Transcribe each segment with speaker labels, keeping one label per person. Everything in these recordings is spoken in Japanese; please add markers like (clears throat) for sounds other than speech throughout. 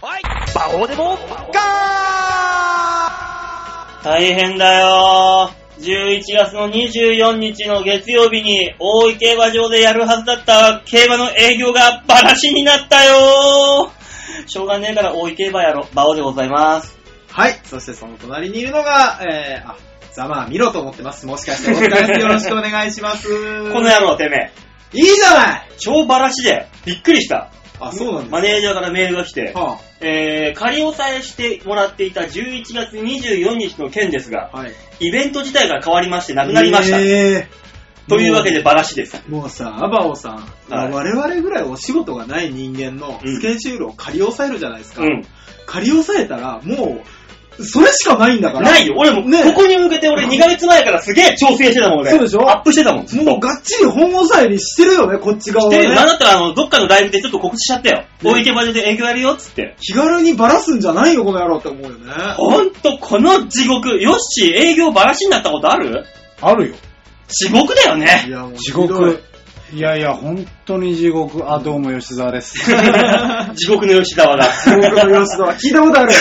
Speaker 1: こうでも
Speaker 2: 大変だよー。11月の24日の月曜日に大井競馬場でやるはずだった競馬の営業がバラシになったよー。しょうがねえから大井競馬やろ。馬王でございます。
Speaker 3: はい。そしてその隣にいるのが、えー、あ、ざまあ見ろと思ってます。もしかしてお疲れ様よろしくお願いします。
Speaker 2: この野郎てめえ。
Speaker 3: いいじゃない
Speaker 2: 超バラシで、びっくりした。
Speaker 3: あ、そうなんです
Speaker 2: マネージャーからメールが来て、
Speaker 3: は
Speaker 2: えー、仮押さえしてもらっていた11月24日の件ですが
Speaker 3: あ、、はい。
Speaker 2: イベント自体が変わりましてなくなりました。
Speaker 3: えー
Speaker 2: というわけでバラシです。
Speaker 3: もうさ、アバオさん、
Speaker 2: はい
Speaker 3: 我々ぐらいお仕事がない人間の
Speaker 2: うん
Speaker 3: スケジュールを仮押さえるじゃないですか。
Speaker 2: うん。
Speaker 3: 仮押さえたら、もう、それしかないんだから。
Speaker 2: ないよ。俺も、
Speaker 3: ね
Speaker 2: ここに向けて俺2ヶ月前からすげえ調整してたもん、俺。
Speaker 3: そうでしょ
Speaker 2: アップしてたもん。ずっと
Speaker 3: もうがっちり本押さえにしてるよね、こっち側
Speaker 2: し
Speaker 3: は、
Speaker 2: て
Speaker 3: ね。
Speaker 2: るなんだったら、あの、どっかのライブでちょっと告知しちゃったよ。
Speaker 3: ね
Speaker 2: 大池場所で営業やるよ、つって。
Speaker 3: 気軽にバラすんじゃないよ、この野郎って思うよね。
Speaker 2: ほんと、この地獄。よっし、営業バラシになったことある
Speaker 4: あるよ。
Speaker 2: 地獄だよ
Speaker 3: い
Speaker 2: ね。
Speaker 3: や、もう
Speaker 4: 地
Speaker 3: ひど
Speaker 2: (laughs)
Speaker 3: い
Speaker 4: 獄。。いやいや、本当に地獄。あ、どうも吉沢です。
Speaker 2: 地獄の吉沢だ。
Speaker 3: 地獄の様子だわ。聞いた (laughs) ことある。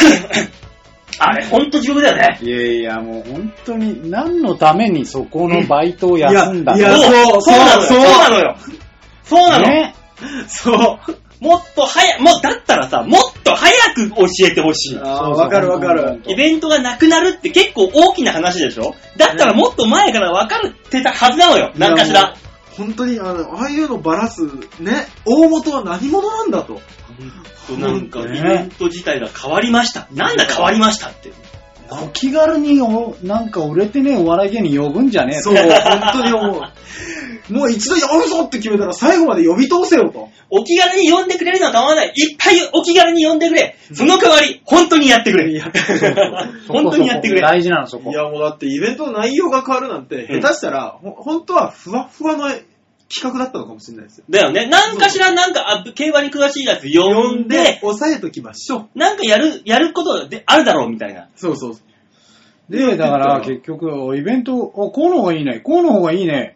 Speaker 2: あれ、ほんと地獄だよね。
Speaker 4: いやいや、もう本当に何のためにそこのバイトを休んだ
Speaker 3: いや
Speaker 4: の
Speaker 3: そう
Speaker 2: そうなのよ。
Speaker 3: そ
Speaker 2: そううなのよ。そうなの。
Speaker 4: ね
Speaker 3: そう。
Speaker 2: もっと早、もう、だったらさ、もっと早く教えてほしい。
Speaker 3: あーわかるわかる。
Speaker 2: イベントがなくなるって結構大きな話でしょだったらもっと前から分かるってたはずなのよ。なんかし
Speaker 3: いやも
Speaker 2: ら。
Speaker 3: う本当に、あの、ああいうのバラす、ね、大元は何者なんだと。
Speaker 2: ほんとなんかイベント自体が変わりました。なんだ変わりましたって。
Speaker 4: お気軽にお、なんか売れてねえお笑い芸人呼ぶんじゃねえ
Speaker 3: そう、 (laughs) 本当に思う。もう一度やるぞって決めたら最後まで呼び通せよと。
Speaker 2: お気軽に呼んでくれるのは構わない。いっぱいお気軽に呼んでくれ。その代わり、本当にやってくれ。
Speaker 4: そこ
Speaker 2: 本当にやってくれ
Speaker 4: そこ。大事なの、そこ。
Speaker 3: いやもうだってイベントの内容が変わるなんて、
Speaker 2: うん
Speaker 3: 下手したら、ほ本当はふわっふわの企画だったのかもしれないですよ。
Speaker 2: だよね。なんかしら、なんか、あ競馬に詳しいやつ呼んで、
Speaker 3: 抑えときましょう。
Speaker 2: なんかやる、やることであるだろうみたいな。
Speaker 3: そうそうそう。
Speaker 4: で、だから結局、イベント、おこうの方がいいね、こうの方がいいね、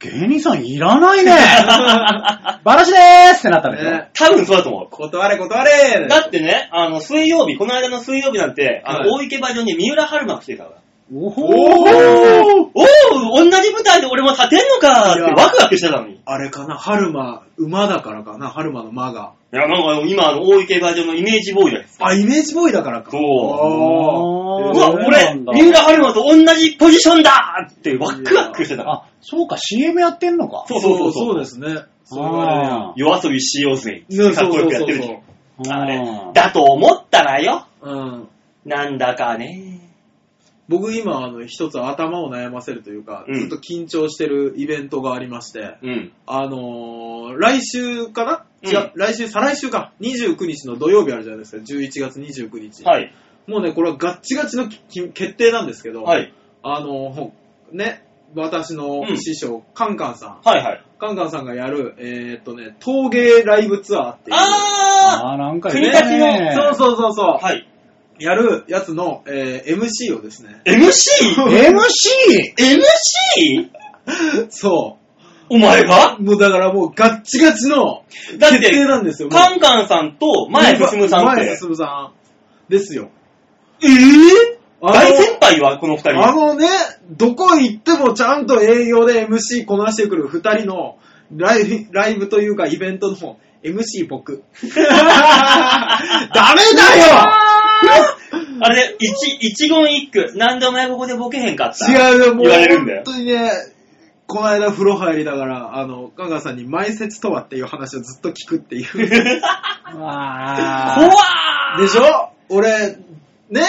Speaker 4: 芸人さんいらな
Speaker 3: (laughs)
Speaker 4: いね、バラシでーすってなったんでしょ。
Speaker 3: ね
Speaker 2: 多分そうだと思う。
Speaker 3: 断れ断れ
Speaker 2: だってね、あの、水曜日、この間の水曜日なんて、あの、
Speaker 3: は
Speaker 2: 大池場所に三浦春馬来てたから。
Speaker 4: おほー
Speaker 3: おー
Speaker 2: おお同じ舞台で俺も立てんのかーって
Speaker 3: いや
Speaker 2: ワクワクしてたのに。い
Speaker 3: あれかな、春馬、馬だからかな、春馬の馬が。
Speaker 2: や、なんか今、あの、大池場所のイメージボーイだよ。
Speaker 3: あ、イメージボーイだからか。
Speaker 2: そううわ、
Speaker 3: おー
Speaker 4: あーそうな
Speaker 2: 俺、
Speaker 4: んだ
Speaker 2: 三浦春馬と同じポジションだーってワクワクしてた。
Speaker 4: あ、そうか、CM やってんのか。
Speaker 2: そうそうそう
Speaker 3: そう
Speaker 2: そう。
Speaker 3: ですね。そう言われりゃ
Speaker 4: あー
Speaker 2: 夜遊びしようぜ。
Speaker 3: そう
Speaker 2: かっ
Speaker 3: そう
Speaker 2: こ
Speaker 3: そ
Speaker 2: よ
Speaker 3: う
Speaker 2: くや
Speaker 3: そ
Speaker 2: って
Speaker 3: う
Speaker 2: る
Speaker 3: そう。
Speaker 2: あ
Speaker 4: う
Speaker 2: れ
Speaker 4: ん。
Speaker 2: だと思ったらよ。
Speaker 3: うん。
Speaker 2: なんだかね。
Speaker 3: 僕今、あの、一つ頭を悩ませるというか、
Speaker 2: うん
Speaker 3: ずっと緊張してるイベントがありまして、
Speaker 2: うん。
Speaker 3: あのー、来週かな
Speaker 2: うん
Speaker 3: 違う、来週、再来週か。29日の土曜日あるじゃないですか、11月29日。
Speaker 2: はい。
Speaker 3: もうね、これはガッチガチのきき決定なんですけど、
Speaker 2: はい。
Speaker 3: あのー、ほね、私の
Speaker 2: うん
Speaker 3: 師匠、カンカンさん。
Speaker 2: はいはい。
Speaker 3: カンカンさんがやる、えーっとね、陶芸ライブツアーっていう。
Speaker 2: あ
Speaker 4: あー、なんか
Speaker 2: 国立の
Speaker 3: そうそうそうそう。
Speaker 2: ーはい。
Speaker 3: やるやつの、えー MC をですね。 (laughs)
Speaker 2: MC?MC?
Speaker 4: MC!
Speaker 2: MC?
Speaker 3: そ
Speaker 2: お前が
Speaker 3: う。もうだからもうガッチガチの
Speaker 2: だって
Speaker 3: 決定なんですよ。
Speaker 2: カンカンさんと前進さんっ
Speaker 3: 前
Speaker 2: て。
Speaker 3: 進さん。ですよ。
Speaker 2: えぇ、
Speaker 3: あの
Speaker 2: 大先輩はこの二人。
Speaker 3: あのね、どこ行ってもちゃんと営業で MC こなしてくる二人のライブライブというかイベントの
Speaker 2: (laughs)
Speaker 3: MC 僕。ダメ
Speaker 2: あれで、一、一言一句。なんでお前ここでボケへんかった
Speaker 3: だよ違うよ、もう
Speaker 2: 言われるんだ
Speaker 3: 本
Speaker 2: よ
Speaker 3: 当にね、この間風呂入りながら、あの、ガンガンさんに前説とはっていう話をずっと聞くっていう。
Speaker 2: (laughs)
Speaker 4: あ
Speaker 2: 怖
Speaker 4: ー
Speaker 2: ー
Speaker 3: でしょ俺、ね、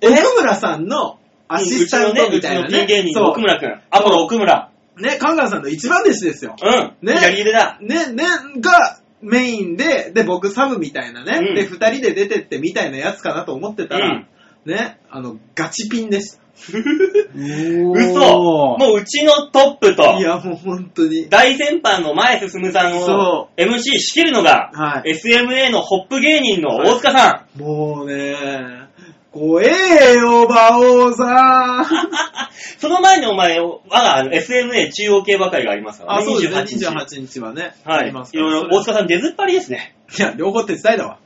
Speaker 2: え
Speaker 3: 奥村さんのア
Speaker 2: うん
Speaker 3: シスタントみたいな
Speaker 2: うちのね、うちのピン芸
Speaker 3: ね。
Speaker 2: 人の奥村くん。アポロ奥村。
Speaker 3: う。ね、カンガンさんの一番弟子ですよ。
Speaker 2: うん。
Speaker 3: ね
Speaker 2: 左腕だ。
Speaker 3: ね、ね、がメインで、で、僕サブみたいなね。
Speaker 2: うん
Speaker 3: で、二人で出てってみたいなやつかなと思ってたら、
Speaker 2: うん
Speaker 3: ね、あの、ガチピンでした。
Speaker 2: 嘘
Speaker 4: おー
Speaker 2: もううちのトップと
Speaker 3: い、や、もう本当に。
Speaker 2: 大先輩の前進さんを
Speaker 3: そ
Speaker 2: MC 仕切るのが、
Speaker 3: は
Speaker 2: SMA のホップ芸人の大塚さん。
Speaker 3: い。もうね、怖えよ、馬王さん。
Speaker 2: (laughs) その前にお前、我があの SMA 中央系ばかりがありますから
Speaker 3: あ、
Speaker 2: ね。
Speaker 3: そうですね。
Speaker 2: 28日。
Speaker 3: 28日はね。
Speaker 2: は
Speaker 3: あ
Speaker 2: い。
Speaker 3: り
Speaker 2: い
Speaker 3: ますから
Speaker 2: ろいろ、大塚さん出ずっぱりですね。
Speaker 3: いや、両方手伝い (laughs) だわ。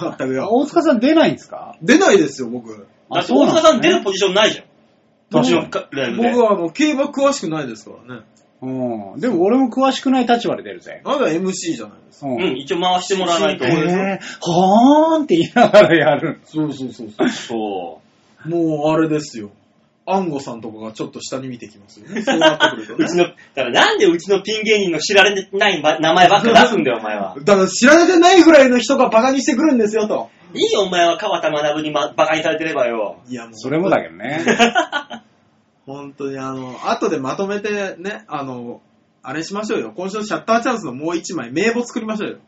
Speaker 3: まったくよ。
Speaker 4: 大塚さん出ないんですか
Speaker 3: 出ないですよ、僕。
Speaker 2: だって大塚さん出る
Speaker 4: ポ
Speaker 2: ポジションないじゃん。
Speaker 4: ジ
Speaker 2: もち
Speaker 4: シ
Speaker 2: ろ
Speaker 4: ョ
Speaker 2: ん、ライブで。
Speaker 3: 僕はあの、競馬詳しくないですからね。
Speaker 4: うん。でも俺も詳しくない立場で出るぜ。
Speaker 3: あなた MC じゃないですか。
Speaker 4: う
Speaker 2: うん、。一応回してもらわないと。
Speaker 4: へぇ、ほーんって言いながらやる。
Speaker 3: そうそうそうそ。
Speaker 2: そう
Speaker 3: もう、あれですよ。アンゴさんとかがちょっと下に見てきます (laughs) よね。そうなってくると
Speaker 2: う。うち
Speaker 3: ね。
Speaker 2: の、だからなんでうちのピン芸人の知られてないば名前ばっか出すんだよ、お前
Speaker 3: (laughs)
Speaker 2: は。
Speaker 3: だから知られてないぐらいの人がバカにしてくるんですよ、と。
Speaker 2: いいよ、お前は川田学に、ま、バカにされてればよ。
Speaker 3: いや、もう。
Speaker 4: それもだけどね。
Speaker 2: (laughs)
Speaker 3: 本当にあの、後でまとめてね、あの、あれしましょうよ。今週のシャッターチャンスのもう一枚、名簿作りましょう
Speaker 2: (laughs)
Speaker 3: よ。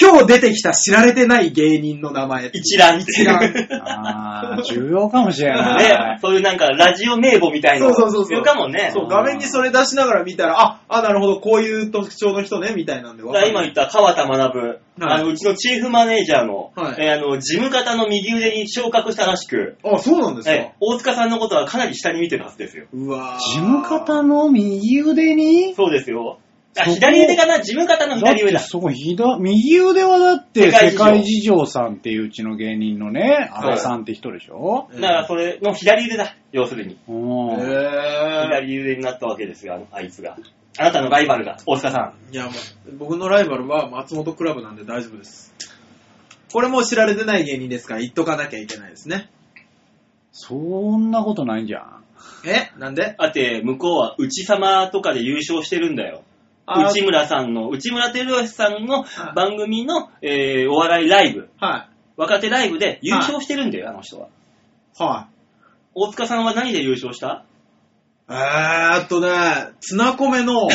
Speaker 3: 今日出てきた知られてない芸人の名前。
Speaker 2: 一覧
Speaker 3: 一
Speaker 2: (laughs)
Speaker 3: 覧。
Speaker 4: あー、重要かもしれ
Speaker 2: ね
Speaker 4: な、い。
Speaker 2: そういうなんか、ラジオ名簿みたいな
Speaker 3: そう
Speaker 2: の
Speaker 3: そうそ
Speaker 2: 必
Speaker 3: うそう。
Speaker 2: 要かもね。
Speaker 3: そう、画面にそれ出しながら見たら、あ、あ、なるほど、こういう特徴の人ね、みたいなんで
Speaker 2: だ
Speaker 3: 分
Speaker 2: か
Speaker 3: からる。
Speaker 2: 今言った川田学、
Speaker 3: はい
Speaker 2: あのうちのチーフマネージャーの、
Speaker 3: はい
Speaker 2: えーあの事務方の右腕に昇格したらしく、
Speaker 3: あ、そうなんですか。
Speaker 2: えー大塚さんのことはかなり下に見てるはずですよ。
Speaker 3: うわー
Speaker 4: 事務方の右腕に
Speaker 2: そうですよ。あ
Speaker 4: そこ
Speaker 2: 左腕かな事務方の左腕
Speaker 4: だ
Speaker 2: だ
Speaker 4: って。そこひだ、右腕はだって
Speaker 2: 世界事
Speaker 4: 世
Speaker 2: 情
Speaker 4: 界事情さんっていううちの芸人のね、
Speaker 3: はい
Speaker 4: 安倍さんって人でしょ、
Speaker 2: だからそれの左腕だ、要するに。
Speaker 4: うん
Speaker 3: え
Speaker 2: 左腕になったわけですよ、あのあいつが。あなたのライバルが、大塚さん。
Speaker 3: ー、いや、もう、僕のライバルは松本クラブなんで大丈夫です。これもう知られてない芸人ですから、言っとかなきゃいけないですね。
Speaker 4: そんなことないんじゃ
Speaker 3: (laughs)
Speaker 4: ん。
Speaker 3: えなんで
Speaker 2: だって、向こうは内様とかで優勝してるんだよ。
Speaker 3: あ
Speaker 2: 内村さんの、内村照吉さんの番組の、えーお笑いライブ、
Speaker 3: は
Speaker 2: 若手ライブで優勝してるんだよ、あの人は。
Speaker 3: い。はい。
Speaker 2: 大塚さんは何で優勝した
Speaker 3: えーっとね、ツナコメ
Speaker 2: (laughs)
Speaker 3: の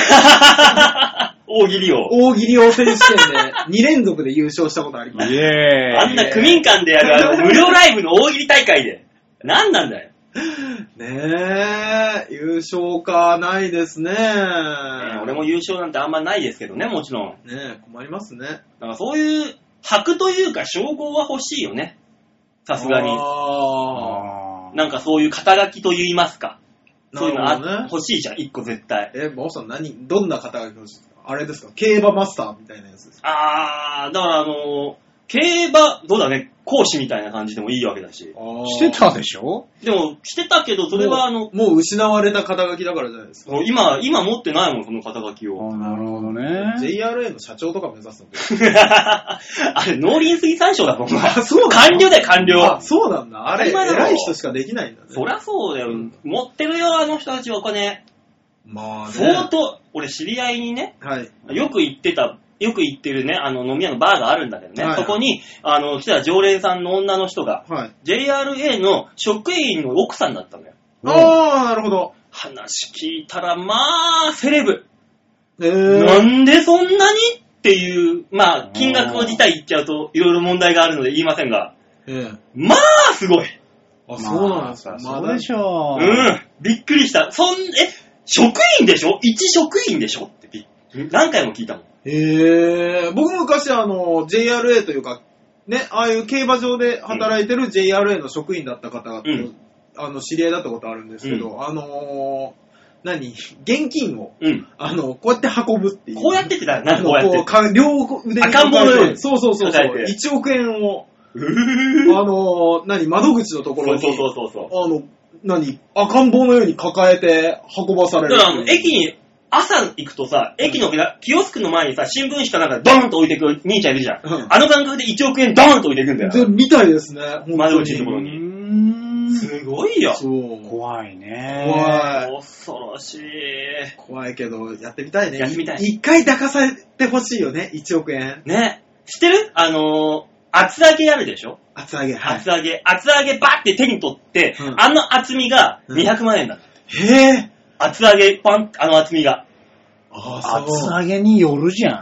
Speaker 2: 大喜利を。
Speaker 3: 大喜利王選手権で2連続で優勝したことあり
Speaker 4: イ
Speaker 3: ます。
Speaker 4: エ
Speaker 2: あんな区民館でやる、 (laughs) あの、無料ライブの大喜利大会で。何なんだよ。
Speaker 3: ねえ、優勝か、ないですね。
Speaker 2: ね俺も優勝なんてあんまないですけどね、もちろん。
Speaker 3: ねえ、困りますね。
Speaker 2: だからそういう、箔というか称号は欲しいよね。さすがに。
Speaker 3: ああ。
Speaker 4: あー
Speaker 2: なんかそういう肩書きと言いますか。そういうの
Speaker 3: なる
Speaker 2: あ
Speaker 3: ほどね。
Speaker 2: 欲しいじゃん、一個絶対。
Speaker 3: え、馬尾さん何、どんな方が欲しいですかあれですか競馬マスターみたいなやつですか
Speaker 2: あー、だからあのー競馬、どうだね、講師みたいな感じでもいいわけだし。
Speaker 4: してたでしょ
Speaker 2: でも、してたけど、それはあの、
Speaker 3: もう失われた肩書きだからじゃないですか。
Speaker 2: そう今、今持ってないもん、その肩書き
Speaker 4: あ
Speaker 2: を。
Speaker 4: ーなるほどね。
Speaker 3: JRA の社長とか目指すの
Speaker 2: (laughs) あれ、農林水産省だぞ、お前。
Speaker 3: そうなの
Speaker 2: 官僚だよ、官僚
Speaker 3: あ、。そうなんだ。あれ、
Speaker 2: 当たり前だろ
Speaker 3: 偉い人しかできないんだね。
Speaker 2: そりゃそうだよ。持ってるよ、あの人たちお金。
Speaker 3: まあね。
Speaker 2: 相当、俺知り合いにね、
Speaker 3: はい。
Speaker 2: よく行ってた、よく行ってるね、あの飲み屋のバーがあるんだけどね、
Speaker 3: はい
Speaker 2: そこに、あの、来た常連さんの女の人が、
Speaker 3: はい。
Speaker 2: JRA の職員の奥さんだったのよ。
Speaker 3: ああ、なるほど。
Speaker 2: 話聞いたら、まあ、セレブ。
Speaker 3: え
Speaker 2: な
Speaker 3: ー、
Speaker 2: んでそんなにっていう、まあ、金額を自体言っちゃうと、いろいろ問題があるので言いませんが、
Speaker 3: ええ
Speaker 2: まあ、すごい。
Speaker 3: あ、そうなん
Speaker 4: で
Speaker 3: ですすか。
Speaker 4: そうでしょ
Speaker 2: う。ん、びっくりした。そん、え、職員でしょ一職員でしょってび何回も聞いたもん。
Speaker 3: へえ僕も昔あの、JRA というか、ね、ああいう競馬場で働いてる JRA の職員だった方と、
Speaker 2: うん
Speaker 3: あの、知り合いだったことあるんですけど、あのー何現金を、
Speaker 2: うん。
Speaker 3: あの、こうやって運ぶっていう。
Speaker 2: こうやってってだよな、こう
Speaker 3: あ
Speaker 2: や
Speaker 3: の
Speaker 2: って
Speaker 3: こう。か両腕に
Speaker 2: 赤ん坊のように
Speaker 3: そうそうそうそう。
Speaker 2: 抱えて
Speaker 3: 1億円を、 (laughs) あ
Speaker 2: うー
Speaker 3: のー何窓口のとこ
Speaker 2: そ
Speaker 3: ろ
Speaker 2: う
Speaker 3: に、
Speaker 2: そうそうそうそう。
Speaker 3: あの、何赤ん坊のように抱えて運ばさ
Speaker 2: だ
Speaker 3: れる。
Speaker 2: からあの、駅に、朝行くとさ、駅のなキオスクの前にさ、新聞紙かなんかドーンと置いてく兄ちゃんいるじゃん。
Speaker 3: うん
Speaker 2: あの感覚で1億円ドーンと置いてくんだ
Speaker 3: で
Speaker 2: よ。
Speaker 3: みたいですね。
Speaker 2: 窓口のとこ
Speaker 4: う
Speaker 2: ろに
Speaker 4: ん。
Speaker 2: すごいよ。
Speaker 3: そう。
Speaker 4: 怖いね。
Speaker 3: 怖い。
Speaker 2: 恐ろしい。
Speaker 3: 怖いけど、やってみたいね。
Speaker 2: やってみたい
Speaker 3: 一回抱かされてほしいよね、1億円。
Speaker 2: ね。知ってるあのー、厚揚げあるでしょ
Speaker 3: 厚揚げ。はい。
Speaker 2: 厚揚げ。厚揚げバーって手に取って、
Speaker 3: うん
Speaker 2: あの厚みが200万円だった。
Speaker 3: へぇ
Speaker 2: 厚揚げパン、あの厚みが。
Speaker 3: あ
Speaker 4: 厚揚げによるじゃん。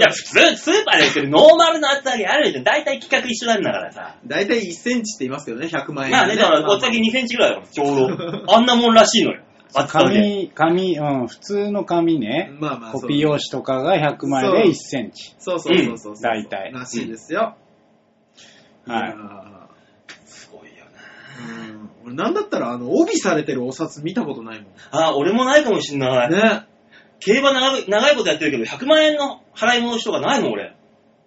Speaker 2: い や、普通、スーパーで売ってるノーマルの厚揚げあるじゃん。大体企画一緒なんだからさ。
Speaker 3: だいたい1センチって言いますけどね、100万円、
Speaker 2: まあね、だから、お先2センチぐらいだから、ちょうど。あんなもんらしいのよ。厚揚げ。
Speaker 4: 紙、紙、うん、普通の紙ね。
Speaker 3: まあまあそう
Speaker 4: コピー用紙とかが100枚で1センチ。
Speaker 3: そうそうそうそうそう。
Speaker 4: うん大体
Speaker 3: らしいですよ。
Speaker 4: はい
Speaker 3: や俺なんだったら、あの、帯されてるお札見たことないもん。
Speaker 2: あ、俺もないかもしんない。
Speaker 3: ね。
Speaker 2: 競馬長い長いことやってるけど、100万円の払い戻しとかないもん、俺。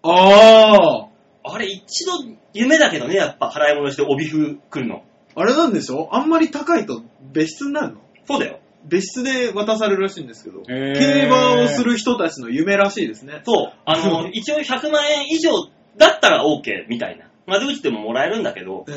Speaker 3: ああ。
Speaker 2: あれ、一度夢だけどね、やっぱ払い戻しで帯風来るの。
Speaker 3: あれなんでしょあんまり高いと別室になるの
Speaker 2: そうだよ。
Speaker 3: 別室で渡されるらしいんですけど、
Speaker 4: へー
Speaker 3: 競馬をする人たちの夢らしいですね。
Speaker 2: そう。あの、一応100万円以上だったら OK みたいな。窓口でももらえるんだけど、
Speaker 3: え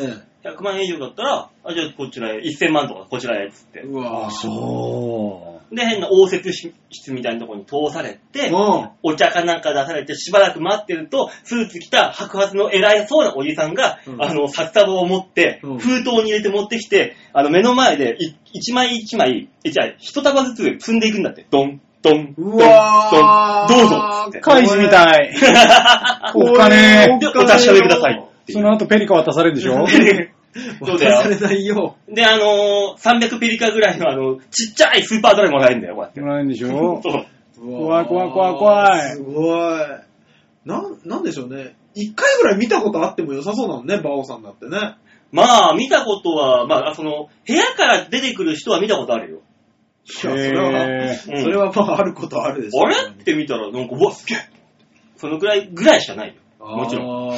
Speaker 2: 100万円以上だったら、あ、じゃあこちらへ、1000万とかこちらへ、つって
Speaker 3: え。。うわぁ。
Speaker 4: あ、そ
Speaker 2: で、変な応接室みたいなところに通されて、
Speaker 3: うん。
Speaker 2: お茶かなんか出されて、しばらく待ってると、スーツ着た白髪の偉いそうなおじさんが、
Speaker 3: うん
Speaker 2: あの、札束を持って、
Speaker 3: うん
Speaker 2: 封筒に入れて持ってきて、あの、目の前で、い一枚一枚、えじゃあ一束ずつ積んでいくんだって。ドン、ドン、ドン、
Speaker 3: うわー
Speaker 2: ドン、どうぞっつって
Speaker 4: う。。カイジみた (laughs) い。おっかね
Speaker 2: で、お立ち上げください。
Speaker 4: え。その後ペリカ渡されるで (laughs) しょ
Speaker 2: そう
Speaker 3: (laughs) 渡
Speaker 2: だよ
Speaker 3: されないよ。
Speaker 2: で、あのー、300ペリカぐらいの、あの、ちっちゃいスーパードライもらえるんだよ、こうやって
Speaker 4: も。らえるんでしょ
Speaker 2: そう
Speaker 4: 怖い怖い怖い怖い
Speaker 3: すごい。なん、なんでしょうね。一回ぐらい見たことあっても良さそうなのね、バオさんだってね。
Speaker 2: まあ、見たことは、まあ、その、部屋から出てくる人は見たことあるよ。
Speaker 3: いや、それは、
Speaker 4: へー
Speaker 3: それはまああることはあるでしょう
Speaker 2: あれって見たら、なんか、うわ、すげえそのくらいぐらいしかないよ。もちろん。
Speaker 3: ろ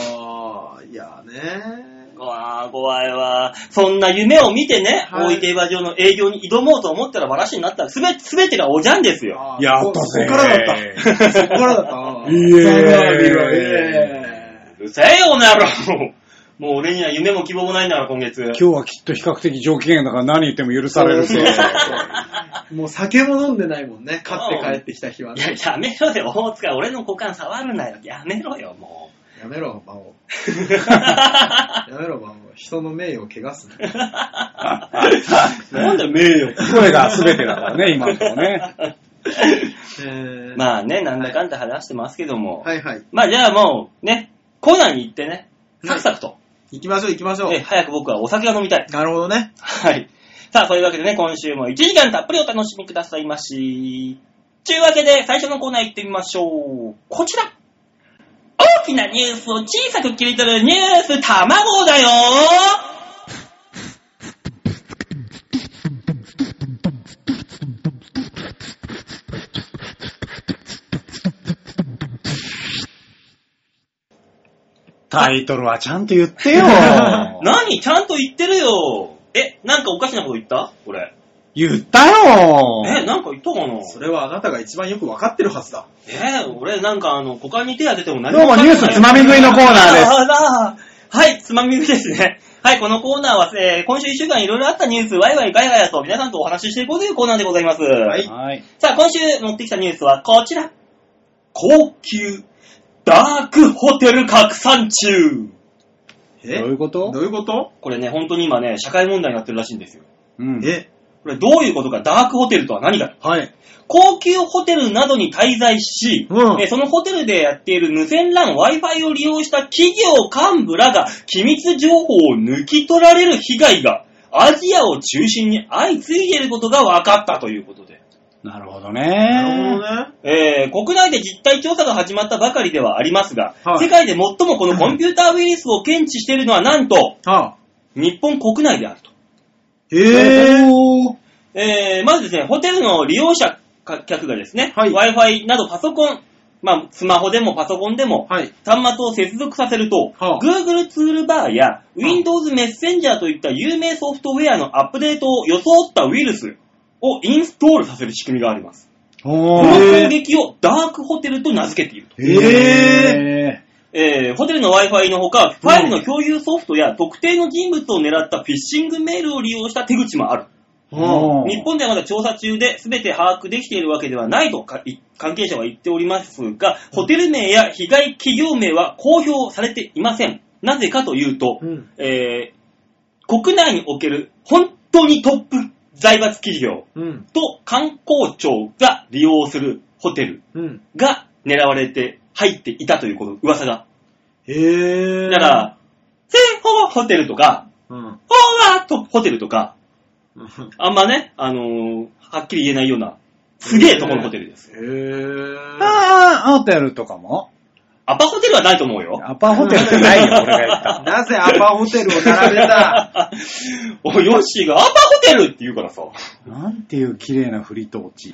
Speaker 3: ん。いやね。
Speaker 2: わあ、怖いわ。そんな夢を見てね、
Speaker 3: はい
Speaker 2: 大井競馬場の営業に挑もうと思ったらバラシになったら、すべ、すべてがおじゃんですよ。
Speaker 3: あー
Speaker 4: やった
Speaker 3: そ
Speaker 4: ぜ。
Speaker 3: こからだった。
Speaker 4: (laughs) だっ
Speaker 3: そこからだった。
Speaker 4: イエーイ
Speaker 3: そこから見るわイエ
Speaker 2: うるせえよ、この野郎 (laughs) もう俺には夢も希望もないんだから、今月。
Speaker 4: 今日はきっと比較的上機嫌だから何言っても許される
Speaker 3: そ
Speaker 4: ぜ
Speaker 3: う。そうーイもう酒も飲んでないもんね。勝って帰ってきた日はい
Speaker 2: や、
Speaker 3: ね。
Speaker 2: やめろよ、大塚。俺の股間触るなよ。やめろよ、もう。
Speaker 3: やめろ、バオ。 (laughs) やめろ、バオ。人の名誉を汚すな。
Speaker 2: (laughs) なんだ、名誉。
Speaker 4: 声が全てだから (laughs) ね、今のとこね。
Speaker 3: え
Speaker 2: (laughs)
Speaker 3: ー
Speaker 2: まあね、なんだかんだ話してますけども。
Speaker 3: はいはい。
Speaker 2: まあじゃあもう、ね、コーナーに行ってね、サクサクと。
Speaker 3: 行きましょう、行きましょう
Speaker 2: え。早く僕はお酒が飲みたい。
Speaker 3: なるほどね。
Speaker 2: はい。さあ、そういうわけでね、今週も1時間たっぷりお楽しみくださいまし。というわけで、最初のコーナー行ってみましょう。こちら大きなニュースを小さく切り取るニュース卵だよ
Speaker 4: タイトルはちゃんと言ってよ。
Speaker 2: 何ちゃんと言ってるよえ、なんかおかしなこと言ったこれ。
Speaker 4: (laughs) 言ったよ。
Speaker 2: え、なんか言ったかな
Speaker 3: それはあなたが一番よくわかってるはずだ。
Speaker 2: えー、俺なんかあの、股間に手当てても何
Speaker 4: どうも
Speaker 2: わかん
Speaker 4: ニ
Speaker 2: な
Speaker 4: ュ
Speaker 2: い
Speaker 4: ースつまみ食いのコーナーです。
Speaker 2: あら (laughs) はい、つまみ食いですね。はい、このコーナーは、えー今週1週間いろいろあったニュース、ワイワイガヤガヤと皆さんとお話ししていこうというコーナーでございます。はい
Speaker 4: はい。
Speaker 2: さあ、今週持ってきたニュースはこちら。高級ダークホテル拡散中。
Speaker 3: え
Speaker 4: どういうこと
Speaker 3: どういうこと
Speaker 2: これね、本当に今ね、社会問題になってるらしいんですよ。
Speaker 4: うん。
Speaker 3: え
Speaker 2: これどういうことか、ダークホテルとは何か。
Speaker 3: はい。
Speaker 2: 高級ホテルなどに滞在し、
Speaker 3: うん
Speaker 2: えーそのホテルでやっている無線 LAN、Wi-Fi を利用した企業幹部らが機密情報を抜き取られる被害がアジアを中心に相次いでいることが分かったということで、
Speaker 4: なるほど
Speaker 3: なるほ
Speaker 4: ね。
Speaker 3: どね。
Speaker 2: えー国内で実態調査が始まったばかりではありますが、
Speaker 3: はい
Speaker 2: 世界で最もこのコンピューターウイルスを検知しているのはなんと
Speaker 3: はあ。
Speaker 2: 日本国内であると。
Speaker 3: えぇー。
Speaker 2: えーまずですね、ホテルの利用者か客がですね、
Speaker 3: はい
Speaker 2: Wi-Fi などパソコン、まあ、スマホでもパソコンでも、
Speaker 3: はい。
Speaker 2: 端末を接続させると、
Speaker 3: はあ
Speaker 2: Google ツールバーや Windows メッセンジャーといった有名ソフトウェアのアップデートを装ったウイルスをインストールさせる仕組みがあります。
Speaker 4: お
Speaker 2: この
Speaker 4: ー。
Speaker 2: 攻撃をダークホテルと名付けていると。
Speaker 4: え
Speaker 2: えーホテルの Wi-Fi のほか、ファイルの共有ソフトや特定の人物を狙ったフィッシングメールを利用した手口もある。
Speaker 4: ー。
Speaker 3: はあ
Speaker 4: うん
Speaker 2: 日本ではまだ調査中で全て把握できているわけではないとかい関係者は言っておりますが、ホテル名や被害企業名は公表されていません。なぜかというと、
Speaker 3: うん。
Speaker 2: えー国内における本当にトップ財閥企業
Speaker 3: うん。
Speaker 2: と観光庁が利用するホテル
Speaker 3: うん。
Speaker 2: が狙われて入っていたというこの噂が。
Speaker 3: えぇー。
Speaker 2: だか、ら、セーホワホテルとか、
Speaker 3: うん。
Speaker 2: ホワートホテルとか、あんまね、あのーはっきり言えないような、すげえとこのホテルです。
Speaker 3: えぇー。
Speaker 4: あー、ホテルとかも
Speaker 2: アパホテルはないと思うよ。
Speaker 4: アパホテルってないよ、俺が言った。
Speaker 3: なぜアパホテルを並べた
Speaker 2: おい、ヨッシーがアパホテルって言うからさ。
Speaker 4: なんていう綺麗な振りと落 (laughs) ち。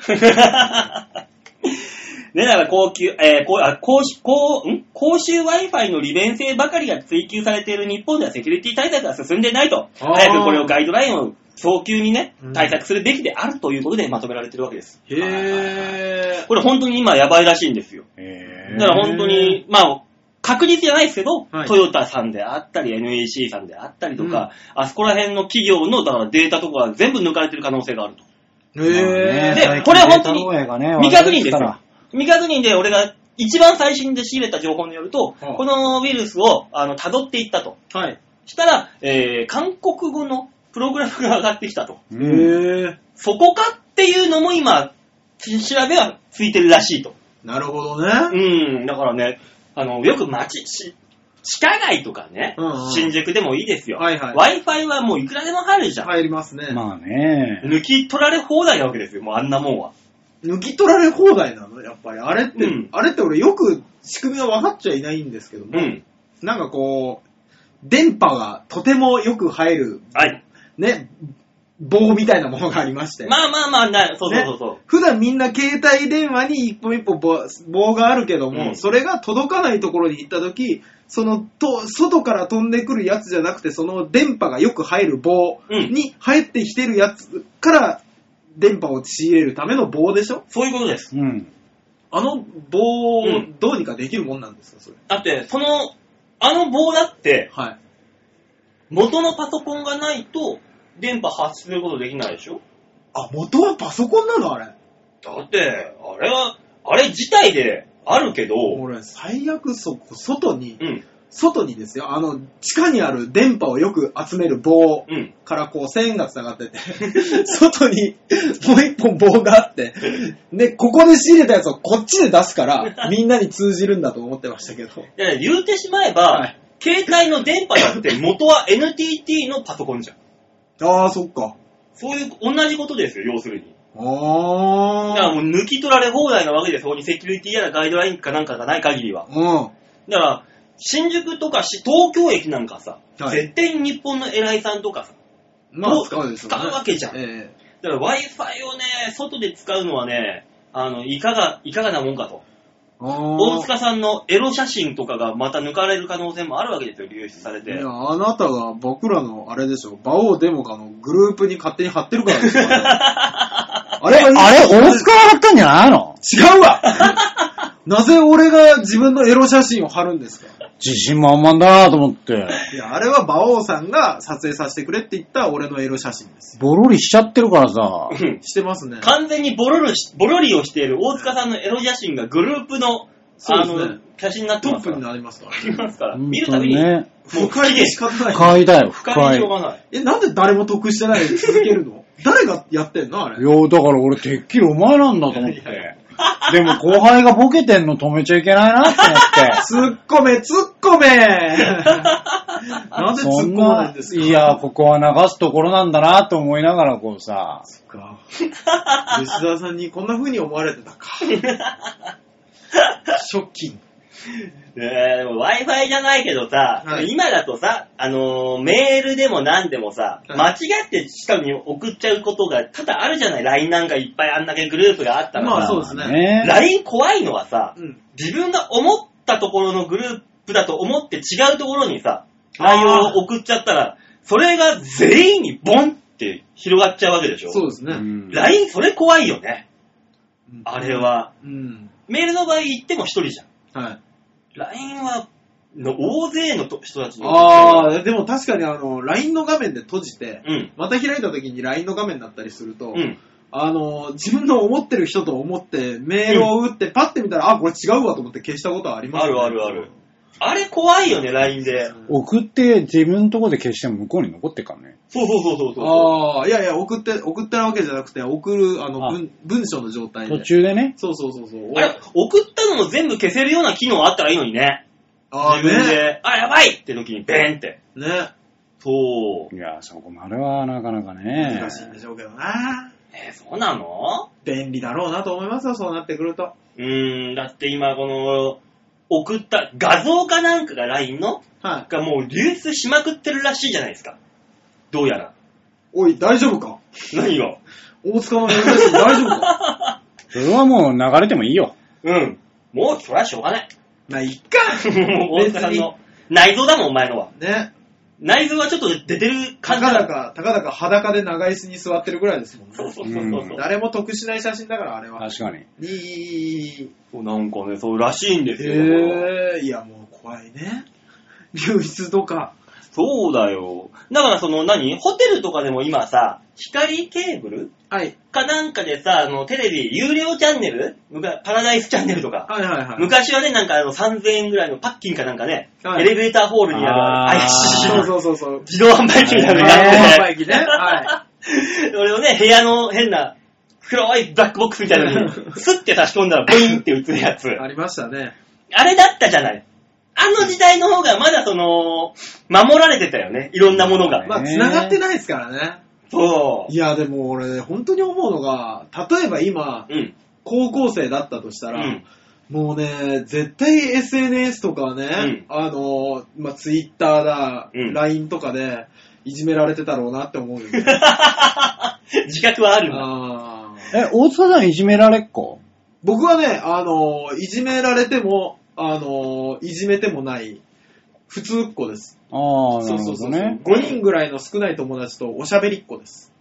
Speaker 2: ね、だから高級、えー、こうあ公衆公ん公衆 Wi-Fi の利便性ばかりが追求されている日本ではセキュリティ対策が進んでいないと、
Speaker 3: あー
Speaker 2: 早くこれをガイドラインを早急にね
Speaker 3: うん、
Speaker 2: 対策するべきであるということでまとめられてるわけです。
Speaker 3: へぇ
Speaker 2: これ本当に今やばいらしいんですよ。
Speaker 4: え
Speaker 2: だから本当に、まあ、確実じゃないですけど、
Speaker 3: はい
Speaker 2: トヨタさんであったり、NEC さんであったりとか、あそこら辺の企業のだからデータとか全部抜かれてる可能性があると。
Speaker 3: ー。へぇー。
Speaker 2: でこれは本当に未
Speaker 4: 未
Speaker 2: 確認ですよ。未確認で俺が一番最新で仕入れた情報によると、
Speaker 3: はあ
Speaker 2: このウイルスをあの辿っていったと。
Speaker 3: はい。
Speaker 2: したら、えー韓国語のプログラムが上がってきたと。
Speaker 3: へ
Speaker 4: うん
Speaker 3: ぇー。
Speaker 2: そこかっていうのも今、つ調べはついてるらしいと。
Speaker 3: なるほどね。
Speaker 2: うん、だからね、あの、よく街、し地下街とかね、
Speaker 3: うんうん
Speaker 2: 新宿でもいいですよ。
Speaker 3: はいはい
Speaker 2: Wi-Fi はもういくらでも入るじゃん。
Speaker 3: 入りますね。
Speaker 4: まあね。
Speaker 2: 抜き取られ放題なわけですよ、もうあんなもんは。
Speaker 3: 抜き取られ放題なのやっぱり。あれって、
Speaker 2: うん
Speaker 3: あれって俺よく仕組みは分かっちゃいないんですけども、
Speaker 2: うん。
Speaker 3: なんかこう、電波がとてもよく入る、
Speaker 2: はい。
Speaker 3: ね、棒みたいなものがありまして。
Speaker 2: まあまあまあ、なそうそうそうそう。
Speaker 3: 普段みんな携帯電話に一本一本棒棒があるけども、
Speaker 2: うん
Speaker 3: それが届かないところに行った時そのと外から飛んでくるやつじゃなくてその電波がよく入る棒
Speaker 2: うん
Speaker 3: に入ってきてるやつから電波を仕入れるための棒でしょ
Speaker 2: そういうことです。
Speaker 4: うん。
Speaker 3: あの棒
Speaker 2: う
Speaker 3: を
Speaker 2: ん
Speaker 3: どうにかできるもんなんですかそれ、
Speaker 2: だって、その、あの棒だって、
Speaker 3: はい
Speaker 2: 元のパソコンがないと、電波発することできないでしょ
Speaker 3: あ元はパソコンなのあれ
Speaker 2: だって、あれは、あれ自体であるけど、
Speaker 3: 俺最悪そこ外に
Speaker 2: うん、
Speaker 3: 外にですよあの地下にある電波をよく集める棒
Speaker 2: うん。
Speaker 3: からこう線が繋がってて、 (laughs) 外にもう一本棒があって、で、ここで仕入れたやつをこっちで出すから、みんなに通じるんだと思ってましたけど。
Speaker 2: で言うてしまえば、
Speaker 3: はい
Speaker 2: 携帯の電波だって元は NTT のパソコンじゃん。
Speaker 3: ああ、そっか。
Speaker 2: そういう、同じことですよ、要するに。だから
Speaker 3: ああ。
Speaker 2: もう抜き取られ放題なわけです、そこにセキュリティやらガイドラインかなんかがない限りは。
Speaker 3: う
Speaker 2: だから、新宿とかし東京駅なんかさ、
Speaker 3: はい
Speaker 2: 絶対に日本の偉いさんとかさ、
Speaker 3: ん。まあ
Speaker 2: も、
Speaker 3: 使うでしょうね。
Speaker 2: 使うわけじゃん
Speaker 3: え
Speaker 2: だから Wi-Fi をね、外で使うのはね、あの、いかが、いかがなもんかと。
Speaker 3: えああ。
Speaker 2: 大塚さんのエロ写真とかがまた抜かれる可能性もあるわけですよ、流出され
Speaker 3: い
Speaker 2: て
Speaker 3: や、。あなたが僕らの、あれでしょ、馬王デモカのグループに勝手に貼ってるから
Speaker 2: (laughs)
Speaker 3: でしょ。あれあれ
Speaker 4: あれ、大塚が貼ったんじゃないの
Speaker 3: 違う
Speaker 2: (laughs)
Speaker 3: わなぜ俺が自分のエロ写真を貼るんですか
Speaker 4: 自信満々だなと思って。
Speaker 3: いや、あれは馬王さんが撮影させてくれって言った俺のエロ写真ですよ。
Speaker 4: ボロリしちゃってるからさ。
Speaker 2: うん
Speaker 3: してますね。
Speaker 2: 完全にボロルしボロリをしている大塚さんのエロ写真がグループの、
Speaker 3: そうで
Speaker 2: あ
Speaker 3: すね
Speaker 2: の、写真になって
Speaker 3: ト
Speaker 2: ま
Speaker 3: ッ
Speaker 2: すか
Speaker 3: プに
Speaker 2: ら。
Speaker 3: なりますから
Speaker 2: あり
Speaker 3: ね。
Speaker 2: ますから、
Speaker 4: 本
Speaker 2: 見るた
Speaker 4: 当
Speaker 2: び
Speaker 4: に
Speaker 2: に、
Speaker 4: ね。
Speaker 3: 不快で仕方ない。
Speaker 4: 不快だよ、
Speaker 2: 不
Speaker 4: 不
Speaker 2: 快にし
Speaker 4: 快。いや、
Speaker 2: ょう
Speaker 4: だか
Speaker 2: がない。
Speaker 3: え、なんで誰も得してないで続けるの誰がやってんのあれ。
Speaker 4: ら俺、てっきりお前なんだと思って。でも後輩がボケてんの止めちゃいけないなって思って。
Speaker 3: ツッコめ、ツッコめなんでツ
Speaker 4: そ
Speaker 3: ッ
Speaker 4: ん
Speaker 3: コまない
Speaker 4: なん
Speaker 3: で、すか
Speaker 4: いや、ここは流すところなんだなと思いながらこうさ、
Speaker 3: そっか吉沢さんにこんな風に思われてたか。ショッキング。
Speaker 2: ねえでも Wi-Fi じゃないけどさ、
Speaker 3: はい
Speaker 2: 今だとさ、あのーメールでも何でもさ、
Speaker 3: はい
Speaker 2: 間違って下に送っちゃうことが多々あるじゃない ?LINE なんかいっぱいあんだけグループがあったらさ、
Speaker 3: まあそうですね
Speaker 4: ね
Speaker 2: LINE 怖いのはさ、
Speaker 3: うん。
Speaker 2: 自分が思ったところのグループだと思って違うところにさ、内容を送っちゃったら、それが全員にボンって広がっちゃうわけでしょ
Speaker 3: そうです
Speaker 4: う
Speaker 3: ね。
Speaker 4: ん
Speaker 2: ?LINE それ怖いよね。
Speaker 3: うん
Speaker 2: あれ。は。
Speaker 3: うん。
Speaker 2: メールの場合言っても一人じゃん。
Speaker 3: はい。
Speaker 2: LINE は、の大勢のと人たちに
Speaker 3: ああ、でも確かにあの、LINE の画面で閉じて、
Speaker 2: うん。
Speaker 3: また開いた時に LINE の画面だったりすると、
Speaker 2: うん。
Speaker 3: あの、自分の思ってる人と思って、メールを打って、パッて見たら、あ、これ違うわと思って消したことはあります、
Speaker 2: あるあるある。あれ怖いよね、LINE で。
Speaker 4: 送って自分のとこで消しても向こうに残ってっからね。
Speaker 2: そうそうそうそうそう。
Speaker 3: ああ、いやいや、送って、送ってるわけじゃなくて、送る、あの、
Speaker 4: あ
Speaker 3: 文文章の状態で。
Speaker 4: 途中でね。
Speaker 3: そうそうそうそう。
Speaker 2: あれ、送ったのも全部消せるような機能あったらいいのにね。
Speaker 3: ああ、
Speaker 2: 自分
Speaker 3: ね。
Speaker 2: で、あ、やばいって時にベーンって。
Speaker 3: ね。
Speaker 2: そう。
Speaker 4: いや、そこまではなかなかね。
Speaker 3: 難しいんでしょうけどな。
Speaker 2: えーそうなの
Speaker 3: 便利だろうなと思いますよ、そうなってくると。
Speaker 2: うーん、だって今この、送った画像かなんかが LINE の
Speaker 3: はい。
Speaker 2: がもう流出しまくってるらしいじゃないですか。どうやら。 (laughs)
Speaker 3: おい、大丈夫か
Speaker 2: 何が
Speaker 3: 大塚の珍しい大丈夫
Speaker 2: (laughs)
Speaker 3: か
Speaker 4: それはもう流れてもいいよ。
Speaker 2: うん。もうそれはしょうが (laughs) ない。
Speaker 3: まあ、いっか。
Speaker 2: もう大塚さんの内臓だもん、お前のは。
Speaker 3: ね。
Speaker 2: 内臓はちょっと出てる感
Speaker 3: た
Speaker 2: じ
Speaker 3: かだ
Speaker 2: だ。
Speaker 3: か、たかだか裸で長椅子に座ってるぐらいですもんね。
Speaker 2: そうそうそうそう。
Speaker 3: 誰も得しない写真だから、あれは。
Speaker 4: 確かに。
Speaker 3: いいいいいい。
Speaker 2: そうなんかね、そうらしいんですよ。
Speaker 3: へえ、いや、もう怖いね。流出とか。
Speaker 2: そうだよ。だからその何ホテルとかでも今さ、光ケーブル
Speaker 3: はい。
Speaker 2: かなんかでさ、あの、テレビ、有料チャンネルむかパラダイスチャンネルとか。
Speaker 3: はいはいはい。
Speaker 2: 昔はね、なんかあの3000円ぐらいのパッキンかなんかね、
Speaker 3: はい
Speaker 2: エレベーターホールにあ
Speaker 4: あー
Speaker 2: る怪しい
Speaker 3: そうそうそうそう。
Speaker 2: 自動販売機みたいなのがあ
Speaker 3: あの
Speaker 2: っ
Speaker 3: 販売機ね。は
Speaker 2: てね、俺をね、部屋の変な黒いブラックボックスみたいな
Speaker 3: (laughs)
Speaker 2: のに、スッて差し込んだらボインって映るやつ
Speaker 3: い。。ありましたね。
Speaker 2: あれだったじゃない。あの時代の方がまだその、守られてたよね、いろんなものが。
Speaker 3: まあ、繋がってないですからね。
Speaker 2: そ
Speaker 3: いや、でも俺、本当に思うのが、例えば今、
Speaker 2: う。うん。
Speaker 3: 高校生だったとした
Speaker 2: う
Speaker 3: ら、
Speaker 2: ん。 (laughs)
Speaker 3: もうね、絶対 SNS とかね、あの、まあ、Twitter だ、
Speaker 2: うん
Speaker 3: LINE とかで、いじめられてたろうなって思うよね。
Speaker 2: 自覚はあるな。
Speaker 3: あー
Speaker 4: え、大塚さんいじめられっ子
Speaker 3: 僕はね、あの、いじめられても、あの、いじめてもない、普通っ子です。
Speaker 4: ああ、
Speaker 3: そ
Speaker 4: な
Speaker 3: う
Speaker 4: る
Speaker 3: そ
Speaker 4: ほ
Speaker 3: うそ
Speaker 4: ど
Speaker 3: うそう。
Speaker 4: ね。
Speaker 3: 5人ぐらいの少ない友達とおしゃべりっ子です。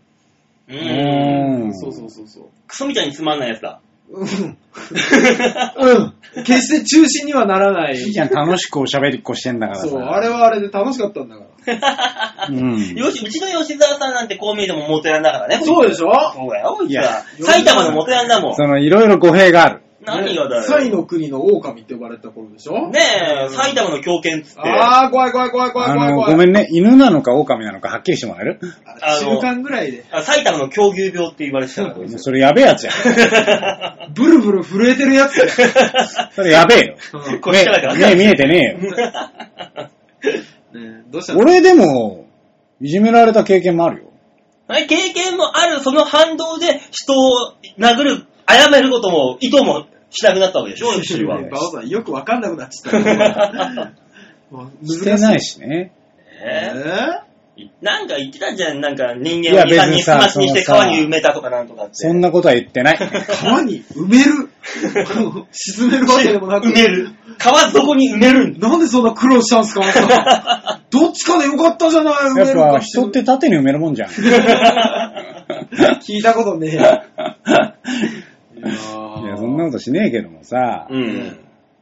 Speaker 2: う。
Speaker 4: うんん
Speaker 3: そうそうそうそう。
Speaker 2: クソみたいにつまんないやつ
Speaker 3: (laughs)
Speaker 2: だ。
Speaker 3: うん。うん。決して中心にはならない。
Speaker 4: いいじゃん、楽しくおしゃべりっこしてんだからさ。
Speaker 3: そう、あれはあれで楽しかったんだから。
Speaker 4: うん。い
Speaker 2: よし、うちの吉沢さんなんてこう見えても元ヤンだ
Speaker 4: (laughs)
Speaker 2: からね。
Speaker 3: そうでしょ
Speaker 2: そうだよ、こいつ
Speaker 4: いや
Speaker 2: は。埼玉の元ヤンだもん。
Speaker 4: その、いろいろ語弊がある。
Speaker 2: 何がだよ。
Speaker 3: ねサイの国の狼って呼ばれた頃でしょ
Speaker 2: ねえ、埼玉の狂犬っつって。
Speaker 3: あー、怖い怖い怖い怖い
Speaker 4: あ
Speaker 3: 怖い
Speaker 4: の、
Speaker 3: 怖い。
Speaker 4: ごめんね、犬なのか狼なのかはっきりしてもらえる
Speaker 3: あ中間ぐらいで。
Speaker 2: あ埼玉の狂牛病って言われてたから、こい
Speaker 4: もう
Speaker 2: つ (laughs)
Speaker 4: それやべえやつや。
Speaker 3: ブルブル震えてるや
Speaker 4: (laughs)
Speaker 3: つ。
Speaker 4: それやべえよ。
Speaker 3: う
Speaker 2: こっちからだ
Speaker 4: 目目見えてね
Speaker 2: (laughs)
Speaker 4: えよ。
Speaker 3: んねどうしたの
Speaker 4: 俺でも、いじめられた経験もあるよ。
Speaker 2: はい経験もある、その反動で人を殴る、殺めることも、意図もしなくなったわけでしょ、吉井
Speaker 3: (laughs)
Speaker 2: は。
Speaker 3: いや
Speaker 2: ね
Speaker 3: バオさんよくわかんなくなっ
Speaker 2: (laughs)
Speaker 3: ちゃ (laughs) った。もう
Speaker 4: して
Speaker 3: 難しい。
Speaker 4: ないしね。
Speaker 2: え
Speaker 3: え
Speaker 2: なんか言ってたじゃん、なんか人
Speaker 4: い
Speaker 2: 間
Speaker 4: や
Speaker 2: を二三
Speaker 4: 別
Speaker 2: にすましに
Speaker 4: にさ
Speaker 2: して
Speaker 4: そのさ
Speaker 2: 川に埋めたとかなんとかって。
Speaker 4: そんなことは言ってない。
Speaker 3: ー川に埋める沈めるわけでもなく。
Speaker 2: 埋める。川底に埋めるんだ。
Speaker 3: なんでそんな苦労したんすかあな (laughs) たどっちかでよかったじゃない、埋め
Speaker 4: やっ
Speaker 3: る
Speaker 4: ぱ
Speaker 3: (laughs) か
Speaker 4: 人って縦に埋めるもんじゃん。
Speaker 3: 聞いたことねえ。いや
Speaker 4: いや、そんなことしねえけどもさ。
Speaker 2: うん。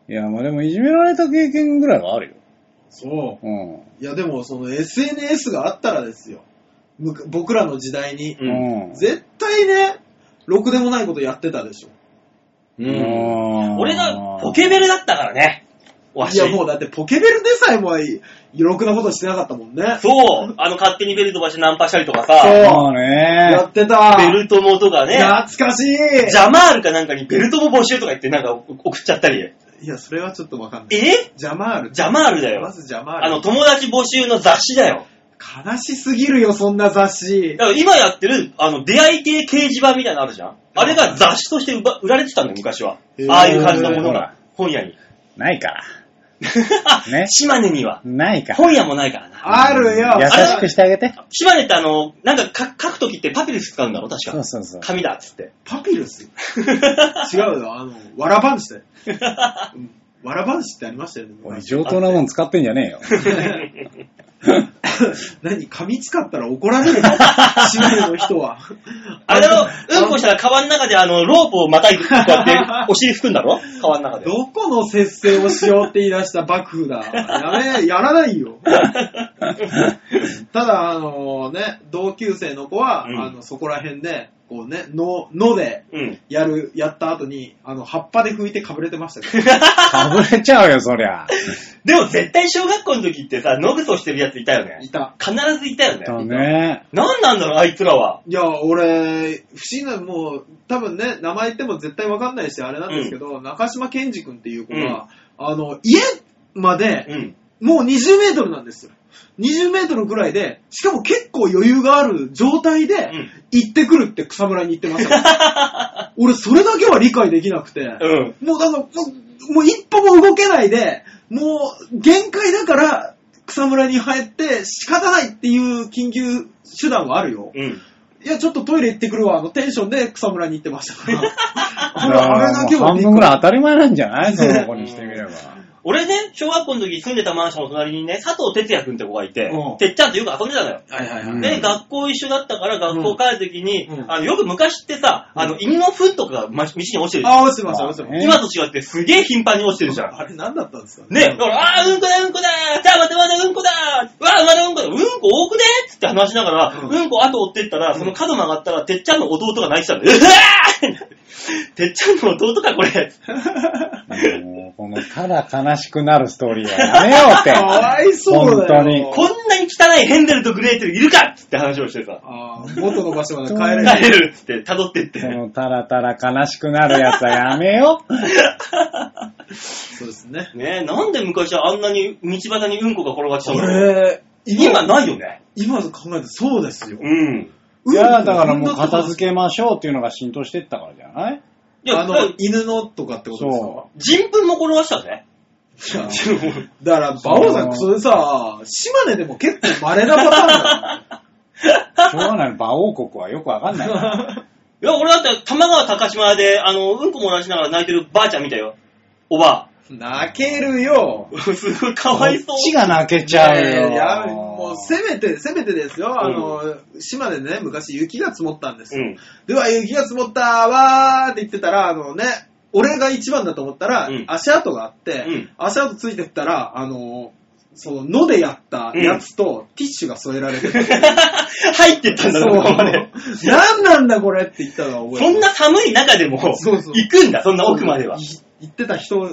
Speaker 4: いや、まあでもいじめられた経験ぐらいはあるよ。
Speaker 3: そう。
Speaker 4: うん。
Speaker 3: いや、でも、その SNS があったらですよ。むか僕らの時代に。
Speaker 4: うん。
Speaker 3: 絶対ね、ろくでもないことやってたでしょ。
Speaker 2: うん。俺がポケベルだったからね。わ
Speaker 3: い
Speaker 2: し。
Speaker 3: や、もうだってポケベルでさえもいい、ろくなことしてなかったもんね。
Speaker 2: そう。あの、勝手にベルトばしてナンパしたりとか
Speaker 3: そう
Speaker 2: さ、
Speaker 4: そうね
Speaker 3: や。ってた。
Speaker 2: ベルトもとかね、
Speaker 3: 懐かしい。
Speaker 2: ジャマールかなんかにベルトも募集とか言ってなんか送っちゃったり。
Speaker 3: いや、それはちょっとわかんない。
Speaker 2: え
Speaker 3: ジャマール。
Speaker 2: ジャマールだ
Speaker 3: ま
Speaker 2: よ。
Speaker 3: ずジャマール。
Speaker 2: あの、友達募集の雑誌だよ。
Speaker 3: 悲しすぎるよ、そんな雑誌。
Speaker 2: だから今やってる、あの、出会い系掲示板みたいなのあるじゃんあれが雑誌として売ば売られてたんだよ、昔は
Speaker 3: へ。ー
Speaker 2: ああいう感じのものが、本屋に。
Speaker 4: ないから。ね
Speaker 2: (laughs) 島根には。
Speaker 4: ないから。
Speaker 2: 本屋もないからな。
Speaker 3: あるよ。
Speaker 4: 優しくしてあげて。
Speaker 2: 島根ってあの、なんかか書くときってパピルス使うんだろ、確
Speaker 4: そう
Speaker 2: か。
Speaker 4: そうそう。
Speaker 2: 紙だっつって。 (laughs)
Speaker 3: パピルス違うよ、あの、わらばんしだよ。うんわらばんしってありましたよね。
Speaker 4: おい上等なもん使ってんじゃねえよ。
Speaker 3: (laughs) 何、紙使ったら怒られ
Speaker 2: (laughs)
Speaker 3: るの島根の人は。
Speaker 2: あれだろ、うんこしたら川の中であの、ロープをまたいで、こうやってお尻拭くんだろ川の中で。
Speaker 3: どこの節制をしようって言い出した幕府だ。やめ、やらないよ。ただ、あのね、同級生の子は、
Speaker 2: うん
Speaker 3: あの、そこら辺で、こうね、の、ので、
Speaker 2: うん。
Speaker 3: やる、やった後に、あの、葉っぱで拭いてかぶれてました (laughs) よ
Speaker 4: かぶれちゃうよ、そりゃ。
Speaker 2: でも絶対小学校の時ってさ、ノグソしてるやついたよね
Speaker 3: い。た。
Speaker 2: 必ずいたよ
Speaker 4: だ
Speaker 2: ね。
Speaker 4: ね。
Speaker 2: なんなんだろう、あいつらは。
Speaker 3: いや、俺、不思議な、もう、多分ね、名前言っても絶対わかんないし、あれなんですけど、中島健二君っていう子が、あの、家まで
Speaker 2: うん。
Speaker 3: もう20メートルなんですよ。20メートルぐらいで、しかも結構余裕がある状態で
Speaker 2: ん、
Speaker 3: 行ってくるって草むらに行ってますから。俺、それだけは理解できなくて。
Speaker 2: うん。
Speaker 3: もうだから、もう、もう一歩も動けないで、もう、限界だから、草むらに入って、仕方ないっていう緊急手段はあるよ。
Speaker 2: うん。
Speaker 3: いや、ちょっとトイレ行ってくるわ、のテンションで草むらに行ってましたから。
Speaker 4: だか
Speaker 3: ほらあれ
Speaker 4: ら
Speaker 3: だ
Speaker 4: も
Speaker 3: け
Speaker 4: う
Speaker 3: は
Speaker 4: 半
Speaker 3: 理
Speaker 4: 分ぐらい
Speaker 3: 解。
Speaker 4: 当たり前なんじ
Speaker 3: (laughs)
Speaker 4: ゃないその子にしてみれば。
Speaker 2: 俺ね、小学校の時住んでたマンションの隣にね、佐藤哲也くんって子がいて
Speaker 3: うん、
Speaker 2: てっちゃんとよく遊んでたのよ。
Speaker 3: はいはいはい。
Speaker 4: うん
Speaker 2: で、学校一緒だったから、学校帰る時に、
Speaker 3: うん
Speaker 2: あのよく昔ってさ、あの、犬の糞とかがま道に落ちてるじゃん。
Speaker 3: あ、落ちてました、落ちてまし
Speaker 4: ね
Speaker 2: 今と違ってすげえ頻繁に落ちてるじゃ
Speaker 3: た。
Speaker 2: ん。
Speaker 3: あれ何だったんですか
Speaker 2: ね、だから、あー、うんこだ、うんこだーじゃあ、またまたうんこだーうわー、またうんこだうんこ多くねっつって話しながら、
Speaker 3: うん
Speaker 2: うんこ後追ってったら、その角曲がったら、てっちゃんの弟が泣いてたんだよ。うわーてっちゃんの弟か、これ。
Speaker 4: もうこのただ悲しくなるストーリーはやめようって。
Speaker 3: かわいそうだよ。
Speaker 4: 本当に
Speaker 2: こんなに汚いヘンデルとグレーテルいるかっつって話をしてさ、
Speaker 3: あー元の場所まで帰れない。
Speaker 2: 帰れるっつって、辿ってって。
Speaker 4: このたらたら悲しくなるやつはやめよう。
Speaker 3: そうですね。
Speaker 2: ねえ、なんで昔はあんなに道端にうんこが転がってた
Speaker 3: こ
Speaker 2: んだろう。
Speaker 3: れ、
Speaker 2: 今
Speaker 3: 今、
Speaker 2: ないよね。
Speaker 3: 今考えてそうですよ。
Speaker 2: うん。
Speaker 4: いや、だからもう片
Speaker 3: け。
Speaker 4: 付けましょうっていうのが浸透してったからじゃない
Speaker 2: いや、
Speaker 3: あの、犬のとかってことですか
Speaker 4: そ
Speaker 2: 人糞も転がした
Speaker 3: (laughs)
Speaker 2: ね。
Speaker 3: いやだから、馬王さん、それさ、島根でも結構稀なパターンだよ。
Speaker 4: う。しょうがない。馬王国はよくわかんない。
Speaker 2: いや、俺だって、玉川高島屋で、あの、うんこ漏らしながら泣いてるばあちゃん見たよ。おば
Speaker 3: (laughs) 泣けるよ。
Speaker 2: あ。 (laughs) すごい、かわいそ
Speaker 4: こ
Speaker 2: う
Speaker 4: っ。ちが泣けちゃうよ。
Speaker 3: いや、もうせめて、せめてですよ。あの、島根ね、昔雪が積もったんです
Speaker 2: う
Speaker 3: よ。
Speaker 2: ん。 (laughs)
Speaker 3: では、雪が積もったわーって言ってたら、あのね、俺が一番だと思ったら、
Speaker 2: うん
Speaker 3: 足跡があって、
Speaker 2: うん
Speaker 3: 足跡ついてったら、あの、その、のでやったやつと、ティッシュが添えられ
Speaker 2: (laughs)
Speaker 3: てて、
Speaker 2: 入ってったんだ
Speaker 3: そう
Speaker 2: ろ、ここまで。
Speaker 3: 何なんだこれって言ったのは覚えて
Speaker 2: そんな寒い中でも、
Speaker 3: そうそう
Speaker 2: 行くんだ、そんな奥までは。
Speaker 3: 言ってた人を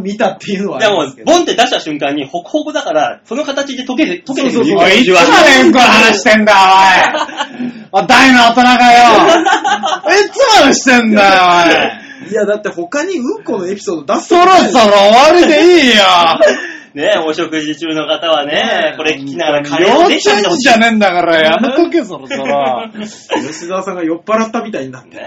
Speaker 3: 見たっていうのはあ
Speaker 2: で
Speaker 3: りま
Speaker 2: も
Speaker 3: すけ、ど。
Speaker 2: ボンって出した瞬間に、ホクホクだから、その形で溶けて、溶けてく
Speaker 3: そうそう
Speaker 2: る
Speaker 3: そう
Speaker 4: おい、いつまでうんこの話してんだ、
Speaker 3: (laughs)
Speaker 4: おい。あ、大の大人かよ。いつまでしてんだよ、おい。
Speaker 3: いや、だって他にうんこのエピソード出す
Speaker 4: そろそろ終わりでいいよ。
Speaker 2: ねお食事中の方は
Speaker 3: ね
Speaker 2: ね
Speaker 3: え、
Speaker 2: これ聞きながらカレーを
Speaker 4: 幼
Speaker 2: できた
Speaker 4: 稚
Speaker 2: り
Speaker 4: 園
Speaker 2: てほし
Speaker 4: 児じゃねえんだから、やめとけ、そろそろ。
Speaker 3: 吉沢さんが酔っ払ったみたいになっ
Speaker 2: い。
Speaker 3: て。
Speaker 2: ね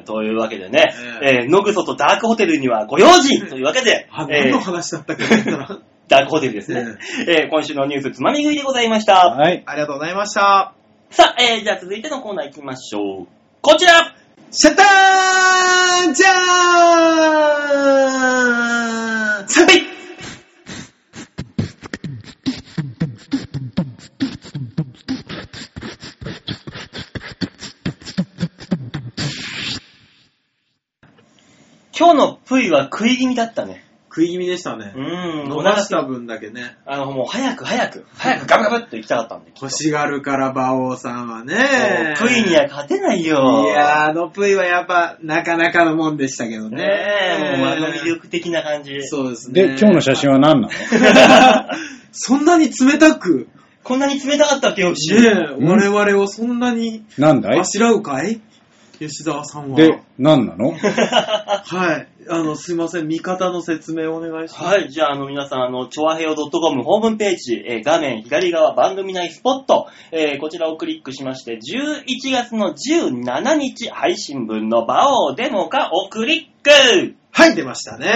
Speaker 2: え、というわけでね、
Speaker 3: え
Speaker 2: えー、ノグソとダークホテルにはご用心というわけで、
Speaker 3: (laughs) あ、
Speaker 2: え
Speaker 3: 何の
Speaker 2: ー、
Speaker 3: 話だったっけと思った
Speaker 2: (laughs)
Speaker 3: ら
Speaker 2: ダークホテルですね。えー、今週のニュースつまみ食いでございました。
Speaker 4: はい。
Speaker 3: ありがとうございました。
Speaker 2: さあ、えー、じゃあ続いてのコーナー行きましょう。こちら
Speaker 3: シャッターンチャーン
Speaker 2: サビ今日のプイは食い気味だったね。
Speaker 3: 食い気味でしたね
Speaker 2: う。ん。
Speaker 3: 伸ばした分だけね。
Speaker 2: あの、もう早く早く、早くガブガブっと行きたかったんで。きっと
Speaker 3: 欲しがるから、馬王さんは
Speaker 2: も
Speaker 3: ね
Speaker 2: う。プイには勝てないよ。
Speaker 3: いやー、あのプイはやっぱ、なかなかのもんでしたけどね。
Speaker 2: ねえ、もうあの魅力的な感じ。
Speaker 3: そうですね。
Speaker 4: で、今日の写真は何なの
Speaker 3: そんなに冷たく、
Speaker 2: (laughs) こんなに冷たかったっけ、よし。
Speaker 3: ねえ、
Speaker 4: うん
Speaker 3: 我々をそんなに
Speaker 4: なんだい
Speaker 3: あしらうかい吉沢さんは。
Speaker 4: で、何なの
Speaker 3: (laughs) はい。あの、すいません、味方の説明をお願いします。
Speaker 2: はい、じゃあ、あの、皆さん、あの、ちょわへよ .com ホームページ、えー画面左側番組内スポット、えーこちらをクリックしまして、11月の17日配信分の場をデモ化をクリック
Speaker 3: はい、出ましたね。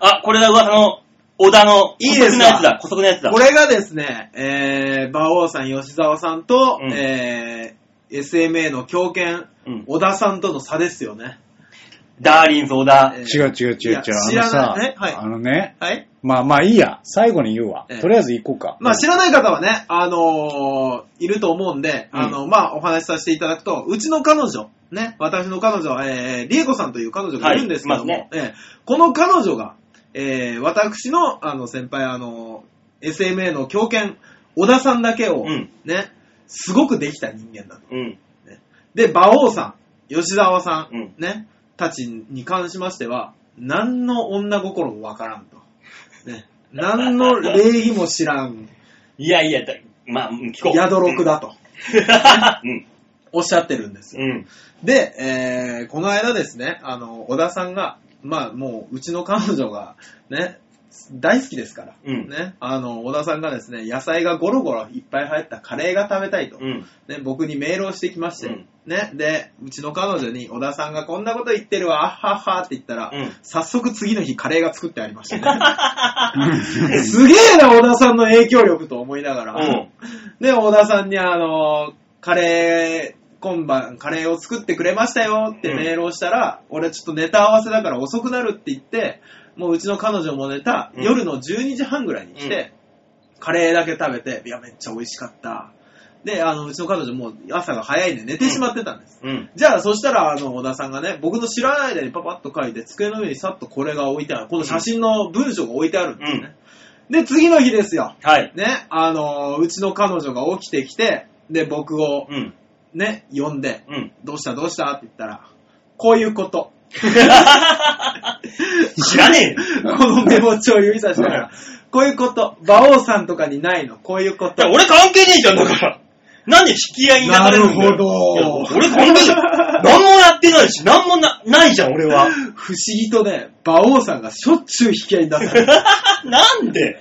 Speaker 2: あ、これが噂の、小田の、
Speaker 3: いいですか
Speaker 2: 古速なやつだ、古速なやつだ。
Speaker 3: これがですね、えー、馬王さん、吉沢さんと、
Speaker 2: うん
Speaker 3: えー、SMA の狂犬、
Speaker 2: うん
Speaker 3: 小田さんとの差ですよね。
Speaker 2: ダーリンズ小田
Speaker 3: え。ー
Speaker 4: 違う違
Speaker 3: い
Speaker 4: う違う違う。
Speaker 3: や
Speaker 4: あ
Speaker 3: 知
Speaker 4: の
Speaker 3: ら
Speaker 4: さ
Speaker 3: ない。え、はい
Speaker 4: あのね、
Speaker 3: はい。
Speaker 4: まあまあいいや。最後に言うわ
Speaker 3: ええ。
Speaker 4: とりあえず行こうか。
Speaker 3: まあ、知らない方はね、あのーいると思うんで、
Speaker 2: うん
Speaker 3: あの、まあ、お話しさせていただくと、うちの彼女、ね、私の彼女、えー、りえこさんという彼女がいるんですけども、
Speaker 2: はいい
Speaker 3: えーこの彼女が、えー、私の、あの、先輩、あの SMA の狂犬、小田さんだけを、
Speaker 2: うん
Speaker 3: ね、すごくできた人間だと。
Speaker 2: うん。
Speaker 3: で、馬王さん、吉沢さん、
Speaker 2: うん
Speaker 3: ね、たちに関しましては、何の女心もわからんと。
Speaker 2: (laughs)
Speaker 3: ね、何の礼儀も知らん。
Speaker 2: いやいや、だまあ、うん聞こう。
Speaker 3: ヤドロクだと
Speaker 2: (laughs) うん。
Speaker 3: おっしゃってるんですよ。
Speaker 2: うん。
Speaker 3: で、えーこの間ですね、あの、小田さんが、まあもう、うちの彼女が、ね、大好きですから、
Speaker 2: うん
Speaker 3: ね、あの、小田さんがですね、野菜がゴロゴロいっぱい入ったカレーが食べたいと、
Speaker 2: うん。
Speaker 3: ね、僕にメールをしてきまして、
Speaker 2: うん
Speaker 3: ね、で、うちの彼女に小田さんがこんなこと言ってるわ、あっはっはって言ったら、
Speaker 2: うん
Speaker 3: 早速次の日カレーが作ってありました
Speaker 2: (laughs)
Speaker 3: ね。すげえな、小田さんの影響力と思いながら、
Speaker 2: うん。
Speaker 3: で、小田さんにあの、カレー、今晩カレーを作ってくれましたよってメールをしたら、俺ちょっとネタ合わせだから遅くなるって言って、もううちの彼女もネタ、
Speaker 2: うん
Speaker 3: 夜の12時半ぐらいに来て、カレーだけ食べて、いや、めっちゃ美味しかった。で、あの、うちの彼女もう朝が早いんで寝てしまってたんです。
Speaker 2: うん。
Speaker 3: じゃあ、そしたら、あの、小田さんがね、僕の知らない間にパパッと書いて、机の上にさっとこれが置いてある。この写真の文章が置いてあるんですね。で、次の日ですよ。
Speaker 2: はい。
Speaker 3: ね、あの、うちの彼女が起きてきて、で、僕を
Speaker 2: うん。
Speaker 3: ね、呼んで、
Speaker 2: うん。
Speaker 3: どうしたどうしたって言ったら、こういうこと。
Speaker 2: 知らねえよ。
Speaker 3: このメモ帳を指さしながら、こういうこと。馬王さんとかにないの、こういうこ
Speaker 2: だか
Speaker 3: と。
Speaker 2: ら俺関係ねえじゃん、だから。なんで引き合いに流れるんだよ。
Speaker 4: なるほど
Speaker 2: いや俺関係ない。何もやってないし、何もな、ないじゃん、俺
Speaker 4: (laughs)
Speaker 2: は。
Speaker 3: 不思議とね、馬王さんがしょっちゅう引き合いに出される。
Speaker 2: なんで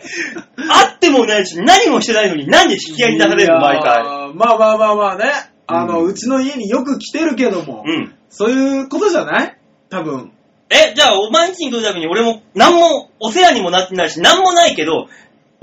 Speaker 2: 会ってもないし、何もしてないのに、なんで引き合いに出されるの、毎
Speaker 3: い
Speaker 2: 回。
Speaker 3: やーまあまあまあまあね、あの、
Speaker 4: う
Speaker 3: うんちの家によく来てるけども、
Speaker 2: うん。
Speaker 3: そういうことじゃない多分。
Speaker 2: え、じゃあ、お前んちに来るために、俺も、何も、お世話にもなってないし、何もないけど、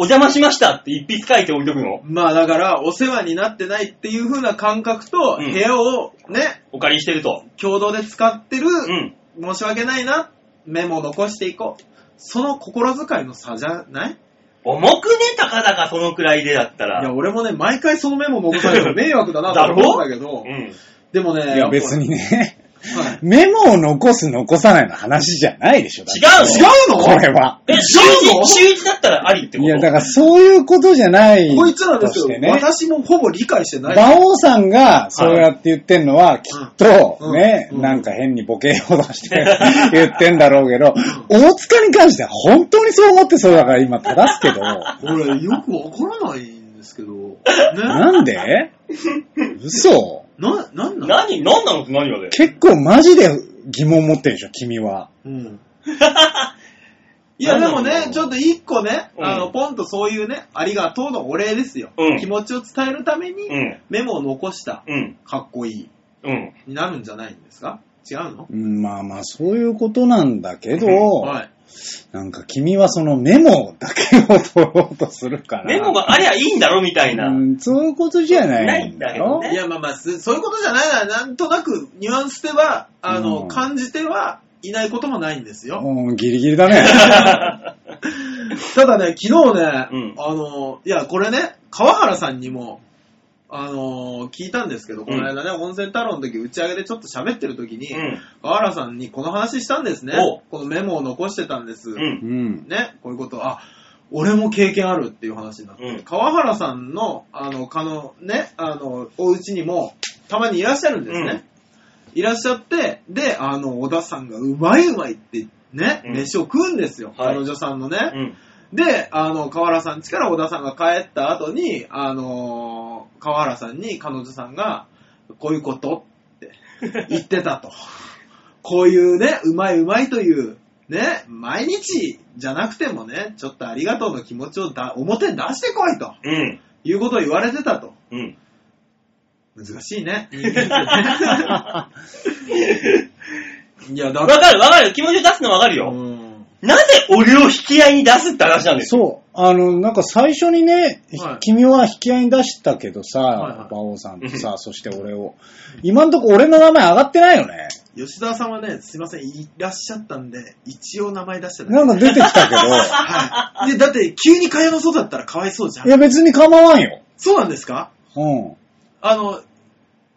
Speaker 2: お邪魔しましたって一筆書いて置いとくの。
Speaker 3: まあだから、お世話になってないっていう風な感覚と、
Speaker 2: う
Speaker 3: 部
Speaker 2: ん
Speaker 3: 屋をね、
Speaker 2: お借りしてると。
Speaker 3: 共同で使ってる、
Speaker 2: うん。
Speaker 3: 申し訳ないな、メモを残していこう。その心遣いの差じゃないい
Speaker 2: 重くね、たかだかそのくらいでだったら。
Speaker 3: や、俺もね、毎回そのメモ残される
Speaker 2: (laughs)
Speaker 3: の迷惑だな
Speaker 2: だ
Speaker 3: と
Speaker 2: ろ
Speaker 3: 思うんだけど、
Speaker 2: うん。
Speaker 3: でもね、
Speaker 4: いや、別にね、 (laughs)
Speaker 3: はい。
Speaker 4: メモを残す、残さないの話じゃないでしょ。だって
Speaker 2: 違うの
Speaker 3: 違うの
Speaker 4: これは。
Speaker 2: え、週
Speaker 3: 違う
Speaker 2: 一、
Speaker 3: の
Speaker 2: 週一だったらありってこ
Speaker 4: い
Speaker 2: と
Speaker 4: や、だからそういうことじゃない。
Speaker 3: こいつらです
Speaker 4: とし
Speaker 3: よ、
Speaker 4: てね
Speaker 3: 私もほぼ理解してない。
Speaker 4: 馬王さんがそうやって言ってんのは、きっと
Speaker 3: うん
Speaker 4: ね、
Speaker 3: うん
Speaker 4: なんか変にボケを出して (laughs) 言ってんだろうけど、大塚に関しては本当にそう思ってそうだから今正すけど、
Speaker 3: 俺、よくわからないんですけど、ね、
Speaker 4: なんで嘘
Speaker 3: な、なんなん
Speaker 2: 何何なのって何がだよ。
Speaker 4: 結構マジで疑問持ってるでしょ、君は。
Speaker 3: (laughs) うん。いや、で
Speaker 2: な
Speaker 3: も
Speaker 2: んな
Speaker 3: ね
Speaker 2: の、
Speaker 3: ちょっと一個ね、
Speaker 2: うん
Speaker 3: あの、ポンとそういうね、ありがとうのお礼ですよ。
Speaker 2: うん
Speaker 3: 気持ちを伝えるために、
Speaker 2: うん。
Speaker 3: メモを残した、
Speaker 2: うん。
Speaker 3: かっこいい、
Speaker 2: うん。
Speaker 3: になるんじゃないんですか違うの
Speaker 4: うんまあまあ、そういうことなんだけど、
Speaker 3: はい。
Speaker 4: なんか君はそのメモだけを取ろうとするから。
Speaker 2: メモがありゃいいんだろみたいな。
Speaker 4: うん、そういうことじゃないんだ
Speaker 2: ないんだよ
Speaker 4: よ。
Speaker 2: ね
Speaker 3: いや、まあまあ、すそういうことじゃないな。なんとなく、ニュアンスでは、あの、
Speaker 4: うん
Speaker 3: 感じてはいないこともないんですよ。
Speaker 4: うん、ギリギリだね。
Speaker 3: ただね、昨日ね、
Speaker 2: うん
Speaker 3: あの、いや、これね、川原さんにも、あの、聞いたんですけど、この間ね、温泉太郎の時、打ち上げでちょっと喋ってる時に、
Speaker 2: うん。
Speaker 3: 川原さんにこの話したんですね
Speaker 2: おう。
Speaker 3: このメモを残してたんです。
Speaker 2: うん。
Speaker 4: うん。
Speaker 3: ね、こういうこと、あ、俺も経験あるっていう話になって、
Speaker 2: うん
Speaker 3: 川原さんの、あの、かの、ね、あの、お家にも、たまにいらっしゃるんですね。いらっしゃって、で、あの、小田さんがうまいうまいって、ね、
Speaker 2: うん
Speaker 3: 飯を食うんですよ。
Speaker 2: はい
Speaker 3: 彼女さんのね。
Speaker 2: うん。
Speaker 3: で、あの、河原さん家から小田さんが帰った後に、あのー、河原さんに彼女さんが、こういうことって言ってたと。 (laughs) こういうね、うまいうまいという、ね、毎日じゃなくてもね、ちょっとありがとうの気持ちをだ表に出してこいと
Speaker 2: うん。
Speaker 3: いうことを言われてたと。
Speaker 2: うん。
Speaker 3: 難しいね。 (laughs) いや、だ
Speaker 2: わかるわかる。気持ちを出すのわかる
Speaker 3: う
Speaker 2: よ。
Speaker 3: ん。
Speaker 2: なぜ俺を引き合いに出すって話なんですよ。
Speaker 4: そう。あの、なんか最初にね、
Speaker 3: はい
Speaker 4: 君は引き合いに出したけどさ、
Speaker 3: はいはい
Speaker 4: 馬王さんと
Speaker 3: (laughs)
Speaker 4: さ、そして俺を。今んとこ俺の名前上がってないよね。
Speaker 3: 吉沢さんはね、すいません、いらっしゃったんで、一応名前出してた
Speaker 4: なんか出てきた
Speaker 3: (laughs)
Speaker 4: けど、
Speaker 3: はい。で、だって、急に蚊帳の外だったらかわいそうじゃ
Speaker 4: い
Speaker 3: ん。
Speaker 4: や別に構わんよ。
Speaker 3: そうなんですか
Speaker 4: うん。
Speaker 3: あの、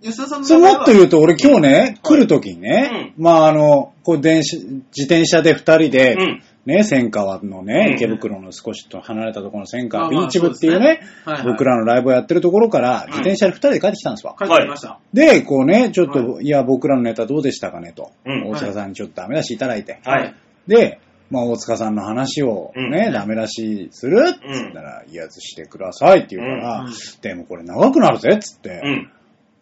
Speaker 3: 吉田さんの
Speaker 4: それもっと
Speaker 3: う。
Speaker 4: 言うと、俺今日ね、来る時にね、まああの、こう電車、自転車で二人
Speaker 2: う
Speaker 4: で、
Speaker 2: ん。
Speaker 4: ね、千川の
Speaker 2: うん
Speaker 4: ね、池袋の少しと離れたところの千川、
Speaker 3: まあまあ
Speaker 4: ビーチ部っていうね、
Speaker 3: そうですねはいはい
Speaker 4: 僕らのライブをやってるところから、自転車で二人で帰ってきたんですわ。
Speaker 3: 書いてありました。
Speaker 4: で、こうね、ちょっと、、
Speaker 3: はい
Speaker 4: や、僕らのネタどうでしたかねと、
Speaker 2: うん
Speaker 4: 大塚さんにちょっとダメ出しいただいて、
Speaker 2: はい。
Speaker 4: で、まあ、大塚さんの話をね、
Speaker 2: うん
Speaker 4: ダメ出しするっつったら、いやつしてくださいって言うから、
Speaker 3: うん
Speaker 4: でもこれ長くなるぜっつって、
Speaker 2: うん。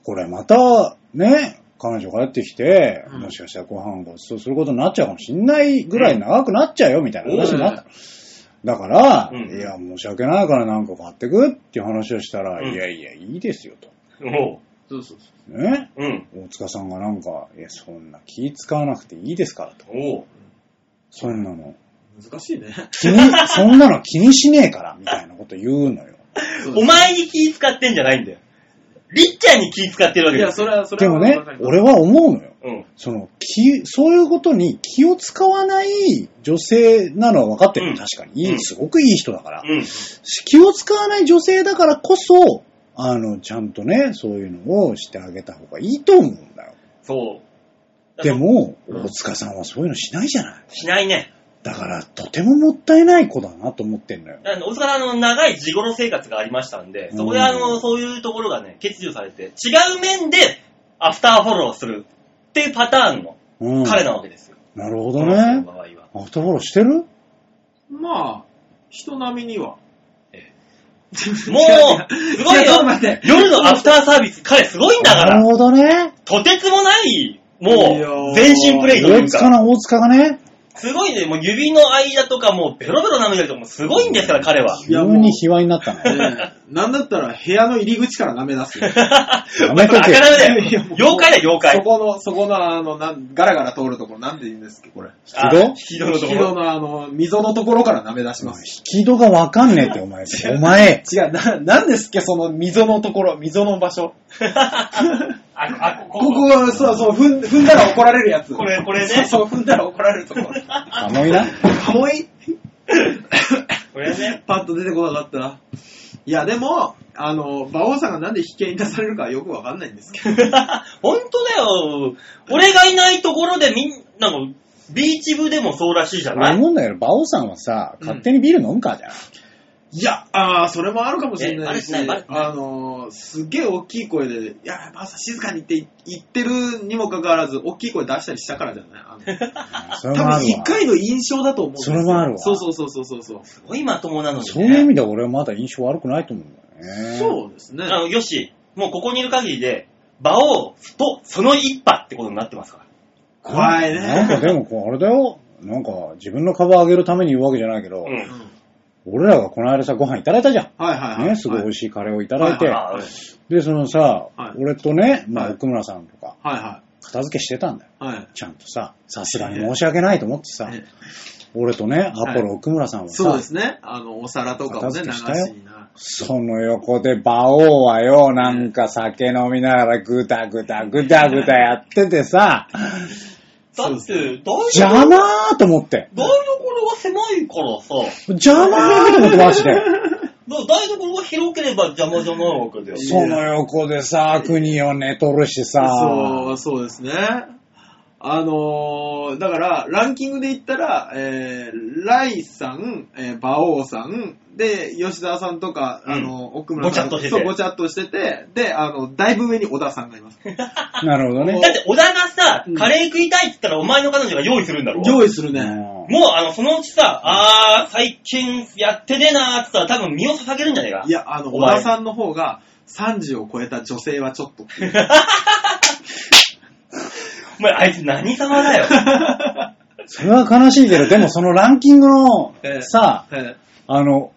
Speaker 4: これまた、ね、彼女帰ってきて、
Speaker 3: うん
Speaker 4: もしかしたらご飯ごちそうすることになっちゃうかもしんないぐらい長くなっちゃうよ、みたいな話になった。だから、
Speaker 2: うん
Speaker 4: いや、申し訳ないからなんか買ってくっていう話をしたら、
Speaker 2: うん
Speaker 4: いやいや、いいですよと。
Speaker 2: おう。
Speaker 3: そうそう
Speaker 4: ね
Speaker 2: うん。
Speaker 4: 大塚さんがなんか、いや、そんな気使わなくていいですからと。
Speaker 2: おう。
Speaker 4: そんなの、
Speaker 3: そう。難しいね。
Speaker 4: 気に、 (laughs) そんなの気にしねえから、みたいなこと言うのよ。
Speaker 2: お前に気使ってんじゃないんだよ。りっちゃんに気使ってるわ
Speaker 3: い
Speaker 2: けだよ
Speaker 3: や、。それは、それ
Speaker 4: で
Speaker 3: は
Speaker 4: も
Speaker 3: わかり
Speaker 4: ね
Speaker 3: ます。、
Speaker 4: 俺は思うのよ。
Speaker 2: うん。
Speaker 4: その、気、そういうことに気を使わない女性なのは分かってる。
Speaker 2: うん
Speaker 4: 確かに。いうい、
Speaker 2: ん
Speaker 4: すごくいい人だから。
Speaker 2: うん。
Speaker 4: 気を使わない女性だからこそ、あの、ちゃんとね、そういうのをしてあげた方がいいと思うんだよ。
Speaker 2: そう。
Speaker 4: で。も、
Speaker 3: うん
Speaker 4: 大塚さんはそういうのしないじゃない。
Speaker 2: しないね。
Speaker 4: だから、とてももったいない子だなと思ってんのよ。
Speaker 2: あの大阪のあの長い地頃生活がありましたんで、そこであ
Speaker 4: う
Speaker 2: の、
Speaker 4: ん
Speaker 2: そういうところがね、欠如されて、違う面でアフターフォローするっていうパターンの
Speaker 4: うん。
Speaker 2: 彼なわけですよ。
Speaker 4: なるほど
Speaker 2: この人の
Speaker 4: ね
Speaker 2: 場。合は。
Speaker 4: アフターフォローしてる
Speaker 3: まあ、人並みには。
Speaker 4: (laughs)
Speaker 2: もう、すごい
Speaker 3: やちょっと
Speaker 2: よ
Speaker 3: 待って
Speaker 2: 夜のアフターサービス、彼すごいんだか
Speaker 4: なる
Speaker 2: ら
Speaker 4: ほどね。
Speaker 2: とてつもない、
Speaker 3: いや
Speaker 2: も
Speaker 3: ー
Speaker 2: う、全身プレイとい
Speaker 4: 大
Speaker 2: う
Speaker 4: 塚
Speaker 2: か、
Speaker 4: な、大塚がね、
Speaker 2: すごいね、もう指の間とかもうベロベロ舐めたりとかもすごいんですから、彼は。
Speaker 3: い
Speaker 4: 急
Speaker 3: やもう
Speaker 4: に卑猥になったね。
Speaker 3: ねえなんだったら部屋の入り口から舐め出 (laughs) すよ。
Speaker 4: やめとけ
Speaker 2: 赤舐めだよ
Speaker 3: いやもう
Speaker 2: 妖怪だよ、妖怪。
Speaker 3: そこの、そこのあの、なんガラガラ通るところ、なんて言うんですっけ、これ。
Speaker 2: あ
Speaker 4: 引
Speaker 2: 引き戸のとこ
Speaker 3: 引き戸
Speaker 2: ろ。
Speaker 3: のあの、溝のところから舐め出します。
Speaker 4: 引き戸がわかんねえって、お前。お前。
Speaker 3: 違う、な、なんですっけ、その溝のところ、溝の場所。
Speaker 2: あ、あ、こ
Speaker 3: ここ、そうそう、踏ん踏んだら怒られるやつ。
Speaker 2: これこれね
Speaker 3: そうそう、踏んだら怒られるとこ
Speaker 2: (laughs)
Speaker 3: ろ。
Speaker 4: あのいな。
Speaker 3: かもい
Speaker 2: これね。
Speaker 3: パッと出てこなかった。いや、でも、あの、馬王さんがなんで引けに出されるかはよくわかんない
Speaker 2: (laughs)
Speaker 3: んですけど。
Speaker 2: ほんとだよ。俺がいないところでみんな、なんか、ビーチ部でもそうらしいじゃな
Speaker 4: 俺
Speaker 2: い
Speaker 4: 思うんだけど、馬王さんはさ、勝手にビール飲むからじゃない、
Speaker 3: いや、ああ、それもあるかもしれないし、
Speaker 2: えバレてないバレてない
Speaker 3: あの、すげえ大きい声で、いや、馬王さん静かにって言ってるにもかかわらず、大きい声出したりしたからじゃないあの
Speaker 4: そ
Speaker 3: 多
Speaker 4: れもあ
Speaker 3: 分
Speaker 4: る
Speaker 3: 一
Speaker 4: わ。
Speaker 3: 回の印象だと思うんですよ
Speaker 4: それもあるわ
Speaker 3: そうそうそうそうそうそう。
Speaker 2: すごいまともなのにね。
Speaker 4: そういう意味では俺はまだ印象悪くないと思うんだよね。
Speaker 3: そうですね。
Speaker 2: あの、よし、もうここにいる限りで、馬王とその一派ってことになってますから。
Speaker 3: 怖い
Speaker 4: なん
Speaker 3: ね。
Speaker 4: かでもこう、あれだよ。なんか自分の株を上げるために言うわけじゃないけど、
Speaker 2: うん。
Speaker 4: 俺らがこの間さ、ご飯いただいたじゃ
Speaker 3: はいはいは
Speaker 4: ん。
Speaker 3: い。
Speaker 4: ね、すごい美
Speaker 3: はい
Speaker 4: 味しいカレーをいただいて。
Speaker 3: はい
Speaker 2: あ
Speaker 4: で、そのさ、
Speaker 3: はい
Speaker 4: 俺とね、まあ
Speaker 3: はい
Speaker 4: 奥村さんとか、
Speaker 3: は
Speaker 4: 片付けしてたんだよ。
Speaker 3: い。はい。
Speaker 4: ちゃんとさ、さすがに申し訳ないと思ってさ、
Speaker 3: え
Speaker 4: 俺とね、アポロ奥村さんはさ、
Speaker 3: そうですね。あの、お皿とかをね、流
Speaker 4: 片付け
Speaker 3: し
Speaker 4: したよ
Speaker 3: な。
Speaker 4: その横で馬王はよ、なんか酒飲みながらぐだぐだぐだぐだやっててさ、
Speaker 2: だって、台
Speaker 4: 邪
Speaker 2: 所、
Speaker 4: 魔ーと思って。
Speaker 2: 台所が狭いからさ、
Speaker 4: 邪魔だけどもマジで。
Speaker 2: だから台所が広ければ邪魔じゃないわけだよ。
Speaker 4: その横でさ、国を寝とるしさ。
Speaker 3: そう、そうですね。あのー、だから、ランキングで言ったら、えー、ライさん、えー、馬王さん、で、吉沢さんとか、
Speaker 2: うん
Speaker 3: あの、奥村さん。
Speaker 2: ごちゃっとしてて
Speaker 3: そう、ごちゃっとしてて、で、あの、だいぶ上に小田さんがいます。
Speaker 4: なるほどね。
Speaker 2: だって、小田がさ
Speaker 3: うん、
Speaker 2: カレー食いたいって言ったら、お前の彼女が用意するんだろ
Speaker 3: 用意する
Speaker 4: う
Speaker 3: ね。
Speaker 4: ん
Speaker 2: もう、あの、そのうちさ、あー、最近やってねえなーって言ったら、多分身を捧げるんじゃねえか
Speaker 3: い。や、あの、
Speaker 2: お
Speaker 3: 小
Speaker 2: 前
Speaker 3: 田さんの方が、30を超えた女性はちょっとっていう。
Speaker 2: お前、あいつ何様だよ。
Speaker 4: それは悲しいけど、でもそのランキングの
Speaker 3: ええ
Speaker 4: さ、
Speaker 3: (laughs) え
Speaker 4: あの、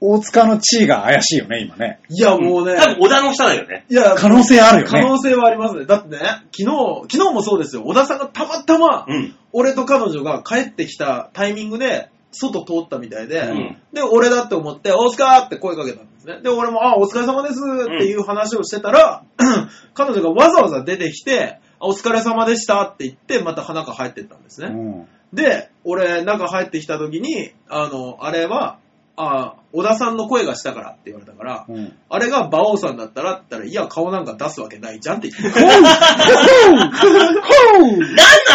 Speaker 4: 大塚の地位が怪しいよね、今ね。
Speaker 3: ーいや、もうね、
Speaker 2: 多分小田の下だよね。
Speaker 3: いや、
Speaker 4: 可能性あるよ
Speaker 3: 可
Speaker 4: ね。
Speaker 3: 能性はありますね。だってね、昨日、昨日もそうですよ。小田さんがたまたま、
Speaker 2: うん。
Speaker 3: 俺と彼女が帰ってきたタイミングで、外通ったみたいで、
Speaker 2: うん
Speaker 3: で、俺だって思って、大塚って声かけたんですね。で、俺も、あ、お疲れ様ですっていう話をしてたら、 (clears throat) 彼女がわざわざ出てきて、あお疲れ様でしたって言って、また中入ってったんですね。
Speaker 4: うん
Speaker 3: で、俺、中入ってきた時に、あの、あれは、あ、小田さんの声がしたからって言われたから、
Speaker 4: うん
Speaker 3: あれが馬王さんだったらって言ったら、いや、顔なんか出すわけないじゃんって言って。 (laughs)
Speaker 2: なんなん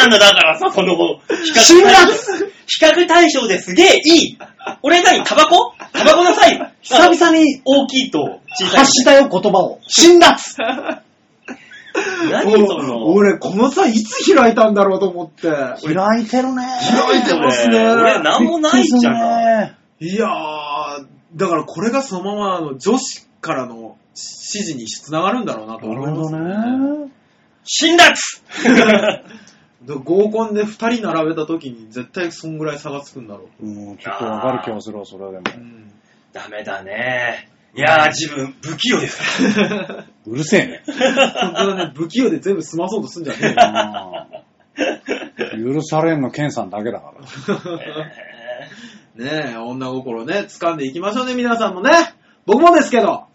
Speaker 2: だ、だからさ、その後、比較
Speaker 4: 辛
Speaker 2: 対
Speaker 4: 辣
Speaker 2: 比較対象ですげえいい。俺何、タバコタバコの際、
Speaker 4: 久々に
Speaker 2: 大きいと小さい
Speaker 4: 発。したよ、言葉を。辛辣
Speaker 2: 何その、
Speaker 3: お俺、この際いつ開いたんだろうと思って。
Speaker 4: 開いてるね。
Speaker 3: 開いてますね
Speaker 2: 俺何もないじゃん。
Speaker 4: ん。
Speaker 3: いやー、だからこれがそのままあの女子からの指示につながるんだろうなと
Speaker 4: な
Speaker 3: 思
Speaker 4: る
Speaker 3: い
Speaker 4: ほ
Speaker 3: ます
Speaker 4: どね。
Speaker 2: 辛辣
Speaker 3: で合コンで二人並べた時に絶対そんぐらい差がつくんだろ
Speaker 4: うん、ちょっとわかる気がするわ、それはでも
Speaker 3: う。う。 (laughs) ん。
Speaker 2: (laughs) ダメだね。いやー、自分、不器用ですから。
Speaker 4: うるせえね。
Speaker 3: 本当だね、不器用で全部済まそうとすんじゃねえよ。 (laughs)
Speaker 4: うん許されんの、ケンさんだけだから。
Speaker 3: ねえ、女心ね、掴んでいきましょうね、皆さんもね。僕もですけど。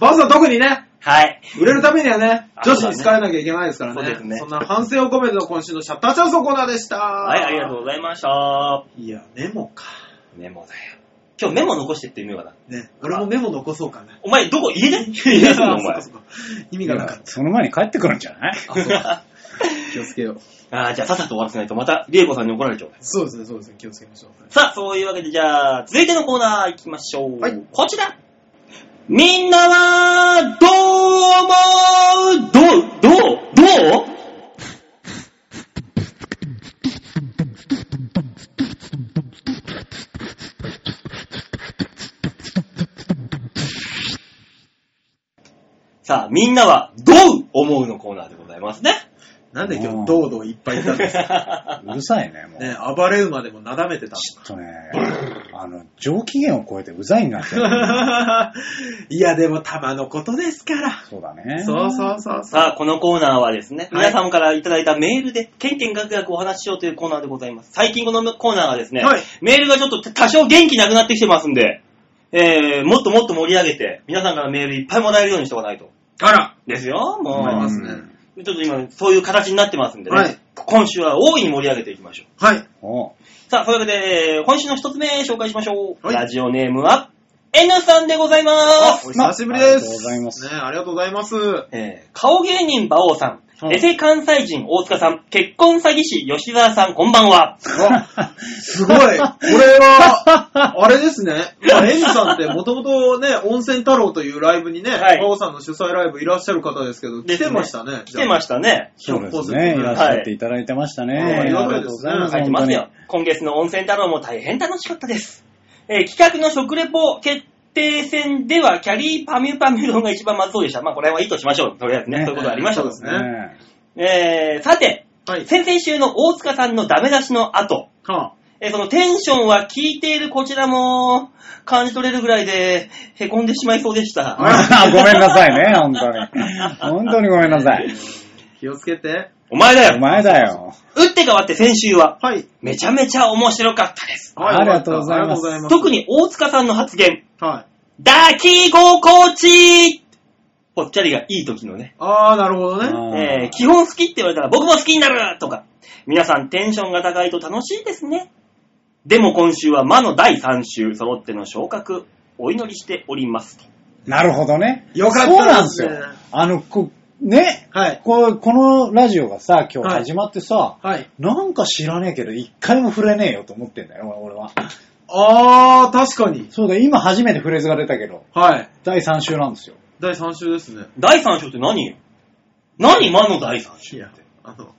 Speaker 3: バズは特にね、
Speaker 2: はい。
Speaker 3: 売れるためにはね、
Speaker 2: あ
Speaker 3: 女子に好かれなきゃいけないですから
Speaker 2: そうで
Speaker 3: ね。
Speaker 2: すね
Speaker 3: そんな反省を込めての今週のシャッターチャンスのコーナーでした。
Speaker 2: は、
Speaker 3: はい
Speaker 2: ありがとうございました。
Speaker 3: う。いや、メモか。
Speaker 2: メモだよ。今日メモ残してってみようかな。
Speaker 3: ね、俺もメモ残そうか (laughs) な。
Speaker 2: お前、どこ家で家ですのお
Speaker 3: そっ
Speaker 2: 前 (laughs)
Speaker 3: か。そっか意味がなかっ
Speaker 4: その前に帰ってくるんじゃない
Speaker 3: た。あそうか気をつけよう。
Speaker 2: あーじゃあさっさと終わらせないとまた、リエコさんに怒られちゃう。
Speaker 3: そうですね、そうですね、気をつけましょう。
Speaker 2: さあ、そういうわけで、じゃあ、続いてのコーナー行きましょう。
Speaker 3: はい
Speaker 2: こちら。みんなは、どう思うどう、どう、どうさあ、みんなは、どう思うのコーナーでございますね。
Speaker 3: (laughs) なんで今日、堂々いっぱいいたんですか
Speaker 4: うるさいね、もう。
Speaker 3: ね、暴れ馬でもなだめて (laughs) た。
Speaker 4: ちょっとね、あの、上機嫌を超えてうざいになっちゃう。
Speaker 3: (laughs) いや、でも、たまのことですから。
Speaker 4: そうだね。
Speaker 3: そうそうそうそう。
Speaker 2: さあ、このコーナーはですね、
Speaker 3: はい
Speaker 2: 皆様からいただいたメールで、ケンケンガクガクお話ししようというコーナーでございます。最近このコーナーがですね、
Speaker 3: はい
Speaker 2: メールがちょっと多少元気なくなってきてますんで、えー、もっともっと盛り上げて、皆さんからメールいっぱいもらえるようにしておかないと。
Speaker 3: あら、
Speaker 2: ですよ、もう。
Speaker 3: 思いま
Speaker 4: ますす
Speaker 3: ね
Speaker 4: ね。
Speaker 2: ちょっと今、そういう形になってますんでね、
Speaker 3: はい
Speaker 2: 今週は大いに盛り上げていきましょう。
Speaker 3: はい。
Speaker 4: おう
Speaker 2: さあ、そういうわけで、えー今週の一つ目紹介しましょう。
Speaker 3: はい
Speaker 2: ラジオネームは、N さんでございま
Speaker 3: あ、
Speaker 2: す。
Speaker 3: お久しぶりです。
Speaker 4: ありがとうございます
Speaker 3: ね、ありがとうございます。
Speaker 2: えー顔芸人馬王さん、
Speaker 4: はい
Speaker 2: エセ関西人大塚さん、結婚詐欺師吉沢さん、こんばんは。
Speaker 3: あすごい。これは、あれですね。まあ、エミさんってもともとね、温泉太郎というライブにね、
Speaker 2: はい
Speaker 3: 馬王さんの主催ライブいらっしゃる方ですけど、来てましたね。
Speaker 2: 来てましたね。
Speaker 4: そうですね。いらっしゃっていただいてましたね。
Speaker 3: はい
Speaker 4: ありがとうございます。
Speaker 2: 書いて
Speaker 4: 本
Speaker 2: ま
Speaker 4: 当
Speaker 2: す
Speaker 4: に。
Speaker 2: よ。今月の温泉太郎も大変楽しかったです。えー企画の食レポ決定戦では、キャリーパミュパミュ丼が一番まずそうでした。まあ、これはいいとしましょう。とりあえずね、
Speaker 4: ね
Speaker 2: そういうことありました
Speaker 3: そうです
Speaker 2: ね。
Speaker 3: ね
Speaker 4: ね
Speaker 2: えー、さて、
Speaker 3: はい。
Speaker 2: 先々週の大塚さんのダメ出しの後、
Speaker 3: はあ
Speaker 2: えーそのテンションは効いているこちらも感じ取れるぐらいで、へこんでしまいそうでした。
Speaker 4: あごめんなさいね、本当に。本当にごめんなさい。
Speaker 3: 気をつけて。
Speaker 2: お前だ
Speaker 4: お
Speaker 2: よ
Speaker 4: 前だよ。
Speaker 2: 打って変わって先週は、
Speaker 3: はい。
Speaker 2: めちゃめちゃ面白かったです。
Speaker 3: はい
Speaker 4: ありがとうござい
Speaker 3: あ
Speaker 4: ます
Speaker 3: りがとうござい
Speaker 2: 特に大塚さんの発言、
Speaker 3: ます。はい。
Speaker 2: 抱き心地ぽっちゃりがいい時のね、
Speaker 3: あー、なるほどね。
Speaker 2: えー
Speaker 4: ね
Speaker 2: 基本好きって言われたら僕も好きになるとか、皆さんテンションが高いと楽しいですね。でも今週は魔の第3週揃っての昇格、お祈りしておりますと。
Speaker 4: なるほどね。
Speaker 3: よかったですね
Speaker 4: そうなんですよ。あの、こね、
Speaker 3: はい。
Speaker 4: こうこのラジオがさ、今日
Speaker 3: はい
Speaker 4: 始まってさ、
Speaker 3: はい。
Speaker 4: なんか知らねえけど、一回も触れねえよと思ってんだよ、俺は。
Speaker 3: あー、確かに。
Speaker 4: そうだ、今初めてフレーズが出たけど、
Speaker 3: はい。
Speaker 4: 第3週なんですよ。
Speaker 3: 第3週ですね。
Speaker 2: 第3週って何よ何魔の第3
Speaker 3: い
Speaker 2: 週
Speaker 3: や、あの、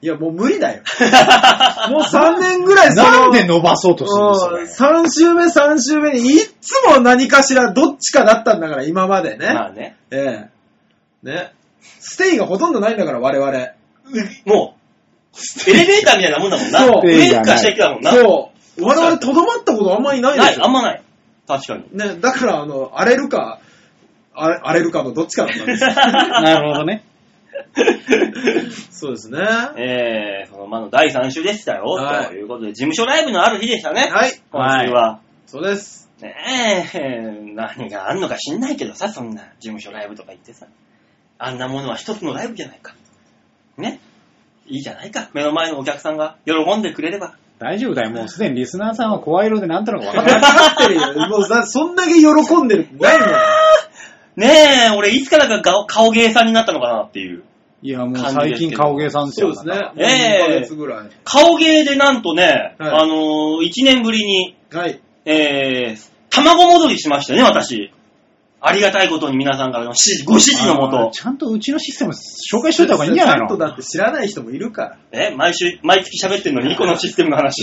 Speaker 3: いや、もう無理だよ。もう3年ぐらいその
Speaker 4: なんで伸ばそうとするん
Speaker 3: うん
Speaker 4: です
Speaker 3: 3週目、3週目に、いっつも何かしらどっちかだったんだから、今までね。
Speaker 2: まあね。
Speaker 3: ええ。ね。ステイがほとんどないんだから、我々。
Speaker 2: もう、エレベーターみたいなもんだもんな。
Speaker 3: そう
Speaker 2: 上行くか下行くだもんな。
Speaker 3: そう。我々とどまったことあんまりないで
Speaker 2: ない、
Speaker 3: し
Speaker 2: あん
Speaker 3: ょ。
Speaker 2: まない。確
Speaker 3: (laughs)
Speaker 2: かに。
Speaker 3: ね、だから、あの、荒れるか、あれ荒れるかのどっちかだったん
Speaker 4: (laughs)
Speaker 3: ですよ。
Speaker 4: よ。なるほどね。
Speaker 3: そうですね。は
Speaker 2: (laughs) えー、そのまの第3週でしたよ、
Speaker 3: はい
Speaker 2: ということで、事務所ライブのある日でしたね、
Speaker 3: い。
Speaker 2: 今週は。
Speaker 3: そうです。
Speaker 2: ねえ、何があんのか知んないけどさ、そんな事務所ライブとか言ってさ、あんなものは一つのライブじゃないか。ねいいじゃないか。目の前のお客さんが喜んでくれれば。
Speaker 4: 大丈夫だよ、もうすでにリスナーさんは声色でなんとなく分か
Speaker 3: 分 (laughs)
Speaker 4: ってる。
Speaker 3: かってるよ。もうさ、そんだけ喜んでるってないもん。
Speaker 2: ねえ、俺いつからか顔顔芸さんになったのかなっていう。
Speaker 4: いや、もう最近顔芸さんです
Speaker 3: そう
Speaker 4: よ。
Speaker 3: ですね。もう
Speaker 2: ええ
Speaker 3: 2ヶ月ぐらい。
Speaker 2: 顔芸でなんとね、
Speaker 3: はい
Speaker 2: あのー、1年ぶりに、
Speaker 3: はい。
Speaker 2: えー、卵戻りしましたね、私。ありがたいことに皆さんからの指示ご指示のも
Speaker 4: あ
Speaker 2: と
Speaker 4: の。ちゃんとうちのシステム紹介しといた方がいいんじゃないの
Speaker 3: ちょっとだって知らない人もいるから。
Speaker 2: え、毎週、毎月喋ってんのに、このシステムの話。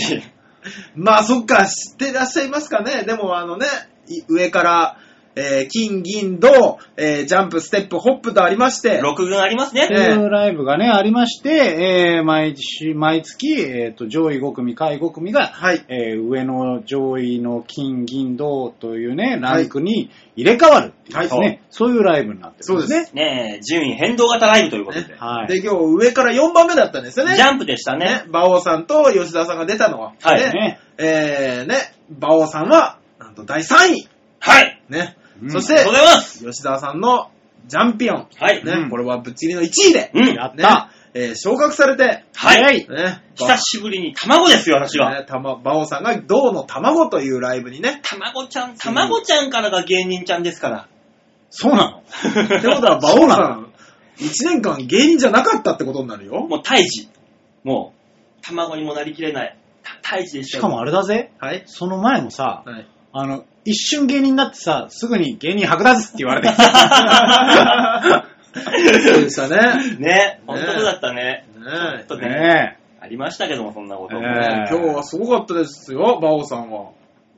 Speaker 3: まあそっか、知ってらっしゃいますかね。でもあのね、い上からえー金、銀、銅、えージャンプ、ステップ、ホップとありまして、
Speaker 2: 6軍あります
Speaker 3: (laughs) え
Speaker 2: ね。
Speaker 3: え
Speaker 4: ライブがね、ありまして、えー毎週、毎月、えっ、と、上位5組、下位5組が、
Speaker 3: はい
Speaker 4: えー上の上位の金、銀、銅というね、ランクに入れ替わるっていうですね、
Speaker 3: はい
Speaker 4: そういうライブになってるんですね。
Speaker 2: ねえ、順位変動型ライブということで。
Speaker 3: ね
Speaker 4: はい
Speaker 3: で、今日上から4番目だったんですよね。
Speaker 2: ジャンプでしたね
Speaker 3: ね。、馬王さんと吉田さんが出たのは。
Speaker 2: はい
Speaker 3: ね
Speaker 4: ね
Speaker 3: えー、ね、馬王さんは、なんと第3位。
Speaker 2: はい。
Speaker 3: ね。
Speaker 4: うん
Speaker 3: そし
Speaker 2: ありがとうご
Speaker 3: て、
Speaker 2: ざいます。
Speaker 3: 吉田さんのジャンピオン。
Speaker 2: はい。
Speaker 3: ね、
Speaker 4: うん
Speaker 3: これはぶっちぎりの1位で、
Speaker 2: う
Speaker 4: や
Speaker 2: ん。
Speaker 4: っ
Speaker 3: ね
Speaker 4: た、
Speaker 3: えー昇格されて、
Speaker 2: は。
Speaker 4: はいい
Speaker 3: ね、
Speaker 2: 久しぶりに卵ですよ、私は。
Speaker 3: ね、たま、馬王さんが銅の卵というライブに (laughs) ね。
Speaker 2: 卵ちゃん、卵ちゃんからが芸人ちゃんですから。
Speaker 4: そうなの
Speaker 3: ってことは、馬王さん、1年間芸人じゃなかったってことになるよ。
Speaker 2: (laughs) もう胎児。もう、卵にもなりきれない。た胎児でし
Speaker 4: し
Speaker 2: ょ。
Speaker 4: かもあれだぜ、
Speaker 3: はい。
Speaker 4: その前もさ、
Speaker 3: はい。
Speaker 4: あの、一瞬芸人になってさ、すぐに芸人剥奪って言われてきた。
Speaker 2: (laughs)
Speaker 3: そうでした (laughs) ね。
Speaker 2: ね、本当そうだったね。
Speaker 3: ね
Speaker 2: ちょっとね
Speaker 4: (laughs) ね
Speaker 2: ありましたけども、そんなこと。
Speaker 4: え
Speaker 3: ね今日はすごかったですよ、馬王さんは。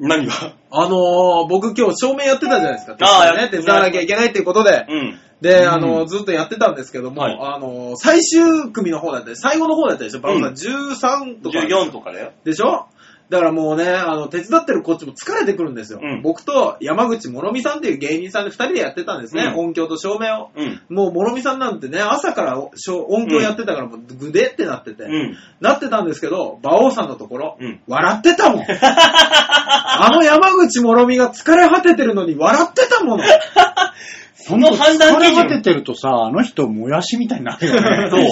Speaker 2: 何が
Speaker 3: あのー、僕今日照明やってたじゃないですか。
Speaker 2: ああ
Speaker 3: 手
Speaker 2: や
Speaker 3: 伝いね、手伝わなきゃいけないっていうことで。
Speaker 2: うん。
Speaker 3: で、
Speaker 4: うん
Speaker 3: あのー、ずっとやってたんですけども、
Speaker 2: はい
Speaker 3: あのー、最終組の方だったり、最後の方だったでしょ。馬王
Speaker 2: う
Speaker 3: さん13とか。
Speaker 2: 14とかだよ。
Speaker 3: でしょだからもうね、あの、手伝ってるこっちも疲れてくるんですよ。
Speaker 2: うん
Speaker 3: 僕と山口もろみさんっていう芸人さんで二人でやってたんですね。
Speaker 2: うん
Speaker 3: 音響と照明を。
Speaker 2: うん。
Speaker 3: もうもろみさんなんてね、朝からお照音響やってたからもうぐでってなってて、
Speaker 2: うん。
Speaker 3: なってたんですけど、馬王さんのところ、
Speaker 2: うん
Speaker 3: 笑って
Speaker 2: (laughs)
Speaker 3: たもん。あの山口もろみが疲れ果ててるのに笑ってたもの。
Speaker 2: その判断基
Speaker 4: 疲れ果て
Speaker 2: 準。
Speaker 4: てるとさ、あの人、もやしみたいになるよね。
Speaker 2: そう。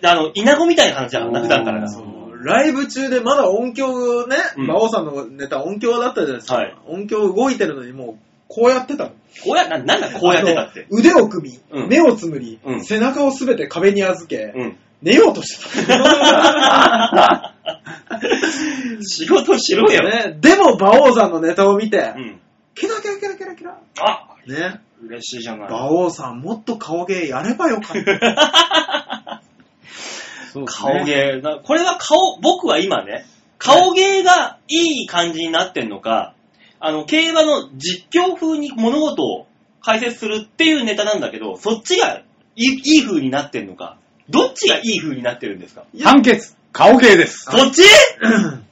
Speaker 2: であの、稲子みたいな感じだからな、普段からが。
Speaker 4: そ
Speaker 3: ライブ中でまだ音響ね、
Speaker 2: うん
Speaker 3: 馬王さんのネタ音響だったじゃないですか。
Speaker 2: はい
Speaker 3: 音響動いてるのにもう、こうやってたもん。
Speaker 2: こうや、ななんだこうやってたって
Speaker 3: あ。の腕を組み、
Speaker 2: うん
Speaker 3: 目をつむり、
Speaker 2: うん
Speaker 3: 背中をすべて壁に預け、
Speaker 2: うん。
Speaker 3: 寝ようとしてた。
Speaker 2: (laughs) 仕事しろよ。
Speaker 3: ね、でも、馬王さんのネタを見て、
Speaker 2: うん。
Speaker 3: キラキラキラキラキラ。
Speaker 2: あ、
Speaker 3: ね、
Speaker 2: 嬉しいじゃない。
Speaker 3: 馬王さんもっと顔芸やればよか
Speaker 2: (laughs)
Speaker 3: った。
Speaker 4: そうですね
Speaker 2: 顔芸な。これは顔、僕は今ね、顔芸がいい感じになってんのか、あの、競馬の実況風に物事を解説するっていうネタなんだけど、そっちがいいいい風になってんのか、どっちがいい風になってるんですか
Speaker 4: 判決、顔芸です。
Speaker 2: こっ (laughs) ち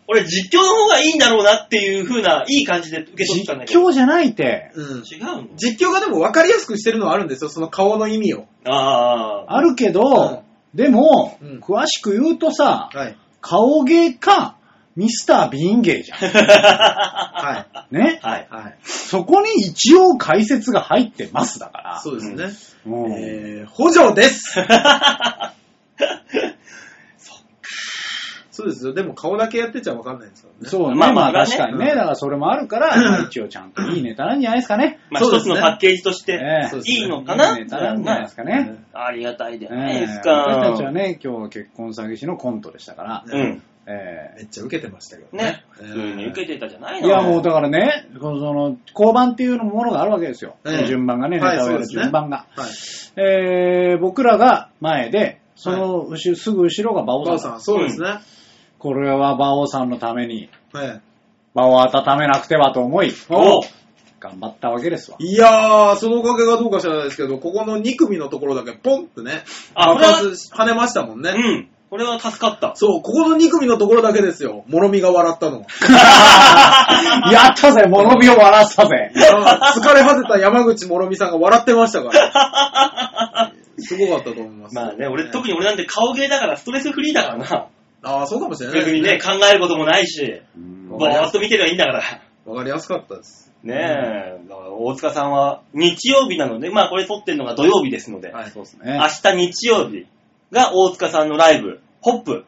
Speaker 2: 俺実況の方がいいんだろうなっていう風な、いい感じで受け取ったんだけ
Speaker 4: 実
Speaker 2: ど。
Speaker 4: 況じゃないって、
Speaker 3: うん
Speaker 2: 違うの
Speaker 3: 実況がでも分かりやすくしてるのはあるんですよ、その顔の意味を。
Speaker 2: ああ。
Speaker 4: あるけど、でも、
Speaker 3: うん
Speaker 4: 詳しく言うとさ、
Speaker 3: はい。
Speaker 4: 顔芸か、ミスタービーン芸 (laughs) じゃ
Speaker 2: (laughs)
Speaker 4: ん。
Speaker 3: はい。
Speaker 4: ね。
Speaker 2: はい。
Speaker 3: はい。
Speaker 4: そこに一応解説が入ってますだから。
Speaker 3: そうですね。
Speaker 4: うん
Speaker 3: えー、補助です。そうですよ。でも顔だけやってちゃ分かんないですからね。
Speaker 4: そうね。
Speaker 2: ま
Speaker 4: ま
Speaker 2: あ
Speaker 4: あ
Speaker 2: まあ
Speaker 4: 確かに
Speaker 3: う
Speaker 4: ね。
Speaker 3: ん
Speaker 4: だからそれもあるから、 (clears throat) 一応ちゃんといいネタなんじゃないですかね。
Speaker 2: まあ、一つのパッケージとして、
Speaker 4: ええ
Speaker 3: そうですね
Speaker 2: いいのかない
Speaker 4: いネタなんじゃないですかね。
Speaker 2: ありがたいじゃない
Speaker 4: え
Speaker 2: で
Speaker 4: え
Speaker 2: す
Speaker 4: 私たち
Speaker 2: か
Speaker 4: は。ね、今日は結婚詐欺師のコントでしたから、
Speaker 2: う
Speaker 3: ね
Speaker 2: ん。
Speaker 4: え
Speaker 3: めっちゃ受けてましたけどね。
Speaker 2: ね。
Speaker 3: えー
Speaker 2: 普通に受けてたじゃない
Speaker 4: え
Speaker 2: の。
Speaker 4: いやもうだからね、このその、交番っていうのもものがあるわけですよ。
Speaker 3: ええ
Speaker 4: 順番がね、ネ
Speaker 3: はい
Speaker 4: タをや
Speaker 3: そうで
Speaker 4: る
Speaker 3: すね
Speaker 4: 順番が。
Speaker 3: はい。
Speaker 4: えー僕らが前で、その後ろ、すぐ後ろが馬
Speaker 3: お母
Speaker 4: 王さん。
Speaker 3: さん、そうですね。
Speaker 4: これは馬王さんのために、
Speaker 3: はい。
Speaker 4: 馬を温めなくてはと思い、
Speaker 2: お
Speaker 4: 頑張ったわけですわ。 (laughs)
Speaker 3: いやー、そのおかげがどうか知らないですけど、ここの2組のところだけポンってね、
Speaker 2: あ
Speaker 3: 爆発し跳ねましたもんね。
Speaker 2: うん。これは助かった。
Speaker 3: そう、ここの2組のところだけですよ。もろみが笑ったのは。
Speaker 4: やったぜ、もろみを笑わせたぜ
Speaker 3: い。やー疲れ果てた山口もろみさんが笑ってましたから。 (laughs) すごかったと思います。
Speaker 2: まあね、俺、特
Speaker 3: に。
Speaker 2: に俺なんて顔芸だからストレスフリーだからな。
Speaker 3: ああ、そうかもしれない
Speaker 2: 別にね、。考えることもないし、ぼ
Speaker 3: わかりや
Speaker 2: ー
Speaker 3: す
Speaker 2: っと見てりゃいいんだから。
Speaker 3: わかりやすかったです。
Speaker 2: ねえ、だから大塚さんは日曜日なので、まあこれ撮ってるのが土曜日ですので、
Speaker 3: はい。
Speaker 4: そうです
Speaker 2: 明
Speaker 4: ね。
Speaker 2: 日日曜日が大塚さんのライブ、ホップ、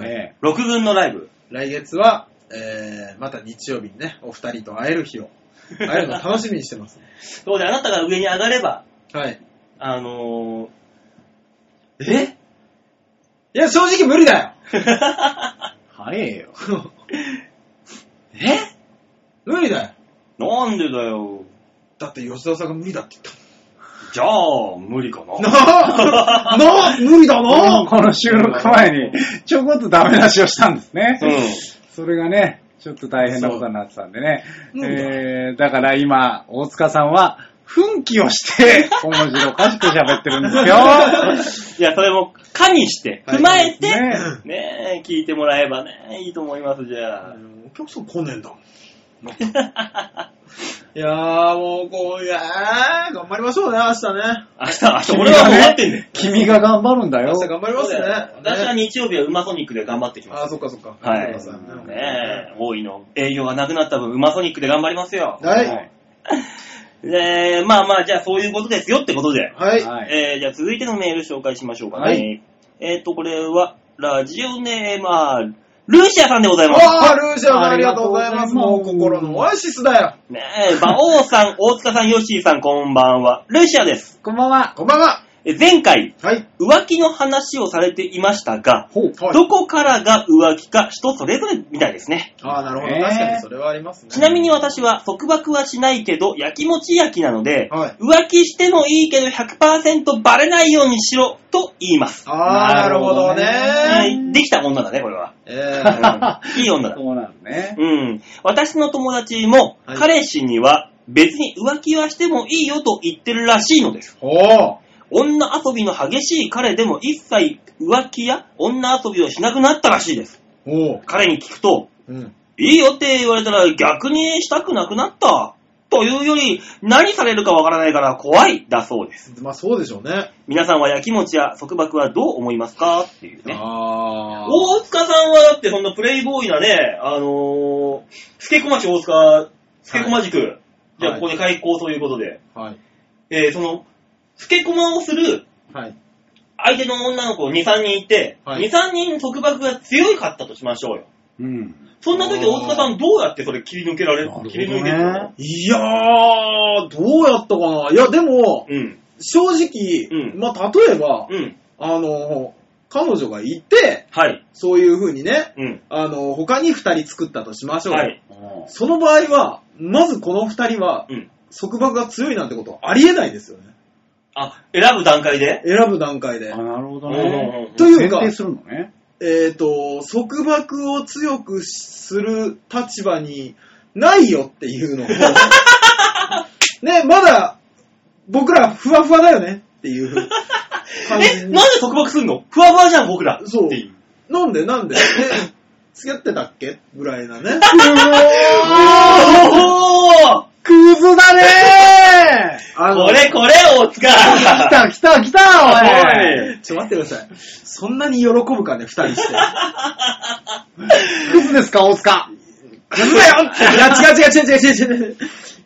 Speaker 4: ええ
Speaker 2: 6軍のライブ。
Speaker 3: 来月は、えー、また日曜日にね、お二人と会える日を、会えるの楽しみにしてます。
Speaker 2: (laughs)
Speaker 3: (laughs)
Speaker 2: そうで、あなたが上に上がれば、
Speaker 3: はい。
Speaker 2: あのー、え (laughs)
Speaker 3: いや、正直無理だよ
Speaker 4: 早え
Speaker 2: (laughs)
Speaker 4: よ。
Speaker 2: え (laughs)
Speaker 3: 無理だよ。
Speaker 2: なんでだよ。
Speaker 3: だって吉田さんが無理だって (laughs) 言っ
Speaker 2: じゃあ、無理かな。
Speaker 3: た。なあなあ無理だな
Speaker 2: (laughs)
Speaker 4: この収録前に、ちょこっとダメ出しをしたんです
Speaker 2: (laughs)
Speaker 4: ね。
Speaker 2: う
Speaker 4: それがね、ちょっと大変なことになってたんでね。
Speaker 3: そう
Speaker 4: えー、だから今、大塚さんは、奮起をして、面白おかしく喋ってるんですよ。
Speaker 2: いや、それも、加にして、踏ま (laughs) えて、
Speaker 4: ね
Speaker 2: ねえ、聞いてもらえばね、いいと思います、じ (laughs) ゃあ。
Speaker 3: お客さん来ねえんだもん。いやー、もう、こう、いやー、頑張りましょうね、明日ね。
Speaker 2: 明日、明日、 (laughs) 俺はもう終わってんだよ。
Speaker 4: 君が頑張るんだよ
Speaker 3: 明。日頑張りますね。
Speaker 2: 私は
Speaker 3: ね
Speaker 2: 日曜日は馬ソニックで頑張ってき
Speaker 3: あ
Speaker 2: ま
Speaker 3: ー、
Speaker 2: す。
Speaker 3: そっかそっか。
Speaker 2: はい。
Speaker 3: 頑張ってください
Speaker 2: ねえ、大井の営業がなくなった分、馬ソニックで頑張りますよ。
Speaker 3: はい
Speaker 2: で、まあまあ、じゃあそういうことですよってことで。
Speaker 3: はい。はい。
Speaker 4: はい。
Speaker 2: えー、じゃあ続いてのメール紹介しましょうかね。
Speaker 4: は
Speaker 2: えっ、と、これは、ラジオネーム、あルーシアさんでございます。
Speaker 3: わー、ルージャーありがとうございます。
Speaker 4: ありがと
Speaker 3: も
Speaker 4: う
Speaker 3: う
Speaker 4: ございます
Speaker 3: 心のオアシスだよ。
Speaker 2: ねえ、馬王さん、大塚さん、ヨッシーさん、こんばんは。ルーシアです。
Speaker 4: こんばんは。
Speaker 3: こんばんは。
Speaker 2: え前回、
Speaker 3: はい。
Speaker 2: 浮気の話をされていましたが、
Speaker 4: ほう。
Speaker 3: はい
Speaker 2: どこからが浮気か人それぞれみたいですね。
Speaker 3: あー、なるほど。
Speaker 4: ね
Speaker 3: 確かにそれはありますね。
Speaker 2: ちなみに私は束縛はしないけど、やきもち焼きなので、
Speaker 3: はい
Speaker 2: 浮気してもいいけど100%バレないようにしろと言います。
Speaker 3: あー、なるほどね。
Speaker 4: な
Speaker 2: は
Speaker 4: るほどね
Speaker 2: い、できた女だね、これは。
Speaker 3: え
Speaker 2: う
Speaker 3: ー、
Speaker 2: んいい女だ。
Speaker 4: そうなんね。
Speaker 2: うん。私の友達も、
Speaker 3: はい
Speaker 2: 彼氏には別に浮気はしてもいいよと言ってるらしいのです。
Speaker 3: おー。
Speaker 2: 女遊びの激しい彼でも一切浮気や女遊びをしなくなったらしいです。
Speaker 3: おー。
Speaker 2: 彼に聞くと、
Speaker 3: うん。
Speaker 2: いいよって言われたら逆にしたくなくなった。というより、何されるかわからないから怖いだそうです。
Speaker 3: まあ、そうでしょうね。
Speaker 2: 皆さんはやきもちや束縛はどう思いますかっていうね。
Speaker 3: あー。
Speaker 2: 大塚さんはだってそんなプレイボーイなね、あのー、スケコマチ大塚、スケコマ塾、じゃあ
Speaker 3: はい
Speaker 2: ここで開講ということで、
Speaker 3: はい。
Speaker 2: えー、その、スケコマをする
Speaker 3: はい。
Speaker 2: 相手の女の子2、3人いて、
Speaker 3: はい
Speaker 2: 2、3人束縛が強かったとしましょうよ。
Speaker 4: うん。
Speaker 2: そんな時大塚さんどうやってそれ切り抜けられ
Speaker 4: なるほどね
Speaker 2: 切り抜けてるの
Speaker 3: いやー、どうやったかないや、でも、
Speaker 2: うん。
Speaker 3: 正直、
Speaker 2: うん
Speaker 3: まあ、例えば、
Speaker 2: うん。
Speaker 3: あの、彼女がいて、
Speaker 2: はい。
Speaker 3: そういう風にね、
Speaker 2: うん。
Speaker 3: あの、他に二人作ったとしましょう。
Speaker 2: はい。
Speaker 3: その場合は、まずこの二人は、
Speaker 2: うん。
Speaker 3: 束縛が強いなんてことはありえないですよね。
Speaker 2: あ、選ぶ段階で
Speaker 3: 選ぶ段階で
Speaker 4: あ、。なるほど
Speaker 2: うん
Speaker 4: ね。
Speaker 2: うんうん
Speaker 3: というか
Speaker 4: 限定、するのね。
Speaker 3: えっ、と、束縛を強くする立場にないよってい
Speaker 2: (laughs)
Speaker 3: うのを、ね、まだ、僕らふわふわだよねっていう感じ
Speaker 2: え、
Speaker 3: に
Speaker 2: な。んで束縛すんのふわふわじゃん、僕ら。
Speaker 3: そう
Speaker 2: っていう。
Speaker 3: なんでなんで、ね、付き合ってたっけぐらい
Speaker 2: (laughs)
Speaker 3: なね。
Speaker 2: おー
Speaker 4: クズだね
Speaker 3: あの
Speaker 2: (laughs) これこれ、大塚
Speaker 4: 来た来た来たお
Speaker 3: (laughs)
Speaker 4: い
Speaker 3: ちょっと待ってください。そんなに喜ぶかね、二人
Speaker 2: (laughs)
Speaker 3: して。
Speaker 4: クズですか、大塚
Speaker 3: クズだよっていや、違う違う違う違う違う違う。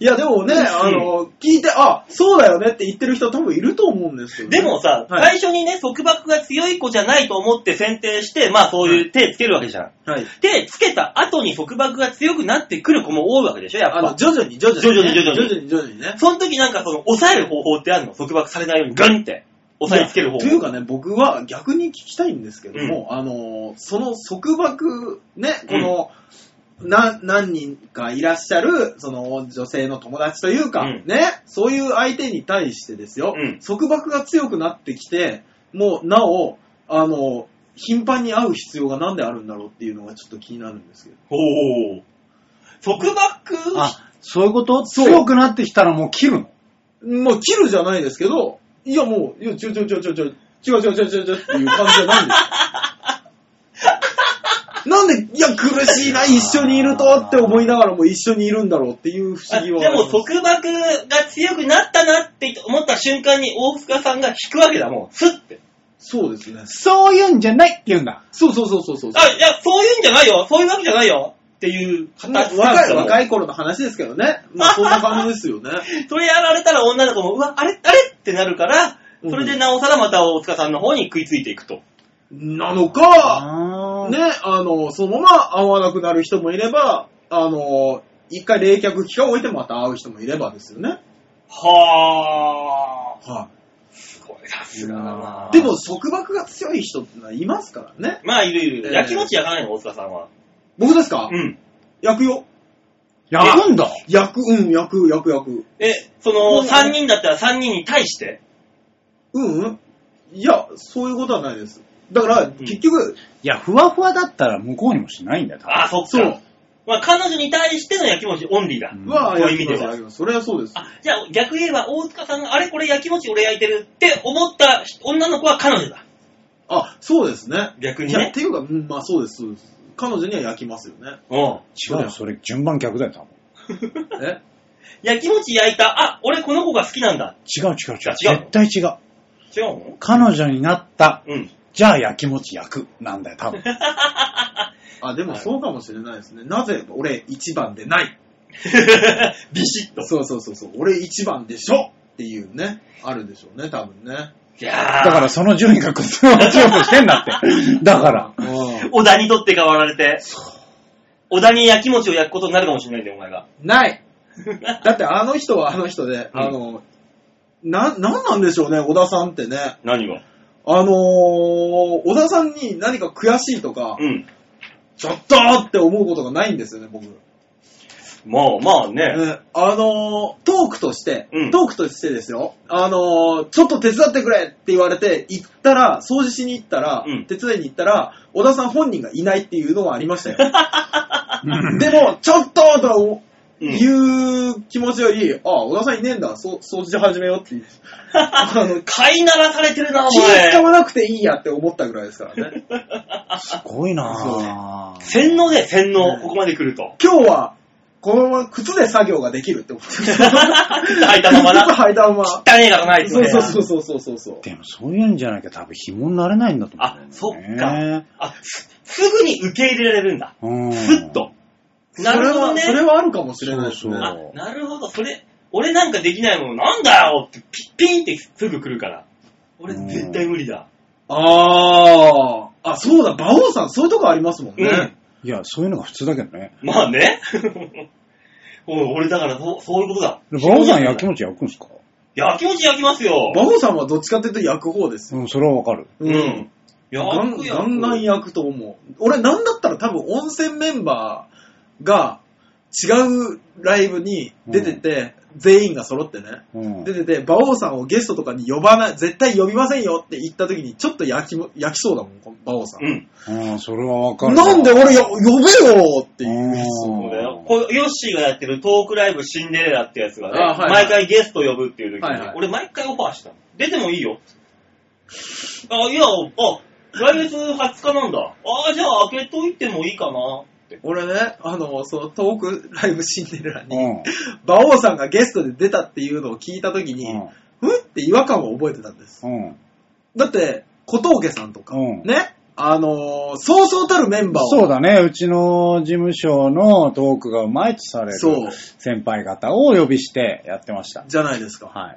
Speaker 3: いや、でもね、あの、聞いて、あ、そうだよねって言ってる人多分いると思うんですよ、ね。
Speaker 2: でもさ、
Speaker 3: はい。
Speaker 2: 最初にね、束縛が強い子じゃないと思って選定して、まあそういう手つけるわけじゃん。
Speaker 3: はい。
Speaker 2: 手つけた後に束縛が強くなってくる子も多いわけでしょ、やっ
Speaker 3: あの、
Speaker 2: ぱ。
Speaker 3: 徐々に徐々に、
Speaker 2: 徐々に徐々に
Speaker 3: 徐々に徐々にね。
Speaker 2: その時なんかその、抑える方法ってあるの束縛されないようにガンって、抑えつける方
Speaker 3: という
Speaker 2: 法。
Speaker 3: かね、僕は逆に聞きたいんですけども、あの、その束縛、ね、この、な何人かいらっしゃる、その女性の友達というか、
Speaker 2: うん
Speaker 3: ね、そういう相手に対してですよ、
Speaker 2: うん
Speaker 3: 束縛が強くなってきて、もうなお、あの、頻繁に会う必要がなんであるんだろうっていうのがちょっと気になるんですけど。
Speaker 2: おー。束縛
Speaker 4: あ、そういうこと
Speaker 3: そう
Speaker 4: 強くなってきたらもう切るの
Speaker 3: まあ、切るじゃないですけど、いやもう、いや、ちょちょちょちょちょ、違う違う違う違う違うっていう感じじゃないんですよなんで、いや、苦しいな、一緒にいるとって思いながらも一緒にいるんだろうっていう不
Speaker 2: あ
Speaker 3: 思
Speaker 2: で
Speaker 3: 議
Speaker 2: も
Speaker 3: はあります。
Speaker 2: 束縛が強くなったなって思った瞬間に大塚さんが引くわけだもん。スッて。
Speaker 3: そうですね。
Speaker 4: そういうんじゃないって言うんだ。
Speaker 3: そうそうそうそうそう。
Speaker 2: あ、いや、そういうんじゃないよ。そういうわけじゃないよ。っていう
Speaker 3: まあ
Speaker 2: 形
Speaker 3: 若い、若
Speaker 2: い。
Speaker 3: い頃の話ですけどね。まあ、そんな感じですよね。
Speaker 2: それやられたら女の子も、うわ、あれあれってなるから、それでなおさらまた大塚さんの方に食いついていくと。
Speaker 3: なのか、
Speaker 4: あー
Speaker 3: ね、あの、そのまま会わなくなる人もいれば、あの、一回冷却期間を置いてまた会う人もいればですよね。
Speaker 2: はぁ。
Speaker 3: はい。
Speaker 2: すごい、さすがだな
Speaker 3: でも束縛が強い人ってのはいますからね。
Speaker 2: まあ、いるいるい
Speaker 3: え
Speaker 2: る。
Speaker 3: ー
Speaker 2: やきもち焼かないの、大塚さんは。
Speaker 3: 僕ですか、
Speaker 2: うん。
Speaker 3: 焼くよ。
Speaker 4: やるんだ。
Speaker 3: 焼く、うん、焼く、焼く、焼く。
Speaker 2: え、そ
Speaker 3: うん
Speaker 2: の、3人だったら3人に対して。
Speaker 3: うん、うん。いや、そういうことはないです。だから、
Speaker 2: ん
Speaker 3: 結局、
Speaker 4: いや、ふわふわだったら向こうにもしないんだよ。多分
Speaker 2: あ、そっ
Speaker 3: そ
Speaker 2: か
Speaker 3: う。。
Speaker 2: まあ、彼女に対してのやきもちオンリーだ。
Speaker 4: うん
Speaker 3: は、
Speaker 2: そう
Speaker 3: や
Speaker 2: いう意味
Speaker 3: りま
Speaker 2: ですは
Speaker 3: やります。それはそうです。
Speaker 2: あ、じゃあ逆言えば、大塚さんが、あれこれやきもち俺焼いてるって思った女の子は彼女だ。
Speaker 3: あ、そうですね。
Speaker 2: 逆に
Speaker 3: いや、っ
Speaker 2: ね。
Speaker 3: ていうか、うんまあそうです、そうです。彼女には焼きますよ (laughs) ね。
Speaker 2: うん。
Speaker 4: 違うよ、それ順番逆だよ、多分。
Speaker 3: え
Speaker 2: やきもち焼いた、あ、俺この子が好きなんだ。
Speaker 4: 違う違う違う。
Speaker 2: いや違う
Speaker 4: 絶対違う。
Speaker 2: 違うの
Speaker 4: 彼女になった、
Speaker 2: (laughs) うん。
Speaker 4: じゃあやきもち焼く、なんだよ、多分。
Speaker 3: あ、でも
Speaker 4: はい
Speaker 3: そうかもしれないですね。なぜ俺一番でない
Speaker 2: ビシッと。
Speaker 3: そうそうそうそう。俺一番でしょっていうね、あるんでしょうね、多分ね。
Speaker 2: いやー
Speaker 4: だからその順位が崩れ落ちようとしてんだ
Speaker 3: (laughs)
Speaker 4: って。だから。
Speaker 3: うん
Speaker 2: 小田にとって代わられて。小田にやきもちを焼くことになるかもしれないんだよ、お前が。 (laughs)
Speaker 3: ないだってあの人はあの人で、
Speaker 2: うん
Speaker 3: あの、な、なんなんでしょうね、小田さんってね。
Speaker 2: 何が
Speaker 3: あのー、小田さんに何か悔しいとか、
Speaker 2: うん。
Speaker 3: ちょっとって思うことがないんですよね、僕。
Speaker 2: まあまあね。
Speaker 3: ねあのー、トークとして、
Speaker 2: うん
Speaker 3: トークとしてですよ、あのー、ちょっと手伝ってくれって言われて、行ったら、掃除しに行ったら、
Speaker 2: うん
Speaker 3: 手伝いに行ったら、小田さん本人がいないっていうのはありまし
Speaker 2: (laughs)
Speaker 3: たよ。
Speaker 4: うん
Speaker 3: でも、ちょっととは思う
Speaker 2: うん
Speaker 3: いう気持ちより、あ、小田さんいねえんだ、そう掃除始めよう
Speaker 2: (laughs)
Speaker 3: っていう。あの、
Speaker 2: 飼いならされてるな、お
Speaker 3: 気使
Speaker 2: 前。
Speaker 3: わなくていいやって思ったぐらいですからね。
Speaker 4: すごいなぁ。
Speaker 2: 洗脳で洗
Speaker 3: う
Speaker 2: 脳、
Speaker 3: ん
Speaker 2: ここまで来ると。 (laughs)
Speaker 3: 今日は、このまま靴で作業ができるって思って
Speaker 2: (laughs)
Speaker 3: ました。
Speaker 2: 靴履いたままな。 (laughs)
Speaker 3: 靴履いたまま。
Speaker 2: 汚ねえからないっつっ
Speaker 3: そう
Speaker 2: て。
Speaker 3: そうそうそうそうそう。
Speaker 4: でもそういうんじゃなきゃ多分紐になれないんだと思
Speaker 2: あ
Speaker 4: う、んだ
Speaker 2: そ
Speaker 4: よ
Speaker 2: っ
Speaker 4: ね。
Speaker 2: か。あ、すすぐに受け入れられるんだ。
Speaker 4: うん。
Speaker 2: ふっと。なるほどね。
Speaker 3: それは、それはあるかもしれないですね。
Speaker 4: そうそ
Speaker 2: あ、
Speaker 4: う
Speaker 2: なるほど。それ、俺なんかできないもの、なんだよって、ピッピンってすぐ来るから。俺
Speaker 4: うん
Speaker 2: 絶対無理だ。
Speaker 3: ああ、あ、そうだ、馬王さん、そういうとこありますもんね。
Speaker 2: うん
Speaker 4: いや、そういうのが普通だけどね。
Speaker 2: まあね。 (laughs) お俺だからそう、そういうことだ。
Speaker 4: で馬王さんやきもち焼くんすか
Speaker 2: やきもち焼きますよ。
Speaker 3: 馬王さんはどっちかっていうと焼く方ですよ。
Speaker 4: うん、それはわかる。
Speaker 2: う。ん。
Speaker 3: ガ
Speaker 2: 焼
Speaker 3: ン
Speaker 2: く
Speaker 3: ガンガン焼くと思う。俺、なんだったら多分温泉メンバーが違うライブに出てて、全員が揃ってね。
Speaker 4: うん。
Speaker 3: 出てて、馬王さんをゲストとかに呼ばない、絶対呼びませんよって言った時に、ちょっと焼きも、焼きそうだもん、この馬王さ
Speaker 2: う
Speaker 3: ん。
Speaker 2: ん。
Speaker 4: うん、それはわかる。
Speaker 3: なんで俺よ呼べよっていう。
Speaker 2: そうだよ。
Speaker 4: う
Speaker 2: こうヨッシーがやってるトークライブシンデレラってやつがね、
Speaker 3: あはい
Speaker 2: 毎回ゲスト呼ぶっていう時に、
Speaker 3: はいはい
Speaker 2: 俺毎回オファーしたの。出てもいいよ。あ、いや、あ、来月20日なんだ。あ、じゃあ開けといてもいいかなって。
Speaker 3: 俺ね、あの、そのトークライブシンデレラに、
Speaker 4: ん。
Speaker 3: 馬王さんがゲストで出たっていうのを聞いたときに、
Speaker 4: うん。
Speaker 3: ふんって違和感を覚えてたんです。
Speaker 4: うん。
Speaker 3: だって、小峠さんとか、
Speaker 4: うん
Speaker 3: ね、あのーそうそうたるメンバーを。
Speaker 4: そうだね。うちの事務所のトークがうまいとされる
Speaker 3: そう
Speaker 4: 先輩方をお呼びしてやってました。
Speaker 3: じゃないですか。
Speaker 4: は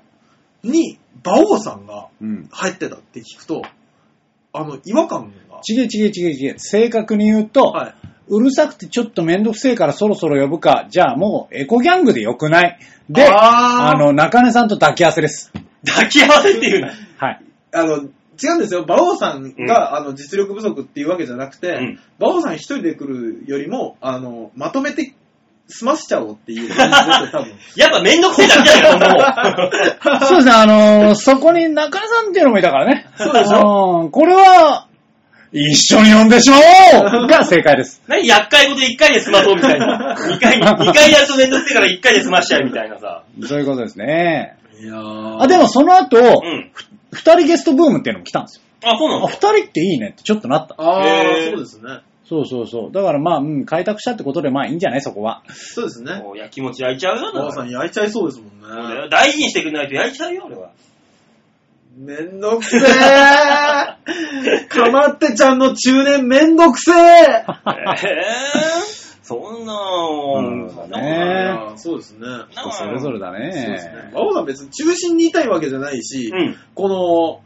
Speaker 4: い。
Speaker 3: に、馬王さんが
Speaker 4: うん。
Speaker 3: 入ってたって聞くと、あの、違和感が。
Speaker 4: ちげちげちげちげ。正確に言うと、
Speaker 3: はいう
Speaker 4: るさくてちょっとめんどくせえからそろそろ呼ぶか。じゃあもうエコギャングでよくない。で、
Speaker 3: あ
Speaker 4: あ
Speaker 3: ー
Speaker 4: の、中根さんと抱き合わせです。
Speaker 2: 抱き合わせっていうな。
Speaker 3: (laughs)
Speaker 4: はい。
Speaker 3: あの、違うんですよ。馬王さんが、あの、実力不足っていうわけじゃなくて、
Speaker 2: うん
Speaker 3: 馬王さん一人で来るよりも、あの、まとめて済ませちゃおうっていう感じ (laughs) で、多分。
Speaker 2: やっぱめんどくせえだけだよ、もう。
Speaker 4: そうですね、あのーそこに中根さんっていうのもいたからね。
Speaker 3: そうでしょ
Speaker 4: うんこれは、一緒に呼んでしま
Speaker 3: (laughs)
Speaker 4: おうが正解です。
Speaker 2: 何厄介事1回で済まそうみたいな。2回、二回やるとめんどくせえから1回で済ましちゃうみたいなさ。
Speaker 4: そういうことですね。
Speaker 3: いやー
Speaker 4: あ、でもその後、
Speaker 2: うん。
Speaker 4: 二人ゲストブームっていうのも来たんですよ。
Speaker 2: あ、そうな
Speaker 4: あ、
Speaker 2: の
Speaker 4: 二人っていいねってちょっとなった。
Speaker 3: あ
Speaker 2: へ
Speaker 3: ー
Speaker 2: ー
Speaker 3: そうですね。
Speaker 4: そうそうそう。だからまあ、うん、開拓したってことでまあいいんじゃないそこは。
Speaker 3: そうですね。
Speaker 2: もうやきもち焼いちゃうよ、
Speaker 3: 馬王さん焼いちゃいそうですもん
Speaker 2: そうだ
Speaker 3: ね。
Speaker 2: よ大事にしてくんないと焼いちゃうよ、俺は。
Speaker 3: めんどくせ (laughs) えかまってちゃんの中年めんどくせ (laughs) え
Speaker 2: えー、 (laughs) そんなもん、
Speaker 4: そ
Speaker 2: そんなもん
Speaker 4: うだね
Speaker 2: ないよ
Speaker 3: あーそうですね。
Speaker 2: そんなもんないよ
Speaker 4: (laughs) それぞれだ
Speaker 3: そうですね
Speaker 4: ね。。
Speaker 3: 馬王さん別に中心にいたいわけじゃないし、
Speaker 2: うん。
Speaker 3: こ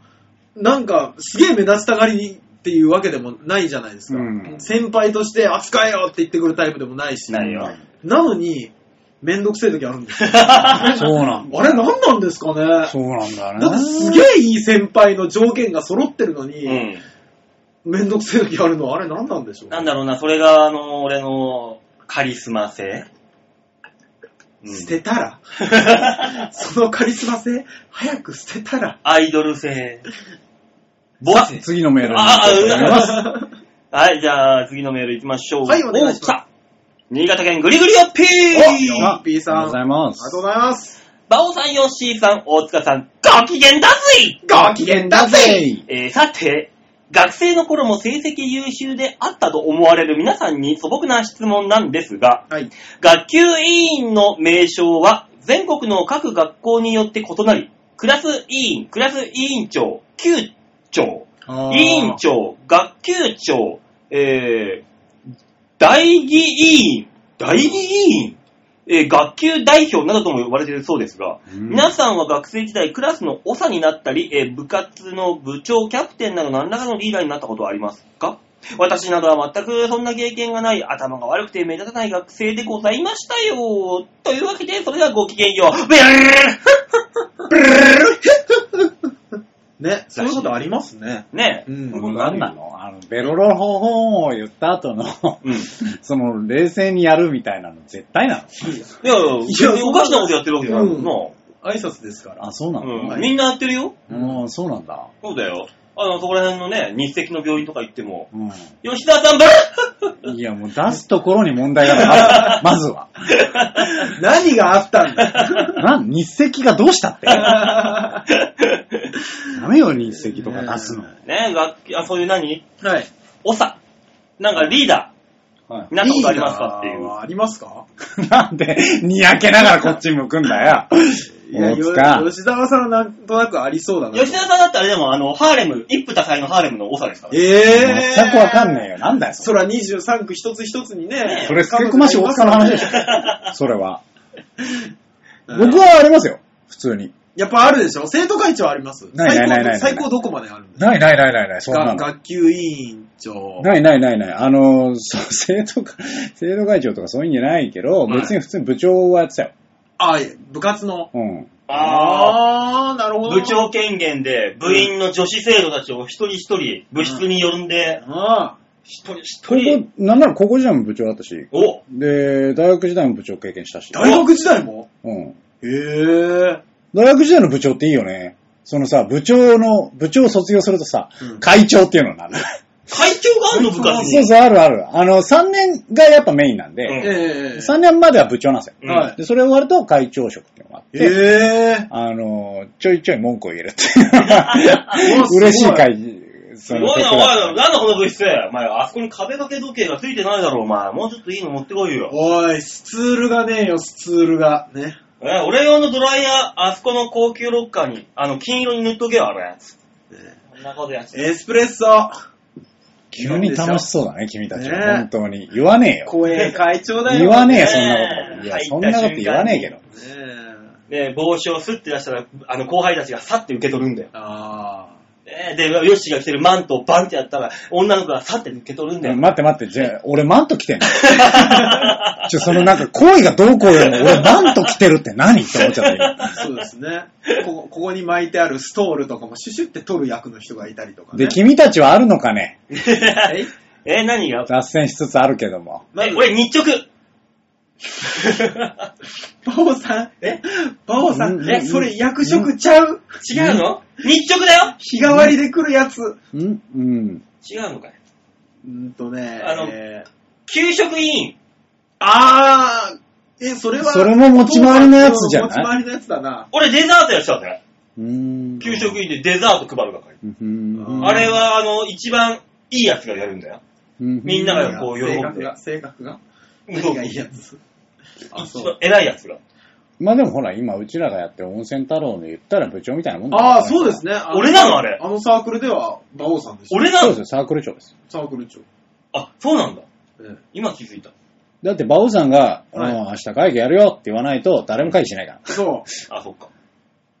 Speaker 3: の、なんか、すげえ目立ちたがりっていうわけでもないじゃないですか。
Speaker 4: うん
Speaker 3: 先輩として扱えよって言ってくるタイプでもないし。
Speaker 2: ないよ。
Speaker 3: なのに、めんどくせえ時あるんですよ。
Speaker 4: (laughs) そうなんだ。
Speaker 3: あれ何なんですかね
Speaker 4: そうなんだよね。
Speaker 3: だってすげえいい先輩の条件が揃ってるのに、
Speaker 2: う。
Speaker 3: めんどくせえ時あるのはあれ何なんでしょうん
Speaker 2: なんだろうな、それが、あの、俺のカリスマ性。うん
Speaker 3: 捨てたら、そのカリスマ性、早く捨てたら。
Speaker 2: アイドル性。ボス。
Speaker 4: 次のメールに
Speaker 2: ああ、う
Speaker 4: 行こうと思います。
Speaker 2: んはい、じゃあ、次のメール行きましょう。
Speaker 3: はいお願いします
Speaker 2: お来た新潟県ぐりぐりよっぴー
Speaker 3: およっぴーさん
Speaker 4: ありがとうござい
Speaker 3: あ
Speaker 4: ま
Speaker 3: りが
Speaker 4: す
Speaker 3: とう。ございます。
Speaker 2: バオさん、ヨッシーさん、大塚さん、ご機嫌だぜ
Speaker 3: ご機嫌だぜ
Speaker 2: えーさて、学生の頃も成績優秀であったと思われる皆さんに素朴な質問なんですが、
Speaker 3: はい。
Speaker 2: 学級委員の名称は全国の各学校によって異なり、クラス委員、クラス委員長、級長、委員長、学級長、えー代議委員、代議委員、えー学級代表などとも呼ばれているそうですが、
Speaker 4: うん
Speaker 2: 皆さんは学生時代クラスの長になったり、えー部活の部長、キャプテンなど何らかのリーダーになったことはありますか私などは全くそんな経験がない、頭が悪くて目立たない学生でございましたよ。というわけで、それではごきげんよう。ブルルルル
Speaker 3: ね、そういうことありますね。
Speaker 2: ねえ。
Speaker 3: うん
Speaker 4: 僕何なのあの、ベロロホホンを言った後の、 (laughs)
Speaker 2: うん。い
Speaker 4: その、冷静にやるみたいなの絶対なの
Speaker 2: やいや、別におかしなことやってるわけじゃないもんな。
Speaker 3: 挨拶ですから。
Speaker 4: あ、そうなの、
Speaker 2: うん、みんなやってるよ。
Speaker 4: うん、そうなんだ。
Speaker 2: そうだよ。あの、そこら辺のね、日赤の病院とか行っても、
Speaker 4: う
Speaker 2: 吉田さんば
Speaker 4: ん。いや、もう出すところに問題がある。まず (laughs) は。
Speaker 3: 何があったん
Speaker 4: (laughs)
Speaker 3: だ
Speaker 4: なん、日赤がどうしたって。ダメよ、日赤とか出すの。
Speaker 3: ね
Speaker 2: (laughs) ねえ、楽器、あ、そういう何
Speaker 3: はい。
Speaker 2: おさ。なんかリーダ
Speaker 4: は
Speaker 2: ーになったことありますかってい
Speaker 3: リーダー
Speaker 2: う。
Speaker 3: はありますか
Speaker 4: い、 (laughs) なんで、にやけながらこっち向くんだよ。
Speaker 3: いや、
Speaker 4: 大塚
Speaker 3: よ吉沢さんはなんとなくありそうだな。
Speaker 2: 吉田さんだったらでも、あの、ハーレム、一夫多妻のハーレムのおさですから。
Speaker 3: えー。
Speaker 4: 全くわかんないよ。なんだよ、そ
Speaker 3: そら23区一つ一つにね
Speaker 2: え。
Speaker 4: それ、すけこまし大塚の
Speaker 3: (laughs)
Speaker 4: 話でしょ。それは。
Speaker 3: うん
Speaker 4: 僕はありますよ。普通に。
Speaker 3: やっぱあるでしょ生徒会長あります。
Speaker 4: ないないないない
Speaker 3: 最高ど最高どこまであるんです
Speaker 4: ないないないないない、そん
Speaker 3: か
Speaker 4: な
Speaker 3: が
Speaker 4: の。
Speaker 3: 学級委員長。
Speaker 4: ないないないない。あの、そう (laughs) 生徒会、生徒会長とかそういうんじゃないけど、別に普通に部長はやってたよ。
Speaker 3: あ、いや部活の。
Speaker 4: うん。
Speaker 2: あ
Speaker 3: あー、なるほ
Speaker 2: あ。
Speaker 3: ど。
Speaker 2: 部長権限で、部員の女子生徒たちを一人一人、部室に呼んで、
Speaker 3: あ
Speaker 2: 一人一
Speaker 4: 高
Speaker 2: 人
Speaker 4: 校、、なんなら高校時代も部長だったし、
Speaker 2: お
Speaker 4: で、大学時代も部長経験したし
Speaker 3: ー。大学時代も
Speaker 4: うん。
Speaker 3: へえ。
Speaker 4: 大学時代の部長っていいよね。そのさ、部長の、部長を卒業するとさ、
Speaker 3: うん
Speaker 4: 会長っていうのになる。
Speaker 2: 会長があんの部活
Speaker 4: そう
Speaker 2: に。
Speaker 4: そう、あるある。あの、3年がやっぱメインなん
Speaker 2: うん
Speaker 4: で、
Speaker 3: ええ。
Speaker 4: 3年までは部長なんですよ。
Speaker 2: うん
Speaker 3: はい
Speaker 4: で、それ終わると会長職っていうのがあっ
Speaker 3: え
Speaker 4: て、
Speaker 3: え。
Speaker 4: あの、ちょいちょい文句を言えるっていう。嬉しい会議。
Speaker 2: す
Speaker 4: す
Speaker 2: ごいな、お前ら。なんだこの部室。お前、あそこに壁掛け時計がついてないだろ、お前。もうちょっといいの持ってこいよ。
Speaker 3: おい、スツールがねえよ、スツールが。ね。
Speaker 2: え、俺用のドライヤー、あそこの高級ロッカーに、あの、金色に塗っとけよ、あれ。こんなことやって
Speaker 3: エスプレッソ
Speaker 4: 急に楽しそうだね、君たち
Speaker 3: ね
Speaker 4: は。本当に。言わねえよ。
Speaker 3: 公園会長だよ。
Speaker 4: 言わねえ
Speaker 2: ね
Speaker 4: よ、そんなこと。いや、そんなこと言わねえけど。
Speaker 3: え。ねえ。
Speaker 2: ね、帽子をスッて出したら、あの、後輩たちがさって受け取るんだよ。
Speaker 3: あ
Speaker 2: ねで、ヨッシーが着てるマントをバンってやったら、女の子がさって受け取るんだよ。
Speaker 4: 待って待って、じゃあ、俺マント着てんの (laughs) ちょ、そのなんか、恋がどうこうよりも、俺マント着てるって何って思っちゃった今
Speaker 3: あ。そうですね。ここ、ここに巻いてあるストールとかもシュシュって取る役の人がいたりとかね。
Speaker 4: で、君たちはあるのかね
Speaker 3: はい
Speaker 2: え、何が
Speaker 4: 脱線しつつあるけども。
Speaker 3: ま
Speaker 2: え
Speaker 3: ず、
Speaker 2: 俺、日直。 (laughs)
Speaker 3: バオさん、えバオさ、
Speaker 4: うんん
Speaker 3: え、それ役職ちゃう
Speaker 2: 違うの日直だよ
Speaker 3: 日替わりで来るやつ。
Speaker 4: んうん。
Speaker 2: 違うのかい。
Speaker 3: うんとね、
Speaker 2: あの
Speaker 3: えー
Speaker 2: 給食委員。
Speaker 3: あー、え、それは、
Speaker 4: それも持ち回りのやつじゃない
Speaker 3: 持ち回りのやつだな。
Speaker 2: 俺、デザートやってたんだよ。
Speaker 4: うーん。
Speaker 2: 給食委員でデザート配る係。
Speaker 4: うん。
Speaker 2: あれは、あの、一番いいやつがやるんだよ。み
Speaker 4: み
Speaker 2: んながこう喜
Speaker 3: 性
Speaker 2: ん
Speaker 3: 格
Speaker 2: で
Speaker 3: が、。性格が。何がいいやつあ、
Speaker 2: 一
Speaker 3: そう
Speaker 2: 番。偉いやつが。
Speaker 4: まあでもほら、今、うちらがやってる温泉太郎の言ったら部長みたいなもんだから
Speaker 3: ああ、そうですね。あの
Speaker 2: 俺なのあれ
Speaker 3: あのサークルでは、馬王さんでした。
Speaker 2: 俺な
Speaker 4: そう
Speaker 2: の
Speaker 4: ですよ、サークル長です。
Speaker 3: サークル長。
Speaker 2: あ、そうなんだ。
Speaker 3: え
Speaker 2: 今気づいた。
Speaker 4: だって、馬王さんが、あ
Speaker 3: はい
Speaker 4: の明日会議やるよって言わないと、誰も会議しないから。
Speaker 3: えそう。
Speaker 2: あ、そっか。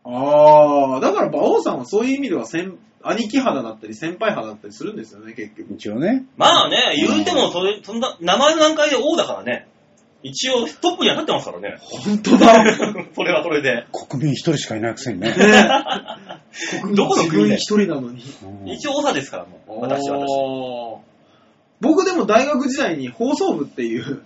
Speaker 3: ああ、だから馬王さんはそういう意味では先、兄貴肌だったり先輩肌だったりするんですよね、結局。
Speaker 4: 一応ね。
Speaker 2: まあね、言うてもそれ、そんな、名前の段階で王だからね。一応、トップには立ってますからね。
Speaker 3: 本当だ。
Speaker 2: (laughs) それはそれで。
Speaker 4: 国民一人しかいないくせにね。
Speaker 2: (laughs) どこの
Speaker 3: 自分
Speaker 2: 国で
Speaker 3: 一人なのに。
Speaker 4: うん
Speaker 2: 一応王さですから、もう。私は私。
Speaker 3: あー僕でも大学時代に放送部っていう、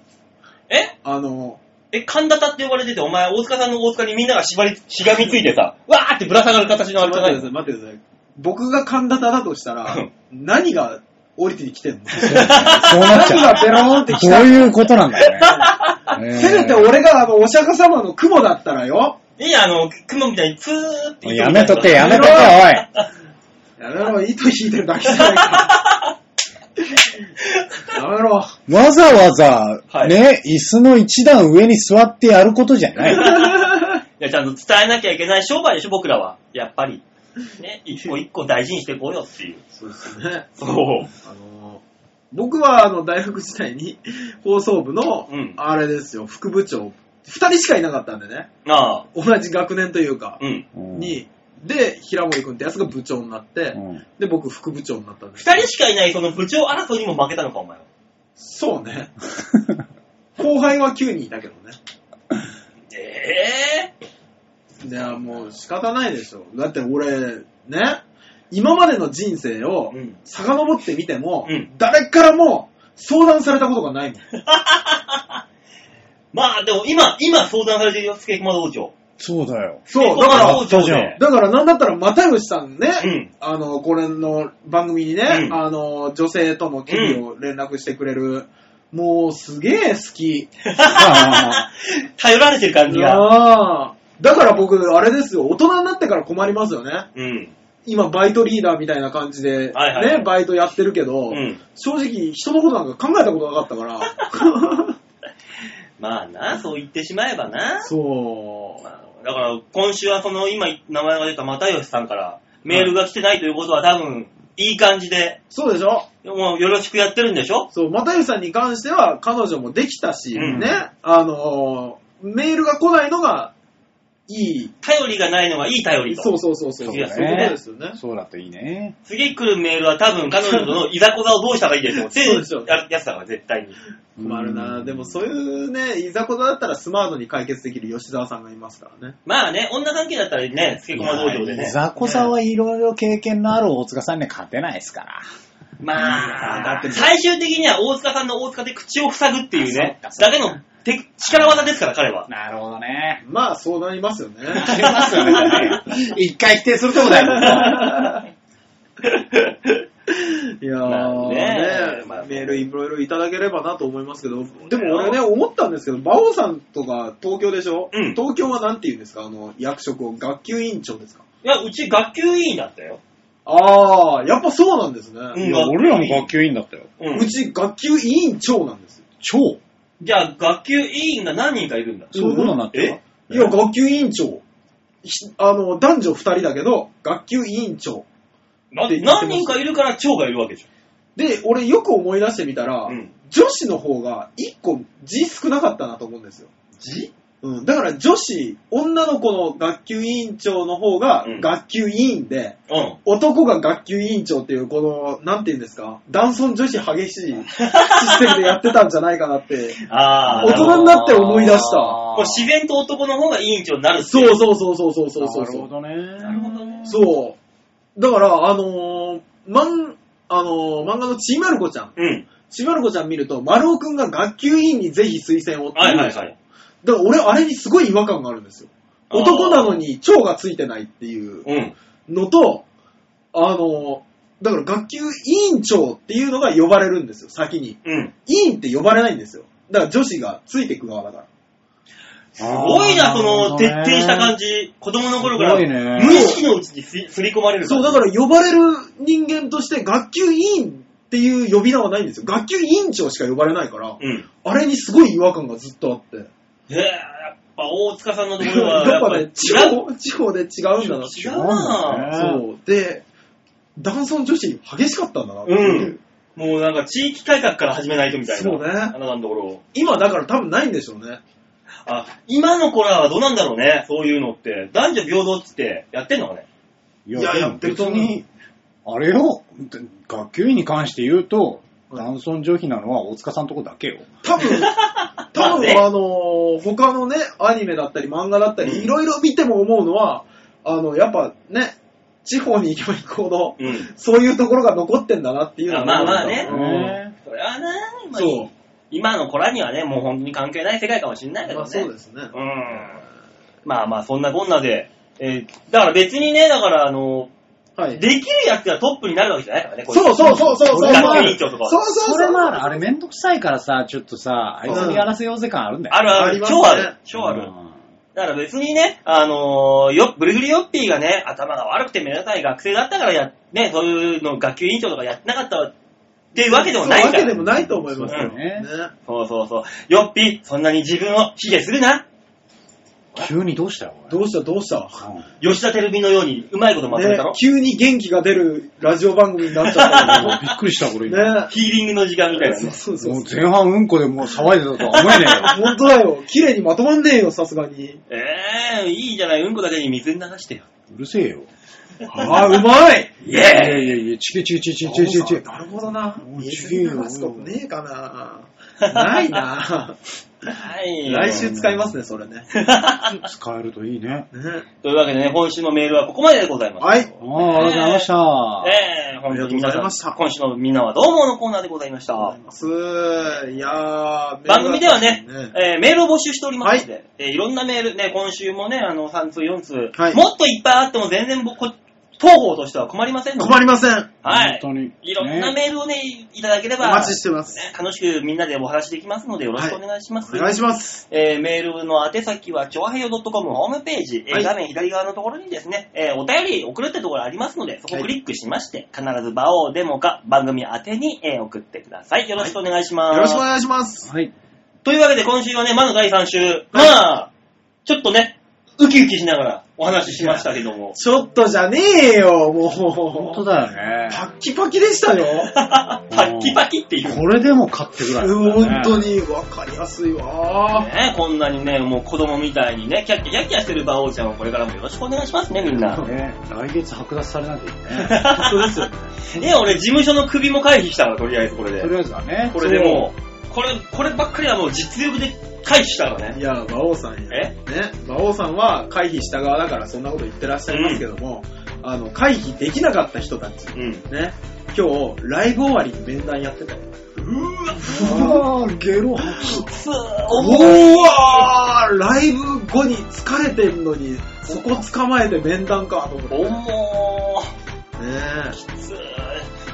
Speaker 2: え
Speaker 3: あの、
Speaker 2: え、神田田って呼ばれてて、お前、大塚さんの大塚にみんなが縛り、しがみついてさ、わーってぶら下がる形のあれじゃない
Speaker 3: 待ってください、待ってください。僕が神田田だとしたら、何が降りてきてんの。
Speaker 4: そうなっちゃう。
Speaker 3: 雲がベローンって来た
Speaker 4: そういうことなんだね。
Speaker 3: (laughs) せめて俺があの、お釈迦様の雲だったらよ。
Speaker 2: いいや、あの、雲みたいにプーって
Speaker 4: もうやめとけ、やめとけ、
Speaker 3: や
Speaker 4: おい。
Speaker 3: やめろ、糸引いてるだけじゃないか。や
Speaker 2: (laughs)
Speaker 3: めろ。
Speaker 4: わざわざ、
Speaker 2: はい
Speaker 4: ね、椅子の一段上に座ってやることじゃない。
Speaker 2: いや、ちゃんと伝えなきゃいけない商売でしょ、僕らは。やっぱり。ね、一個一個大事にしていこうよっていう。
Speaker 3: そうですね。
Speaker 2: そう。
Speaker 3: あの僕はあの大学時代に放送部の
Speaker 2: うん、
Speaker 3: あれですよ、副部長、二人しかいなかったんでね、
Speaker 2: なあ、
Speaker 3: 同じ学年というか、
Speaker 2: うん。
Speaker 4: うん
Speaker 3: に、で、平森君ってやつが部長になって、で、僕副部長になったんです。
Speaker 2: 二人しかいないその部長争いにも負けたのか、お前は。
Speaker 3: そうね。後輩は9人いたけどね。
Speaker 2: ええ
Speaker 3: いや、もう仕方ないでしょ。だって俺、ね、今までの人生を
Speaker 2: うん
Speaker 3: 遡ってみても、
Speaker 2: うん
Speaker 3: 誰からも相談されたことがないもん。
Speaker 2: まあ、でも今、今相談されてるよ、スケコマ道場。
Speaker 4: (laughs) そうだよ。
Speaker 3: そう、だか
Speaker 2: ス
Speaker 3: ら、
Speaker 2: ケコマ道場
Speaker 4: そうじゃん
Speaker 2: で。
Speaker 3: だからなんだったら、又吉さんね、
Speaker 2: うん
Speaker 3: あの、これの番組にね、
Speaker 2: うん
Speaker 3: あの、女性との距離を連絡してくれる、もうすげえ好き。
Speaker 4: あ
Speaker 2: 頼られてる感じが。
Speaker 3: ああだから僕、あれですよ、大人になってから困りますよね。
Speaker 2: うん。
Speaker 3: 今、バイトリーダーみたいな感じで、
Speaker 2: はいはいはい
Speaker 3: ね、バイトやってるけど、
Speaker 2: うん
Speaker 3: 正直、人のことなんか考えたことなかったから。
Speaker 2: まあな、そう言ってしまえばな。
Speaker 3: (laughs) そう。
Speaker 2: だから、今週はその、今、名前が出た又吉さんから、メールが来てないということは多分、いい感じで、
Speaker 3: そうでしょ
Speaker 2: もうよろしくやってるんでしょ
Speaker 3: そう、又吉さんに関しては、彼女もできたし、
Speaker 2: うん
Speaker 3: ね、あのーメールが来ないのが、いい。
Speaker 2: 頼りがないのがいい頼りと。
Speaker 3: そうそうそうそう。
Speaker 2: いや
Speaker 3: そういうことですよね
Speaker 4: あ。そうだといいね。
Speaker 2: 次来るメールは多分彼女とのいざこざをどうしたらいいでしょう。
Speaker 3: そうですよ
Speaker 2: ややつだから絶対に。
Speaker 3: 困るな
Speaker 4: うん
Speaker 3: でもそういうね、いざこざだったらスマートに解決できる吉沢さんがいますからね。
Speaker 2: まあね、女関係だったらね、つけ込ま道場で
Speaker 4: い
Speaker 2: ね。
Speaker 4: ざこざはいろいろ経験のある大塚さんには勝てないですから。
Speaker 2: まあ、
Speaker 3: だって
Speaker 2: 最終的には大塚さんの大塚で口を塞ぐっていうね、
Speaker 4: あそ
Speaker 2: だ
Speaker 4: っか
Speaker 2: け
Speaker 4: そっか
Speaker 2: の手力技ですから、彼
Speaker 4: (laughs)
Speaker 2: は。
Speaker 4: なるほどね。
Speaker 3: まあ、そうなりますよね。
Speaker 4: ありますよね。一回否定するとこだよ。
Speaker 3: いや
Speaker 2: まあ
Speaker 3: ー、
Speaker 2: ね
Speaker 3: ね
Speaker 2: まあ
Speaker 3: メールいろいろいただければなと思いますけど、でも俺ね、思ったんですけど、馬王さんとか東京でしょ、
Speaker 2: うん
Speaker 3: 東京はなんて言うんですかあの、役職を学級委員長ですか
Speaker 2: いや、うち学級委員だったよ。
Speaker 3: あー、やっぱそうなんですね。
Speaker 2: うん
Speaker 4: (laughs) いや、俺らも学級委員だったよ。
Speaker 2: う。
Speaker 3: うんうち学級委員長なんですよ。
Speaker 4: 超
Speaker 2: じゃあ、学級委員が何人かいるんだ。
Speaker 4: そういうことになってた
Speaker 3: えいや、学級委員長。ひあの、男女二人だけど、学級委員長。
Speaker 2: な
Speaker 3: って言ってます
Speaker 2: 何人かいるから長がいるわけじ
Speaker 3: で、俺よく思い出してみたら、
Speaker 2: うん
Speaker 3: 女子の方が一個字少なかったなと思うんですよ。
Speaker 4: 字
Speaker 3: うん、だから女子、女の子の学級委員長の方が
Speaker 2: うん
Speaker 3: 学級委員で、
Speaker 2: ゃん。うん。
Speaker 3: 男が学級委員長っていう、この、なんて言うんですか、男尊女子激しいシステムでやってたんじゃないかなって、
Speaker 2: ああ、
Speaker 3: 大人になって思い出した
Speaker 2: これ自然と男の方が委員長になるってい
Speaker 3: そうそうそうそうそうそうそう。
Speaker 4: なるほどね。な
Speaker 2: るほどね
Speaker 3: そう。だから、あのー、マン、あのー漫画のちいまる子ちゃん。
Speaker 2: うん。
Speaker 3: ちいまる子ちゃん見ると、丸尾くんが学級委員にぜひ推薦をって
Speaker 2: はい
Speaker 3: 言う
Speaker 2: は
Speaker 3: で
Speaker 2: い
Speaker 3: しょ
Speaker 2: はい。
Speaker 3: だから俺、あれにすごい違和感があるんですよ。
Speaker 2: あー
Speaker 3: 男なのに蝶がついてないっていう
Speaker 2: うん。
Speaker 3: のと、あの、だから学級委員長っていうのが呼ばれるんですよ、先に。
Speaker 2: うん。
Speaker 3: 委員って呼ばれないんですよ。だから女子がついてく側だから。
Speaker 4: す
Speaker 2: すごいな、その、徹底した感
Speaker 4: じ。
Speaker 2: じ。子供の頃から、
Speaker 4: すごいね
Speaker 2: 無意識のうちにすりすり込まれる。
Speaker 3: そう、だから呼ばれる人間として学級委員っていう呼び名はないんですよ。学級委員長しか呼ばれないから、
Speaker 2: うん。
Speaker 3: あれにすごい違和感がずっとあって。
Speaker 2: えー、やっぱ大塚さんのところは、
Speaker 3: (laughs) や
Speaker 2: やっ
Speaker 3: っぱ
Speaker 2: ぱ
Speaker 3: ね、地
Speaker 2: 違う。
Speaker 3: 方、地方で違うんだなって
Speaker 2: 違うな
Speaker 3: そう。で、男尊女子激しかったんだなって
Speaker 2: う
Speaker 3: いう。
Speaker 2: ん。もうなんか地域改革から始めないとみたいな。
Speaker 3: そうね
Speaker 2: あなたのところ。
Speaker 3: 今だから多分ないんでしょうね。
Speaker 2: あ、今の子らはどうなんだろうね、そういうのって。男女平等っつってやってんのかね。
Speaker 4: い
Speaker 3: いや
Speaker 4: や、で
Speaker 3: や
Speaker 4: も
Speaker 3: ってる
Speaker 4: 別
Speaker 3: と思う
Speaker 4: に、あれよ、学級委員に関して言うと、
Speaker 3: うん
Speaker 4: 男尊女卑なのは大塚さんとこだけよ。
Speaker 2: (laughs)
Speaker 3: 多分、多分あのー他のね、アニメだったり漫画だった
Speaker 2: うん
Speaker 3: り、いろいろ見ても思うのは、あの、やっぱね、地方に行けば行くほど、
Speaker 2: うん。
Speaker 3: そういうところが残ってんだなっていうのは
Speaker 2: あまあまあね
Speaker 3: うん
Speaker 2: それはな、まあ
Speaker 3: そう
Speaker 2: 今の子らにはね、もう本当に関係ない世界かもしれないけど
Speaker 3: ま
Speaker 2: ね。
Speaker 3: あそうですね。
Speaker 2: うん。まあまあ、そんなこんなで、えーだから別にね、だからあの、
Speaker 3: はい。
Speaker 2: できるやつがトップになるわけじゃないからね、こいつ
Speaker 3: そうそうそうそうそう。
Speaker 2: 学園委員長とかは
Speaker 3: そうそうそう。
Speaker 4: それもある。あれめんどくさいからさ、ちょっとさ、あいつにやらせようぜ感あるんだよ。
Speaker 2: あるあ
Speaker 3: あ
Speaker 2: る
Speaker 3: り、ますね
Speaker 2: 超ある、超あ
Speaker 4: う
Speaker 2: る。
Speaker 4: ん
Speaker 2: だから別にね、あのーよ、ブリグリヨッピーがね、頭が悪くて目立たない学生だったからや、ね、そういうの学級委員長とかやってなかったっていうわけでもない
Speaker 3: そう
Speaker 2: か
Speaker 3: わけで
Speaker 2: ら。
Speaker 3: もないと思います
Speaker 4: そう
Speaker 3: よ。
Speaker 4: ね
Speaker 3: ね。
Speaker 2: そうそうそう。ヨッピー、そんなに自分を卑下するな。
Speaker 4: 急にどうしたよ、おい
Speaker 3: どうしたどうした
Speaker 4: う
Speaker 2: 吉田照美のようにうまいことまとめ
Speaker 3: ね
Speaker 2: たろ、、
Speaker 3: 急に元気が出るラジオ番組になっちゃった
Speaker 4: んびっくりした、これ
Speaker 3: け
Speaker 4: 今 (laughs)
Speaker 3: ど。 (laughs) ね。
Speaker 2: ヒーリングの時間みたいな
Speaker 3: そ
Speaker 2: ね。
Speaker 3: うそうそう
Speaker 4: もう。前半うんこでもう騒いでたとは思えねえよ。
Speaker 3: (laughs) 本当だよ。綺麗にまとまんねえよ、さすがに。
Speaker 2: ええー、いいじゃない、うんこだけに水に流してよ。
Speaker 4: うるせえよ。
Speaker 3: ああ、うまい
Speaker 2: イ
Speaker 4: いやいやいやいや、ちげちげちげちげちげちげ。
Speaker 3: なるほどな。
Speaker 4: おい
Speaker 3: 水に流すことねえかな。ないな。
Speaker 2: はい。
Speaker 3: 来週使いますね、それね。
Speaker 4: 使えるといいね。
Speaker 3: ね
Speaker 2: というわけでね、今週のメールはここまででございます。
Speaker 3: はい。
Speaker 4: ああ、ありがとうございました。
Speaker 2: ええ本当に皆
Speaker 3: ありがとうござい
Speaker 2: さ
Speaker 3: ました
Speaker 2: ん、今週のみんなはどうものコーナーでございました。
Speaker 3: すーいやー、
Speaker 2: 番組ではね、
Speaker 3: (laughs) ね
Speaker 2: えーメールを募集しておりますので、えーいろんなメール、ね、今週もね、あの、3通、4通、
Speaker 3: はい
Speaker 2: もっといっぱいあっても全然僕、こ当方としては困りませんので、
Speaker 3: 困りません。
Speaker 2: はい。
Speaker 4: 本当に
Speaker 2: いろんな
Speaker 4: ね
Speaker 2: メールをね、いただけれ
Speaker 3: お
Speaker 2: ば、
Speaker 3: 待ちしてます。
Speaker 2: ね楽しくみんなでお話できますので、よろしくお願いします。
Speaker 3: お願いします。
Speaker 2: えーメールの宛先は、ちょはへよ .com ホームページ、えー
Speaker 3: はい
Speaker 2: 画面左側のところにですね、えーお便り送るってところありますので、そこをクリックしまして、必ず場をデモか番組宛てに、えー送ってください。よろしくお願いします。
Speaker 3: よろしくお願いします。
Speaker 4: はい。
Speaker 2: というわけで今週はね、まず第3週、まあ、ちょっとね、ウキウキしながらお話ししましたけども。
Speaker 3: ちょっとじゃねえよ、もう。
Speaker 4: 本当だよ
Speaker 3: パ
Speaker 4: ね。
Speaker 3: ッキパキでしたよ。
Speaker 2: パッキパキっていう。
Speaker 4: これでも買ってくらい、
Speaker 3: 本当。に分かりやすいわ。
Speaker 2: ね、こんなにね、もう子供みたいにね、キャッキャキャッキャしてる馬王ちゃんをこれからもよろしくお願いしますね、みんな。
Speaker 4: ね、来月剥奪されなきゃいけないね。
Speaker 3: 本当ですよ。
Speaker 2: ね、俺事務所の首も回避したから、とりあえずこれ
Speaker 4: (laughs)
Speaker 2: で。
Speaker 4: とりあえずはね。
Speaker 2: これでもう、これ、こればっかりはもう実力で回避したから
Speaker 3: い
Speaker 2: ね。
Speaker 3: や、馬王さんや。
Speaker 2: え
Speaker 3: ね、馬王さんは回避した側だからそんなこと言ってらっしゃいますけども、あの、回避できなかった人たち、
Speaker 2: うん。
Speaker 3: ね、今日、ライブ終わりに面談やってたよ。
Speaker 2: うわ、
Speaker 4: そう。うわーゲロ吐き。
Speaker 2: すー、
Speaker 3: おわーライブ後に疲れてんのに、そこ捕まえて面談かと思って。
Speaker 2: 重
Speaker 3: ね
Speaker 2: 重ー。
Speaker 3: え
Speaker 2: つー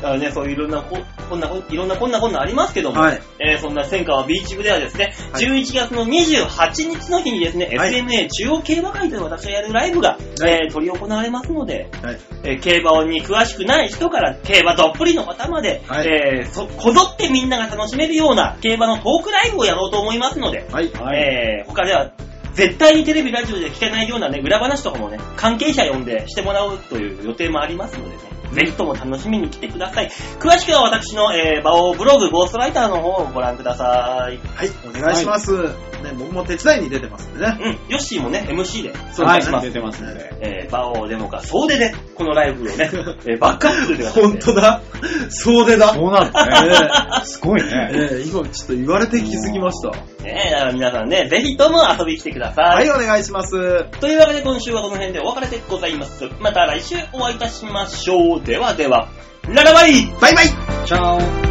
Speaker 2: だからね、そういういろんなこ、こんなこ、いろんなこんなこんなありますけども、
Speaker 3: はい
Speaker 2: えーそんな戦火は B チ部ではですね、
Speaker 3: はい
Speaker 2: 11月の28日の日にですね、
Speaker 3: はい
Speaker 2: SMA 中央競馬会という私がやるライブが、えー、取り行われますので、
Speaker 3: はい
Speaker 2: えー競馬に詳しくない人から競馬どっぷりの方まで、
Speaker 3: はい
Speaker 2: えーそこぞってみんなが楽しめるような競馬のトークライブをやろうと思いますので、
Speaker 3: はい。
Speaker 4: はい。
Speaker 2: えー他では絶対にテレビ、ラジオで聞けないようなね、裏話とかもね、関係者呼んでしてもらうという予定もありますのでね、ぜひとも楽しみに来てください。詳しくは私の、えー、バオブログ、ゴーストライターの方をご覧ください。
Speaker 3: はい、お願いします。ね、僕も手伝いに出てますんでね。
Speaker 2: うん、ヨッシーもね、MC で、
Speaker 3: そう
Speaker 2: お
Speaker 4: は
Speaker 2: 願
Speaker 4: い
Speaker 2: いしま
Speaker 4: 出
Speaker 2: す。
Speaker 4: てますんで。
Speaker 2: えー、バオデモか、総出で、このライブを
Speaker 3: (laughs)
Speaker 2: ね、えーバックアップするで
Speaker 3: 本当だ。総出だ。
Speaker 4: そうなるね。 (laughs) すごい
Speaker 3: え
Speaker 4: ね。
Speaker 3: え今ちょっと言われて気づきました。
Speaker 2: ねえだから皆さんね、ぜひとも遊びに来てくださ
Speaker 3: はい、お願いします。
Speaker 2: というわけで今週はこの辺でお別れでございます。また来週お会いいたしましょう。ではでは、ララバイ
Speaker 3: バイバイ
Speaker 4: チャオ。